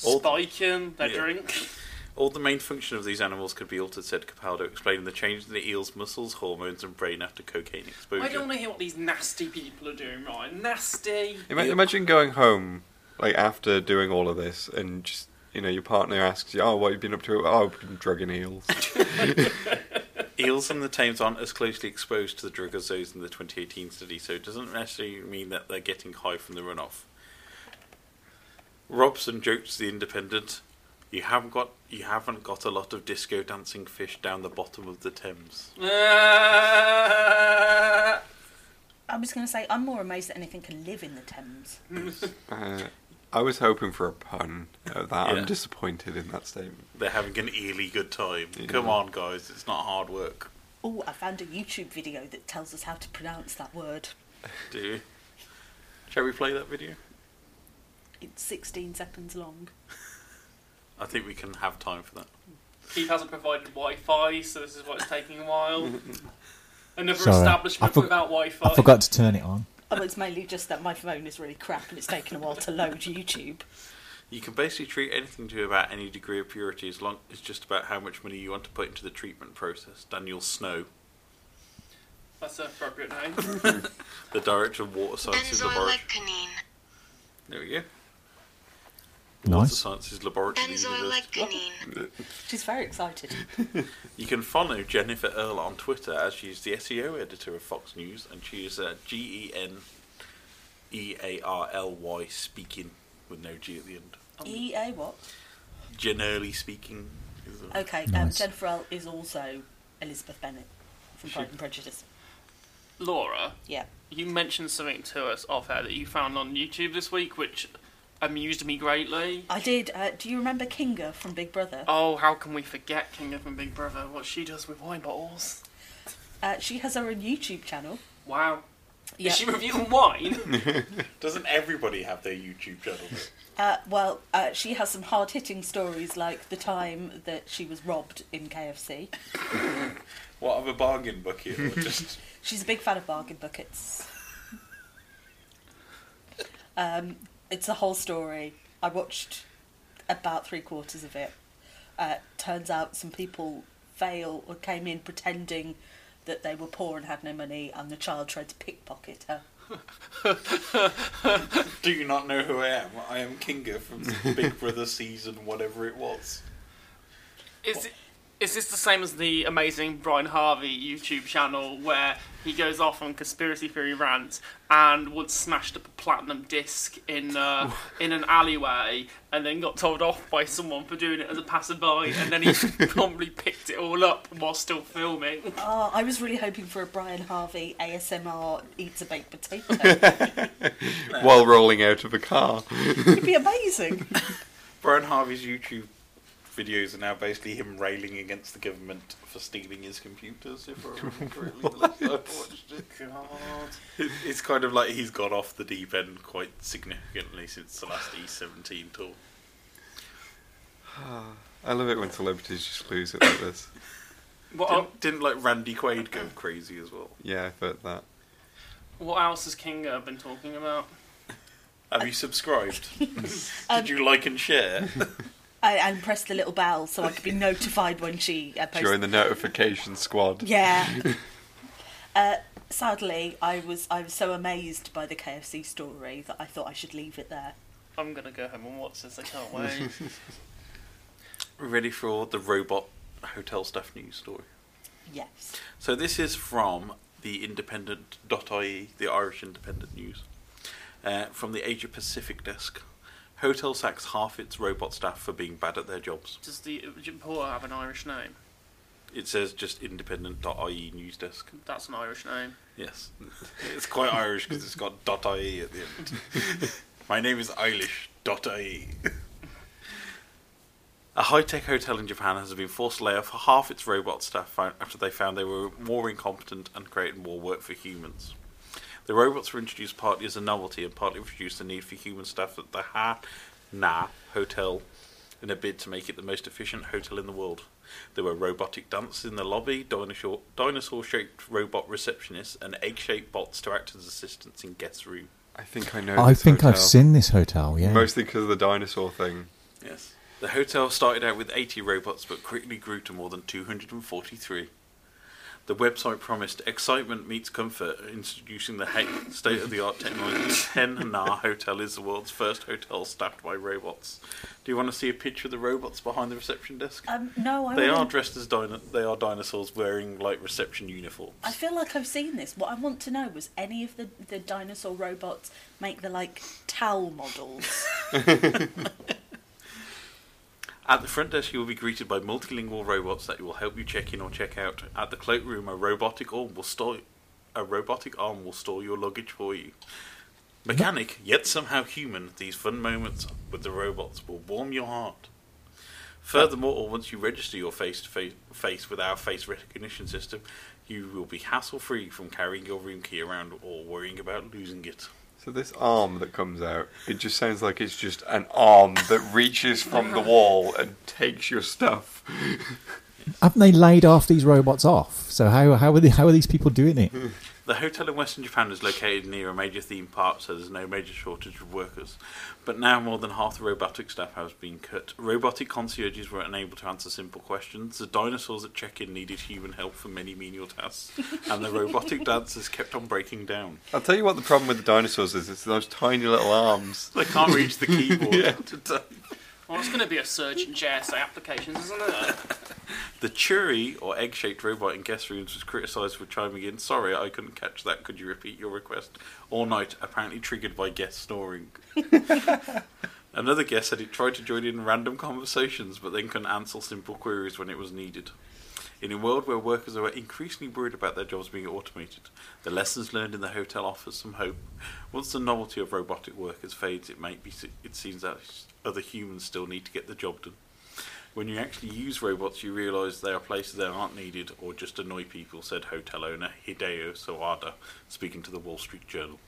S8: All-
S11: spiking their
S8: Yeah.
S11: drink.
S8: All the main function of these animals could be altered, said Capaldo, explaining the change in the eel's muscles, hormones, and brain after cocaine exposure.
S11: I don't want to hear what these nasty people are doing. Right, nasty.
S7: Ima- Imagine going home, like after doing all of this, and just you know your partner asks you, "Oh, what have you been up to? Oh, I've been drugging eels."
S8: Eels in the Thames aren't as closely exposed to the drug as those in the 2018 study, so it doesn't necessarily mean that they're getting high from the runoff. Robson joked to the Independent, "You haven't got you haven't got a lot of disco dancing fish down the bottom of the Thames."
S11: Uh.
S10: I was going to say, I'm more amazed that anything can live in the Thames.
S7: uh, I was hoping for a pun. At that
S8: Yeah.
S7: I'm disappointed in that statement.
S8: They're having an eely good time.
S7: Yeah.
S8: Come on, guys, it's not hard work.
S10: oh, I found a YouTube video that tells us how to pronounce that word.
S8: Do you? Shall we play that video?
S10: It's 16 seconds long.
S8: I think we can have time for that.
S11: Keith hasn't provided Wi-Fi, so this is why it's taking a while. Another
S9: Sorry.
S11: establishment
S9: I for-
S11: without
S8: Uh,
S11: Wi-Fi.
S9: I forgot to turn it on.
S10: Oh, it's mainly just that my phone is really crap and it's taken a while to load YouTube.
S8: You can basically treat anything to about any degree of purity as long as just about how much money you want to put into the treatment process. Daniel Snow,
S11: That's an appropriate name.
S8: the director of Water Sciences Laboratory. There we go. Water
S9: Nice.
S8: Sciences Laboratory. University.
S10: She's very excited.
S8: You can follow Jennifer Earle on Twitter as she's the SEO editor of Fox News and she is uh, G E N E A R L Y speaking with no G at the end.
S10: EA E what?
S8: Generally speaking. is the-
S10: Okay, um, Jennifer L is also Elizabeth Bennet from Pride and Prejudice.
S11: Laura.
S10: Yeah.
S11: You mentioned something to us off air that you found on YouTube this week, which amused me greatly.
S10: I did. Uh, do you remember Kinga from Big Brother?
S11: Oh, how can we forget Kinga from Big Brother? What she does with wine bottles.
S10: Uh, she has her own YouTube channel.
S11: Wow.
S10: Yeah.
S11: Is she reviewing wine?
S8: Doesn't everybody have their YouTube channel?
S10: Uh, well, uh, she has some hard hitting stories like the time that she was robbed in KFC.
S8: What of a bargain bucket? Or just
S10: She's a big fan of bargain buckets. um, it's a whole story. I watched about three quarters of it. Uh, turns out some people fail or came in pretending that they were poor and had no money, and the child tried to pickpocket her.
S8: do you not know who I am? I am Kinga from Big Brother season whatever it was.
S11: Is it, is this the same as the amazing Brian Harvey YouTube channel where he goes off on conspiracy theory rants and once smashed up a platinum disc in uh, in an alleyway and then got told off by someone for doing it as a passerby and then he promptly picked it all up while still filming.
S10: Oh, I was really hoping for a Brian Harvey ASMR eats a baked potato.
S7: while rolling out of the car.
S10: It'd be amazing.
S8: Brian Harvey's YouTube videos are now basically him railing against the government for stealing his computers. If I remember correctly, the last time I watched it. It- It's kind of like he's gone off the deep end quite significantly since the last E17 tour.
S7: I love it when celebrities just lose it like this.
S8: Didn't, didn't like Randy Quaid go crazy as well?
S7: Yeah, I've heard that.
S11: What else has Kinga been talking about?
S8: Have you subscribed?
S10: Um,
S8: Did you like and share?
S10: I, and press the little bell so I could be notified when she uh, posts.
S7: Join the notification squad.
S10: Yeah. uh, sadly, I was I was so amazed by the KFC story that I thought I should leave it there.
S11: I'm gonna go home and watch this. I can't wait.
S8: Ready for the robot hotel staff news story?
S10: Yes.
S8: So this is from the independent.ie, the Irish Independent News, uh, from the Asia Pacific desk. Hotel sacks half its robot staff for being bad at their jobs.
S11: Does the reporter have an Irish name?
S8: It says just independent.ie news desk.
S11: That's an Irish name.
S8: Yes, it's quite Irish because it's got .ie at the end. My name is Eilish .ie. A high-tech hotel in Japan has been forced to lay off half its robot staff fo- after they found they were more incompetent and created more work for humans. The robots were introduced partly as a novelty and partly reduced the need for human staff at the Ha Na Hotel in a bid to make it the most efficient hotel in the world. There were robotic dunces in the lobby, dinosaur dinosaur shaped robot receptionists, and egg shaped bots to act as assistants in guest room.
S7: I think I know.
S9: I
S7: this
S9: think I've
S7: hotel.
S9: seen this hotel, yeah.
S7: Mostly because of the dinosaur thing.
S8: Yes. The hotel started out with 80 robots but quickly grew to more than 243. The website promised excitement meets comfort, introducing the state of the art technology. Ten Na Hotel is the world's first hotel staffed by robots. Do you want to see a picture of the robots behind the reception desk?
S10: Um, no, I
S8: they are
S10: wouldn't.
S8: dressed as dino- they are dinosaurs wearing like reception uniforms.
S10: I feel like I've seen this. What I want to know was any of the, the dinosaur robots make the like towel models.
S8: At the front desk, you will be greeted by multilingual robots that will help you check in or check out. At the cloakroom, a robotic arm will store a robotic arm will store your luggage for you. Mechanic, yet somehow human, these fun moments with the robots will warm your heart. Furthermore, once you register your face to face with our face recognition system, you will be hassle free from carrying your room key around or worrying about losing it.
S7: So this arm that comes out, it just sounds like it's just an arm that reaches from the wall and takes your stuff.
S9: Haven't they laid off these robots off? So how how are they, how are these people doing it?
S8: The hotel in Western Japan is located near a major theme park, so there's no major shortage of workers. But now more than half the robotic staff has been cut. Robotic concierges were unable to answer simple questions. The dinosaurs at check-in needed human help for many menial tasks, and the robotic dancers kept on breaking down.
S7: I'll tell you what the problem with the dinosaurs is. It's those tiny little arms.
S8: They can't reach the keyboard. to type.
S11: Well, it's going to be a surge in JSA applications, isn't it?
S8: The Churi, or egg shaped robot in guest rooms, was criticised for chiming in. Sorry, I couldn't catch that. Could you repeat your request? All night, apparently triggered by guest snoring. Another guest said it tried to join in random conversations but then couldn't answer simple queries when it was needed. In a world where workers are increasingly worried about their jobs being automated, the lessons learned in the hotel offers some hope. Once the novelty of robotic workers fades, it might be it seems that other humans still need to get the job done. When you actually use robots, you realise there are places that aren't needed or just annoy people," said hotel owner Hideo Sawada, speaking to the Wall Street Journal.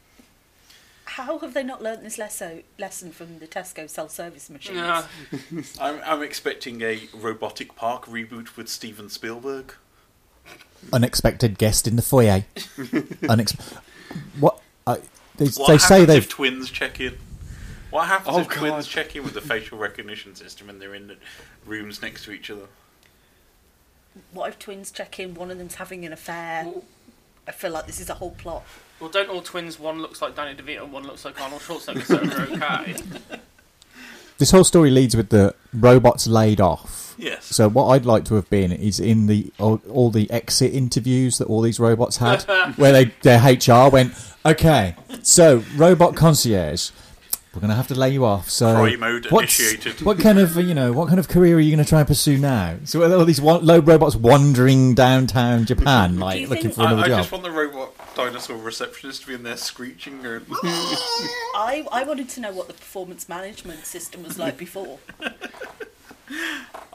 S10: How have they not learnt this lesso- lesson from the Tesco self-service machines?
S8: Yeah. I'm, I'm expecting a robotic park reboot with Steven Spielberg.
S9: Unexpected guest in the foyer. Unex- what? I they,
S8: What
S9: they
S8: happens
S9: say
S8: if
S9: they've.
S8: twins check in? What happens
S9: Oh,
S8: if twins
S9: God.
S8: check in with the facial recognition system and they're in the rooms next to each other?
S10: What if twins check in? One of them's having an affair. I feel like this is a whole plot.
S11: Well, don't all twins, one looks like Danny DeVito, one looks like Arnold Schwarzenegger, so we're okay.
S9: This whole story leads with the robots laid off.
S8: Yes.
S9: So what I'd like to have been is in the all, all the exit interviews that all these robots had, where they their HR went, okay, so robot concierge, we're going to have to lay you off. So
S8: Cry mode
S9: what's-
S8: initiated.
S9: What kind of you know what kind of career are you going to try and pursue now? So with all these one, low robots wandering downtown Japan, like looking for
S8: I,
S9: another
S8: I
S9: job.
S8: just want the robot dinosaur receptionist to be in there screeching. Or...
S10: I, I wanted to know what the performance management system was like before.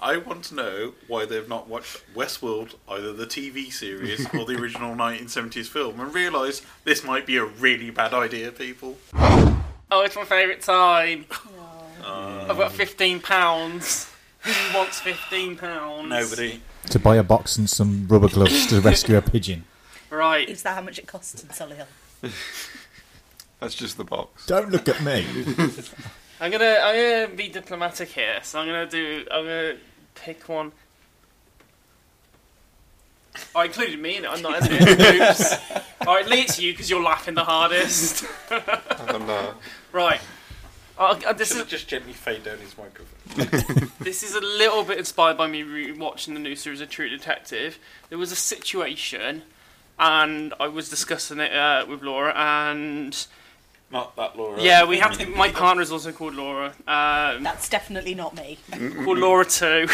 S8: I want to know why they've not watched Westworld, either the TV series or the original 1970s film, and realise this might be a really bad idea, people.
S11: Oh, it's my favourite time. I've got fifteen pounds. Who wants fifteen pounds?
S8: Nobody.
S9: To buy a box and some rubber gloves to rescue a pigeon.
S11: Right.
S10: Is that how much it costs in Solihull?
S7: That's just the box.
S9: Don't look at me.
S11: I'm gonna I'm gonna be diplomatic here, so I'm gonna do I'm gonna pick one. I included me in it. I'm not in it. Oops. All right, Lee, it's you because you're laughing the hardest.
S7: Oh, no.
S11: right. Uh, uh, this
S8: Should
S11: is
S8: have just gently fade down his microphone.
S11: this is a little bit inspired by me re- watching the new series of True Detective. There was a situation, and I was discussing it uh, with Laura, and
S8: not that Laura.
S11: Yeah, we have to. My partner is also called Laura. Um,
S10: That's definitely not me.
S11: called Laura too.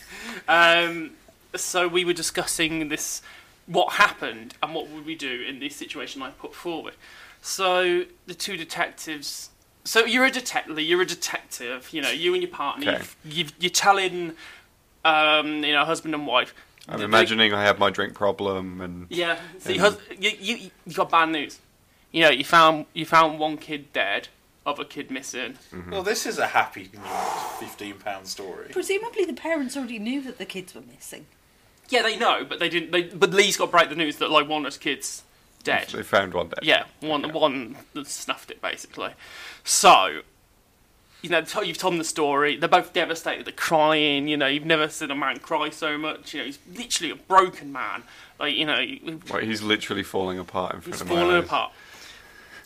S11: um, so we were discussing this, what happened, and what would we do in the situation I put forward. So the two detectives. So you're a detective. You're a detective. You know, you and your partner.
S7: Okay.
S11: You've, you've, you're telling, um, you know, husband and wife.
S7: I'm
S11: The-
S7: imagining I have my drink problem and
S11: yeah. So you,
S7: and-
S11: hus- you, you you got bad news. You know, you found you found one kid dead, other kid missing.
S8: Well, this is a happy £15 story.
S10: Presumably, the parents already knew that the kids were missing.
S11: Yeah, they know, but they didn't. They, but Lee's got to break the news that like one of those kids dead.
S7: They found one dead.
S11: Yeah, one one that snuffed it basically. So, you know, t- you've told them the story. They're both devastated. They're crying. You know, you've never seen a man cry so much. You know, he's literally a broken man. Like you know, he-
S7: Well, he's literally falling apart in front
S11: he's
S7: of
S11: falling
S7: my eyes.
S11: apart.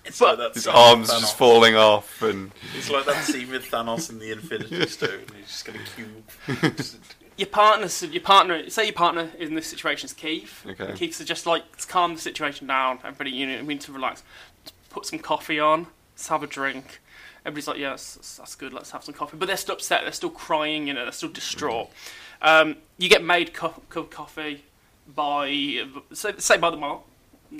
S8: like
S11: But
S8: that
S7: His
S8: scene
S7: arms
S8: with
S7: just
S8: Thanos.
S7: falling off and
S8: It's like that scene with Thanos in the Infinity Stone. He's just going to cube. Just-
S11: your partner, su- your partner, say your partner in this situation is Keith.
S7: Okay.
S11: And Keith suggests like let's calm the situation down. Everybody, you know, we need to relax. Let's put some coffee on. Let's have a drink. Everybody's like, yes, that's, that's good. Let's have some coffee. But they're still upset. They're still crying. You know, they're still distraught. Um, you get made co- co- coffee by say, say by the mom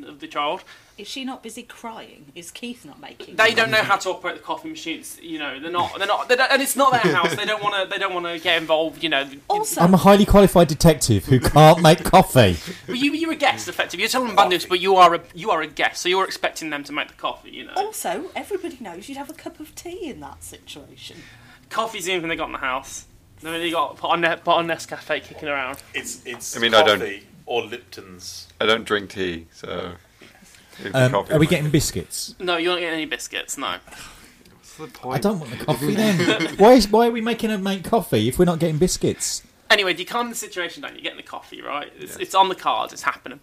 S11: of the child.
S10: Is she not busy crying? Is Keith not making?
S11: They don't know how to operate the coffee machines. You know, they're not. They're not. They don't, and it's not their house. They don't want to. They don't want to get involved. You know. Also,
S9: I'm a highly qualified detective who can't make coffee.
S11: But you, you're a guest, effectively. You're telling them bad news, but you are a you are a guest, so you're expecting them to make the coffee. You know,
S10: Also, everybody knows you'd have a cup of tea in that situation.
S11: coffee's the only thing they got in the house. They only got pot on ne- pot on Nescafe kicking around.
S8: It's it's.
S7: I mean, I don't-
S8: or Lipton's.
S7: I don't drink tea, so it'd be
S9: Um,
S7: coffee.
S9: are we getting biscuits?
S11: No, you don't get any biscuits. No.
S7: What's the
S9: I
S7: point?
S9: don't want the coffee then. why, is, why are we making her make coffee if we're not getting biscuits?
S11: Anyway, you calm the situation down. You're getting the coffee, right? It's, it's on the cards. It's happening.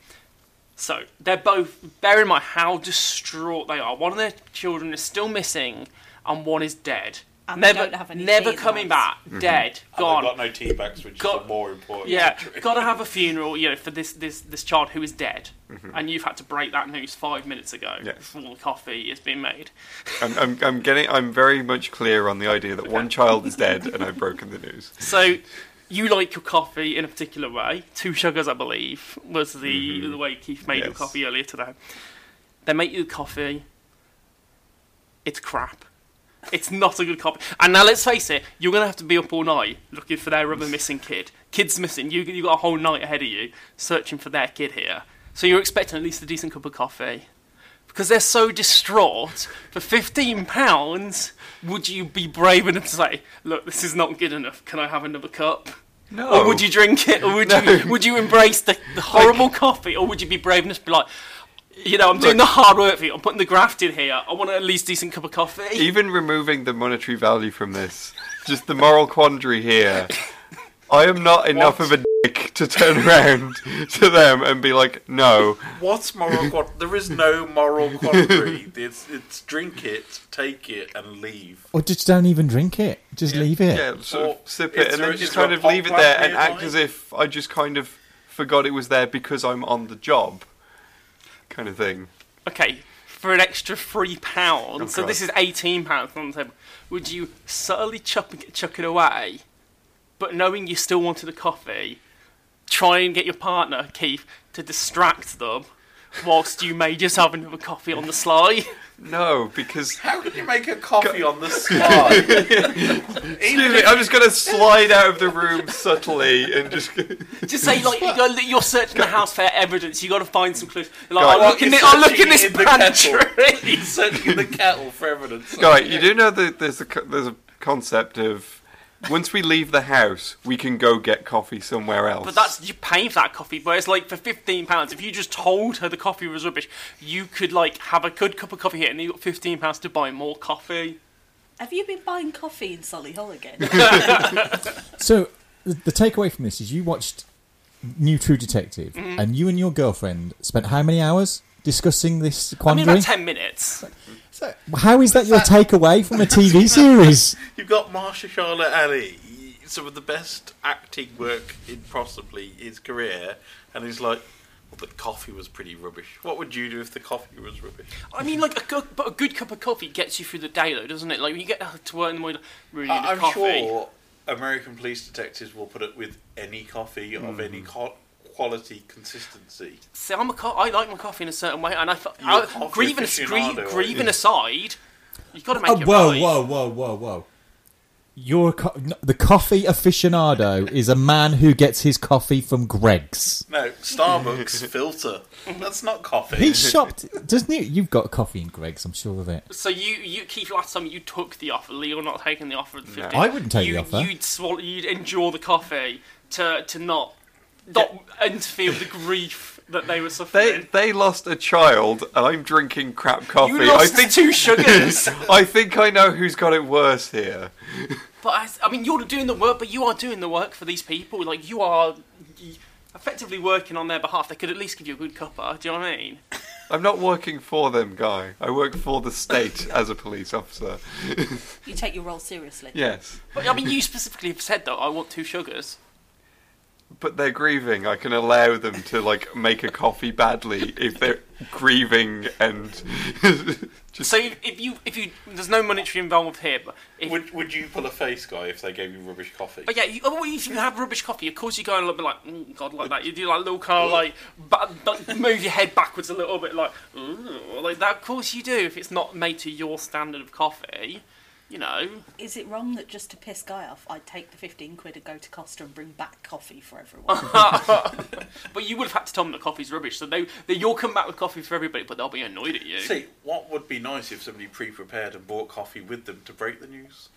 S11: So they're both. Bear in mind how distraught they are. One of their children is still missing, and one is dead.
S10: And they
S11: never,
S10: don't have any tea
S11: never
S10: in the
S11: coming
S10: house.
S11: back. Dead, gone.
S8: Got no tea bags, which is
S11: Got-
S8: the more important.
S11: Yeah,
S8: feature.
S11: got to have a funeral, you know, for this this this child who is dead,
S7: Mhm.
S11: and you've had to break that news five minutes ago
S7: Yes.
S11: before the coffee is being made.
S7: I'm, I'm, I'm getting. I'm very much clear on the idea that one child is dead and I've broken the news.
S11: So you like your coffee in a particular way. Two sugars, I believe, was the the way Keith made your
S7: Yes.
S11: coffee earlier today. They make you coffee. It's crap. It's not a good copy. And now let's face it, you're gonna have to be up all night looking for their other missing kid. Kid's missing. You you got a whole night ahead of you searching for their kid here. So you're expecting at least a decent cup of coffee. Because they're so distraught, for fifteen pounds, would you be brave enough to say, "Look, this is not good enough. Can I have another cup?"
S7: No.
S11: Or would you drink it? Or would you would you embrace the, the horrible coffee? Or would you be brave enough to be like, you know, I'm doing the hard work for you. I'm putting the graft in here. I want at least decent cup of coffee.
S7: Even removing the monetary value from this, just the moral quandary here. I am not enough of a dick to turn around to them and be like, no.
S8: What's moral quandary? there is no moral quandary. It's, it's drink it, take it, and leave.
S9: Or just don't even drink it. Just leave it.
S7: Yeah, sort
S8: Or
S7: of sip
S8: is
S7: it and
S8: there-
S7: then
S8: is
S7: just
S8: there
S7: kind
S8: a
S7: of leave it
S8: hotline
S7: there and
S8: nearby?
S7: act as if I just kind of forgot it was there because I'm on the job. Kind of thing.
S11: Okay, for an extra three pounds,
S7: Oh,
S11: so
S7: God.
S11: this is eighteen pounds on the table. Would you subtly chuck, chuck it away, but knowing you still wanted a coffee, try and get your partner Keith to distract them, whilst you made yourself another coffee on the sly?
S7: No, because
S8: How can you make a coffee on the spot?
S7: Excuse me, I'm just going to slide out of the room subtly and just.
S11: Just say like you go, you're searching the house for evidence. You got to find some clues. Like,
S7: Guy,
S11: oh, look in
S8: He's
S11: thi- oh, look in
S8: searching
S11: this
S8: the kettle.
S11: pantry.
S8: He's searching in the kettle for evidence.
S7: Guy, you do know that there's a co- there's a concept of once we leave the house, we can go get coffee somewhere else.
S11: But that's you paying for that coffee. But it's like for fifteen pounds. If you just told her the coffee was rubbish, you could like have a good cup of coffee here, and you got fifteen pounds to buy more coffee.
S10: Have you been buying coffee in Solihull again?
S9: So the, the takeaway from this is you watched New True Detective,
S11: Mhm.
S9: and you and your girlfriend spent how many hours discussing this
S11: I mean,
S9: quandary?
S11: about ten minutes.
S9: How is that your takeaway from a TV series?
S8: You've got Marsha Charlotte Ali, some of the best acting work in possibly his career, and he's like, well, the coffee was pretty rubbish. What would you do if the coffee was rubbish?
S11: I mean, like a good, but a good cup of coffee gets you through the day, though, doesn't it? Like when you get to work in the morning, really need
S8: I-
S11: a
S8: I'm
S11: coffee.
S8: sure American police detectives will put up with any coffee of any co- quality consistency.
S11: See, I'm a co- I like my coffee in a certain way, and I, th-
S8: You're a
S11: I
S8: coffee
S11: grieving,
S8: aficionado,
S11: grie-
S8: aren't
S11: grieving
S8: you?
S11: aside, you've got to make
S9: Oh,
S11: it
S9: whoa,
S11: right.
S9: whoa, whoa, whoa, whoa! You're a co- no, the coffee aficionado is a man who gets his coffee from Greg's.
S8: No, Starbucks filter. That's not coffee.
S9: He shopped, doesn't he? You've got coffee in Greg's, I'm sure of it.
S11: So you, you Keith, last time you took the offer. Leo not taking the offer. At the 15.
S9: I wouldn't take the
S11: you,
S9: offer.
S11: You'd swallow. You'd endure the coffee to to not not interfere with the grief that they were suffering.
S7: They they lost a child, and I'm drinking crap coffee.
S11: lost
S7: I think
S11: two sugars.
S7: I think I know who's got it worse here.
S11: But I, I mean, you're doing the work, but you are doing the work for these people. Like you are y- effectively working on their behalf. They could at least give you a good cuppa. Do you know what I mean?
S7: I'm not working for them, guy. I work for the state as a police officer.
S10: You take your role seriously.
S7: yes,
S11: But I mean, you specifically have said though, I want two sugars.
S7: but they're grieving. I can allow them to like make a coffee badly if they're grieving and
S11: so if, if you if you there's no monetary involved here, but if
S8: Would, would you pull a face, guy, if they gave you rubbish coffee?
S11: But yeah, you, oh, if you have rubbish coffee, of course you go and a little bit like, mm, God, like that. You do like little kind of like, but, move your head backwards a little bit, like, "Ooh," like that. Of course you do. If it's not made to your standard of coffee, you know.
S10: Is it wrong that just to piss Guy off, I'd take the 15 quid and go to Costa and bring back coffee for everyone?
S11: but you would have had to tell them that coffee's rubbish, so they, they you'll come back with coffee for everybody, but they'll be annoyed at you.
S8: See, what would be nice if somebody pre-prepared and bought coffee with them to break the news?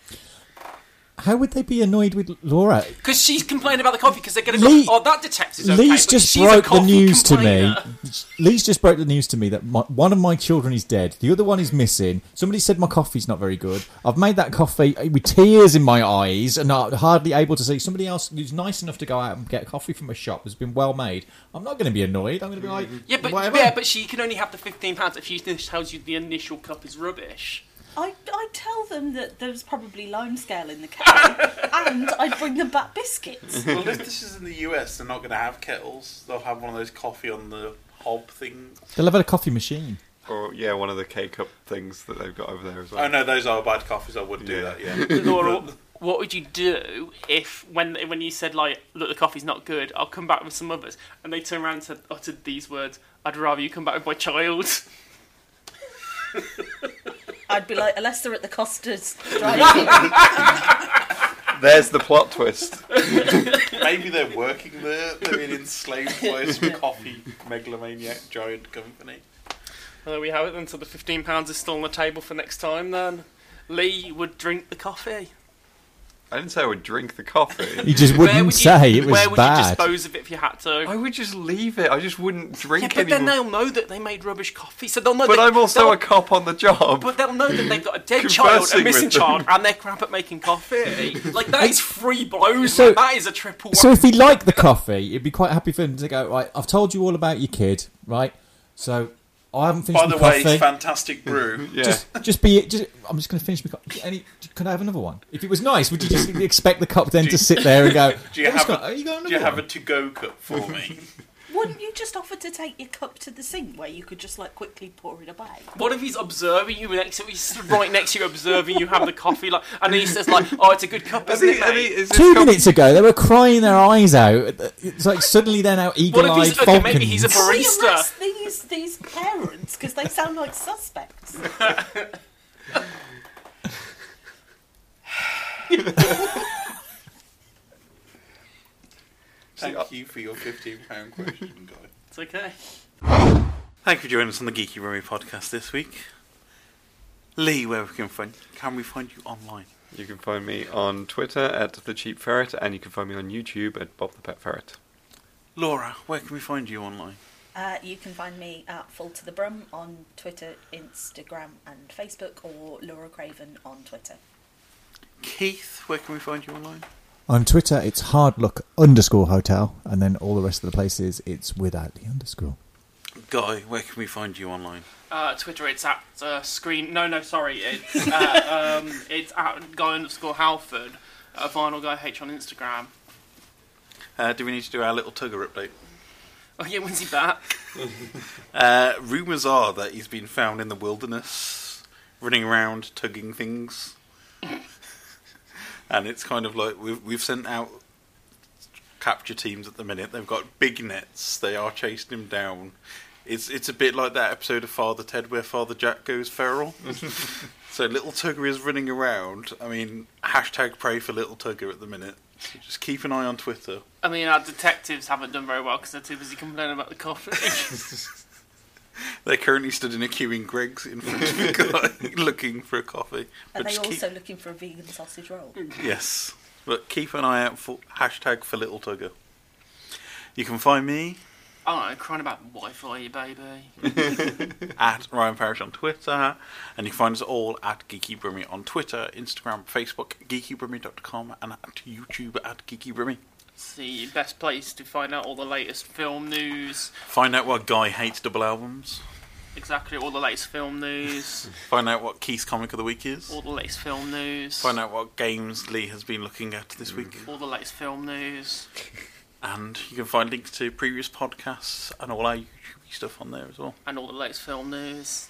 S9: How would they be annoyed with Laura?
S11: Because she's complaining about the coffee because they're going to
S9: Lee-
S11: go, oh, that detective's okay.
S9: Lee's
S11: but
S9: just
S11: she's a
S9: broke the
S11: coffee
S9: news to me.
S11: complainer."
S9: Lee's just broke the news to me that my, one of my children is dead. The other one is missing. Somebody said my coffee's not very good. I've made that coffee eh, with tears in my eyes and I'm hardly able to see. Somebody else who's nice enough to go out and get coffee from a shop has been well made. I'm not going to be annoyed. I'm going to be like,
S11: Yeah, but
S9: whatever.
S11: yeah, but she can only have the fifteen pounds if she tells you the initial cup is rubbish.
S10: I, I'd tell them that there was probably limescale in the kettle, and I'd bring them back biscuits.
S8: well, if this is in the US, they're not going to have kettles. They'll have one of those coffee on the hob thing.
S9: They'll have had a coffee machine.
S7: or yeah, one of the K cup things that they've got over there as well.
S8: Oh no, those are bad coffees. I would do that. Yeah.
S7: They're all-
S8: But
S11: what would you do if when when you said like, look, the coffee's not good, I'll come back with some others, and they turned around and said, uttered these words, I'd rather you come back with my child.
S10: I'd be like, unless they're at the Costas
S7: There's the plot twist.
S8: Maybe they're working there. They're being enslaved by some coffee megalomaniac giant company.
S11: Well, there we have it then. So the fifteen pounds is still on the table for next time. Then Lee would drink the coffee.
S7: I didn't say I would drink the coffee.
S9: You just wouldn't
S11: Where would you-
S9: say it was
S11: where would you
S9: bad.
S11: dispose of it if you had to?
S7: I would just leave it. I just wouldn't drink
S11: yeah, but
S7: anymore.
S11: then they'll know that they made rubbish coffee, so they'll know.
S7: But
S11: that-
S7: I'm also
S11: they'll-
S7: a cop on the job.
S11: But they'll know that they've got a dead child,
S7: Conversing
S11: a
S7: with
S11: missing
S7: them.
S11: child, and they're crap at making coffee. Like that is three blows.
S9: So-
S11: like, that is a triple.
S9: So if he liked the coffee, you'd be quite happy for him to go. Right, I've told you all about your kid, right? So I haven't finished
S8: By the
S9: my
S8: way,
S9: coffee.
S8: it's fantastic brew.
S9: Just, just be. Just, I'm just going to finish my coffee. Any, can I have another one? If it was nice, would you just expect the cup then to sit there and go?
S8: do you
S9: "I'm just
S8: have,
S9: gonna-
S8: a,
S9: you got
S8: do you
S9: another
S8: have a to-go cup for me?
S10: Wouldn't you just offer to take your cup to the sink where you could just like quickly pour it away?
S11: What if he's observing you next? He's stood right next to you, observing you have the coffee, like, and he says, "Like, oh, it's a good cup, isn't it, mate?"
S9: Two minutes ago, they were crying their eyes out. It's like suddenly they're now
S11: What if
S9: eagle-eyed
S11: he's- okay, maybe he's a
S9: falcons.
S11: barista.
S10: Can you arrest these these parents because they sound like suspects.
S8: Thank you for your fifteen pound question, guy.
S11: It's okay.
S8: Thank you for joining us on the Geeky Rummy podcast this week. Lee, where we can find can we find you online?
S7: You can find me on Twitter at the Cheap Ferret, and you can find me on YouTube at Bob the Pet Ferret.
S8: Laura, where can we find you online?
S10: Uh, you can find me at Full to the Brum on Twitter, Instagram, and Facebook, or Laura Craven on Twitter.
S8: Keith, where can we find you online?
S9: On Twitter, it's hard look underscore hotel, and then all the rest of the places, it's without the underscore.
S8: Guy, where can we find you online?
S11: Uh, Twitter, it's at uh, screen. No, no, sorry, it's uh, um, it's at guy underscore Halford, uh, vinyl guy H on Instagram.
S8: Uh, do we need to do our little tugger update?
S11: Oh yeah, when's he back?
S8: Uh, rumors are that he's been found in the wilderness, running around tugging things, and it's kind of like we've we've sent out capture teams at the minute. They've got big nets. They are chasing him down. It's it's a bit like that episode of Father Ted where Father Jack goes feral. so little Tugger is running around. I mean, hashtag pray for little Tugger at the minute. So just keep an eye on Twitter.
S11: I mean, our detectives haven't done very well because they're too busy complaining about the coffee.
S8: They're currently stood in a queue in Greg's in front of a guy looking for a coffee.
S10: Are
S8: But
S10: they
S8: just keep,
S10: also looking for a vegan sausage roll?
S8: yes, but keep an eye out for hashtag for Little Tugger. You can find me
S11: Oh, I'm crying about Wi-Fi, you baby.
S8: at Ryan Parish on Twitter, and you can find us all at Geeky Brummy on Twitter, Instagram, Facebook, geekybrummy.com, and at YouTube at Geeky Brummy.
S11: It's the best place to find out all the latest film news.
S8: Find out why Guy hates double albums.
S11: Exactly, all the latest film news.
S8: Find out what Keith's comic of the week is.
S11: all the latest film news.
S8: Find out what games Lee has been looking at this week.
S11: all the latest film news.
S8: And you can find links to previous podcasts and all our YouTube stuff on there as well.
S11: And all the latest film news.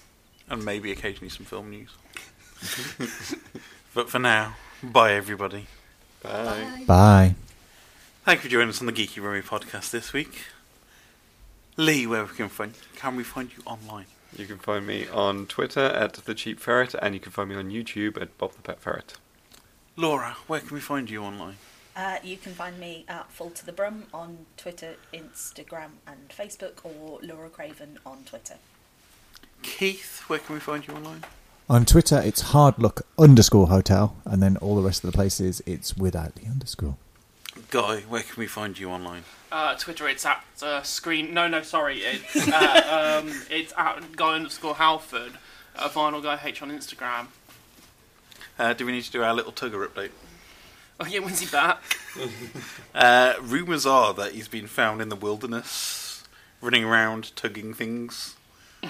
S8: And maybe occasionally some film news. but for now, bye everybody.
S7: Bye.
S9: Bye.
S8: Thank you for joining us on the Geeky Rummy podcast this week. Lee, where we can find can we find you online?
S7: You can find me on Twitter at the Cheap Ferret, and you can find me on YouTube at Bob the Pet Ferret.
S8: Laura, where can we find you online?
S10: Uh, you can find me at Full to the Brum on Twitter, Instagram, and Facebook, or Laura Craven on Twitter.
S8: Keith, where can we find you online?
S9: On Twitter, it's hard look underscore hotel, and then all the rest of the places, it's without the underscore.
S8: Guy, where can we find you online?
S11: Uh, Twitter, it's at uh, screen. No, no, sorry, it's uh, um, it's at guy underscore Halford, uh, vinyl guy H on Instagram.
S8: Uh, do we need to do our little tugger update?
S11: Oh yeah, when's he back?
S8: Uh, rumors are that he's been found in the wilderness, running around tugging things,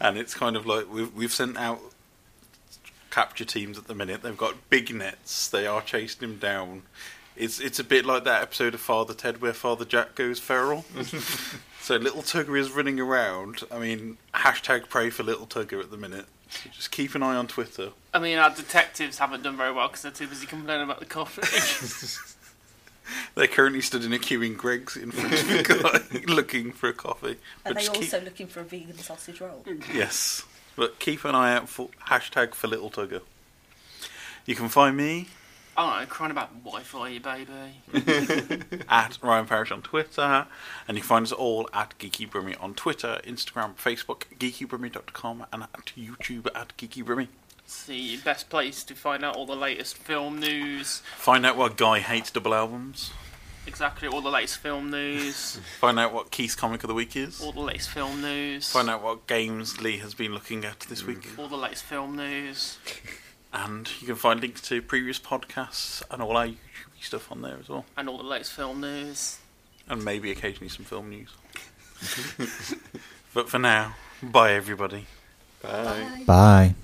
S8: and it's kind of like we've we've sent out capture teams at the minute. They've got big nets. They are chasing him down. It's it's a bit like that episode of Father Ted where Father Jack goes feral. so little Tugger is running around. I mean, hashtag pray for little Tugger at the minute. So just keep an eye on Twitter.
S11: I mean, our detectives haven't done very well because they're too busy complaining about the coffee.
S8: They're currently stood in a queue in Greg's in front of a guy looking for a coffee.
S10: Are
S8: But
S10: they
S8: just keep-
S10: also looking for a vegan sausage roll?
S8: Yes, but keep an eye out for hashtag for Little Tugger. You can find me
S11: oh, crying about Wi-Fi, you baby.
S8: at Ryan Parish on Twitter, and you can find us all at Geeky Brummy on Twitter, Instagram, Facebook, geekybrummy.com, and at YouTube at Geeky Brummy.
S11: it's the best place to find out all the latest film news.
S8: Find out why Guy hates double albums.
S11: Exactly, all the latest film news.
S8: Find out what Keith's comic of the week is.
S11: all the latest film news.
S8: Find out what games Lee has been looking at this week.
S11: all the latest film news.
S8: And you can find links to previous podcasts and all our YouTube stuff on there as well.
S11: And all the latest film news.
S8: And maybe occasionally some film news. but for now, bye everybody.
S9: Bye.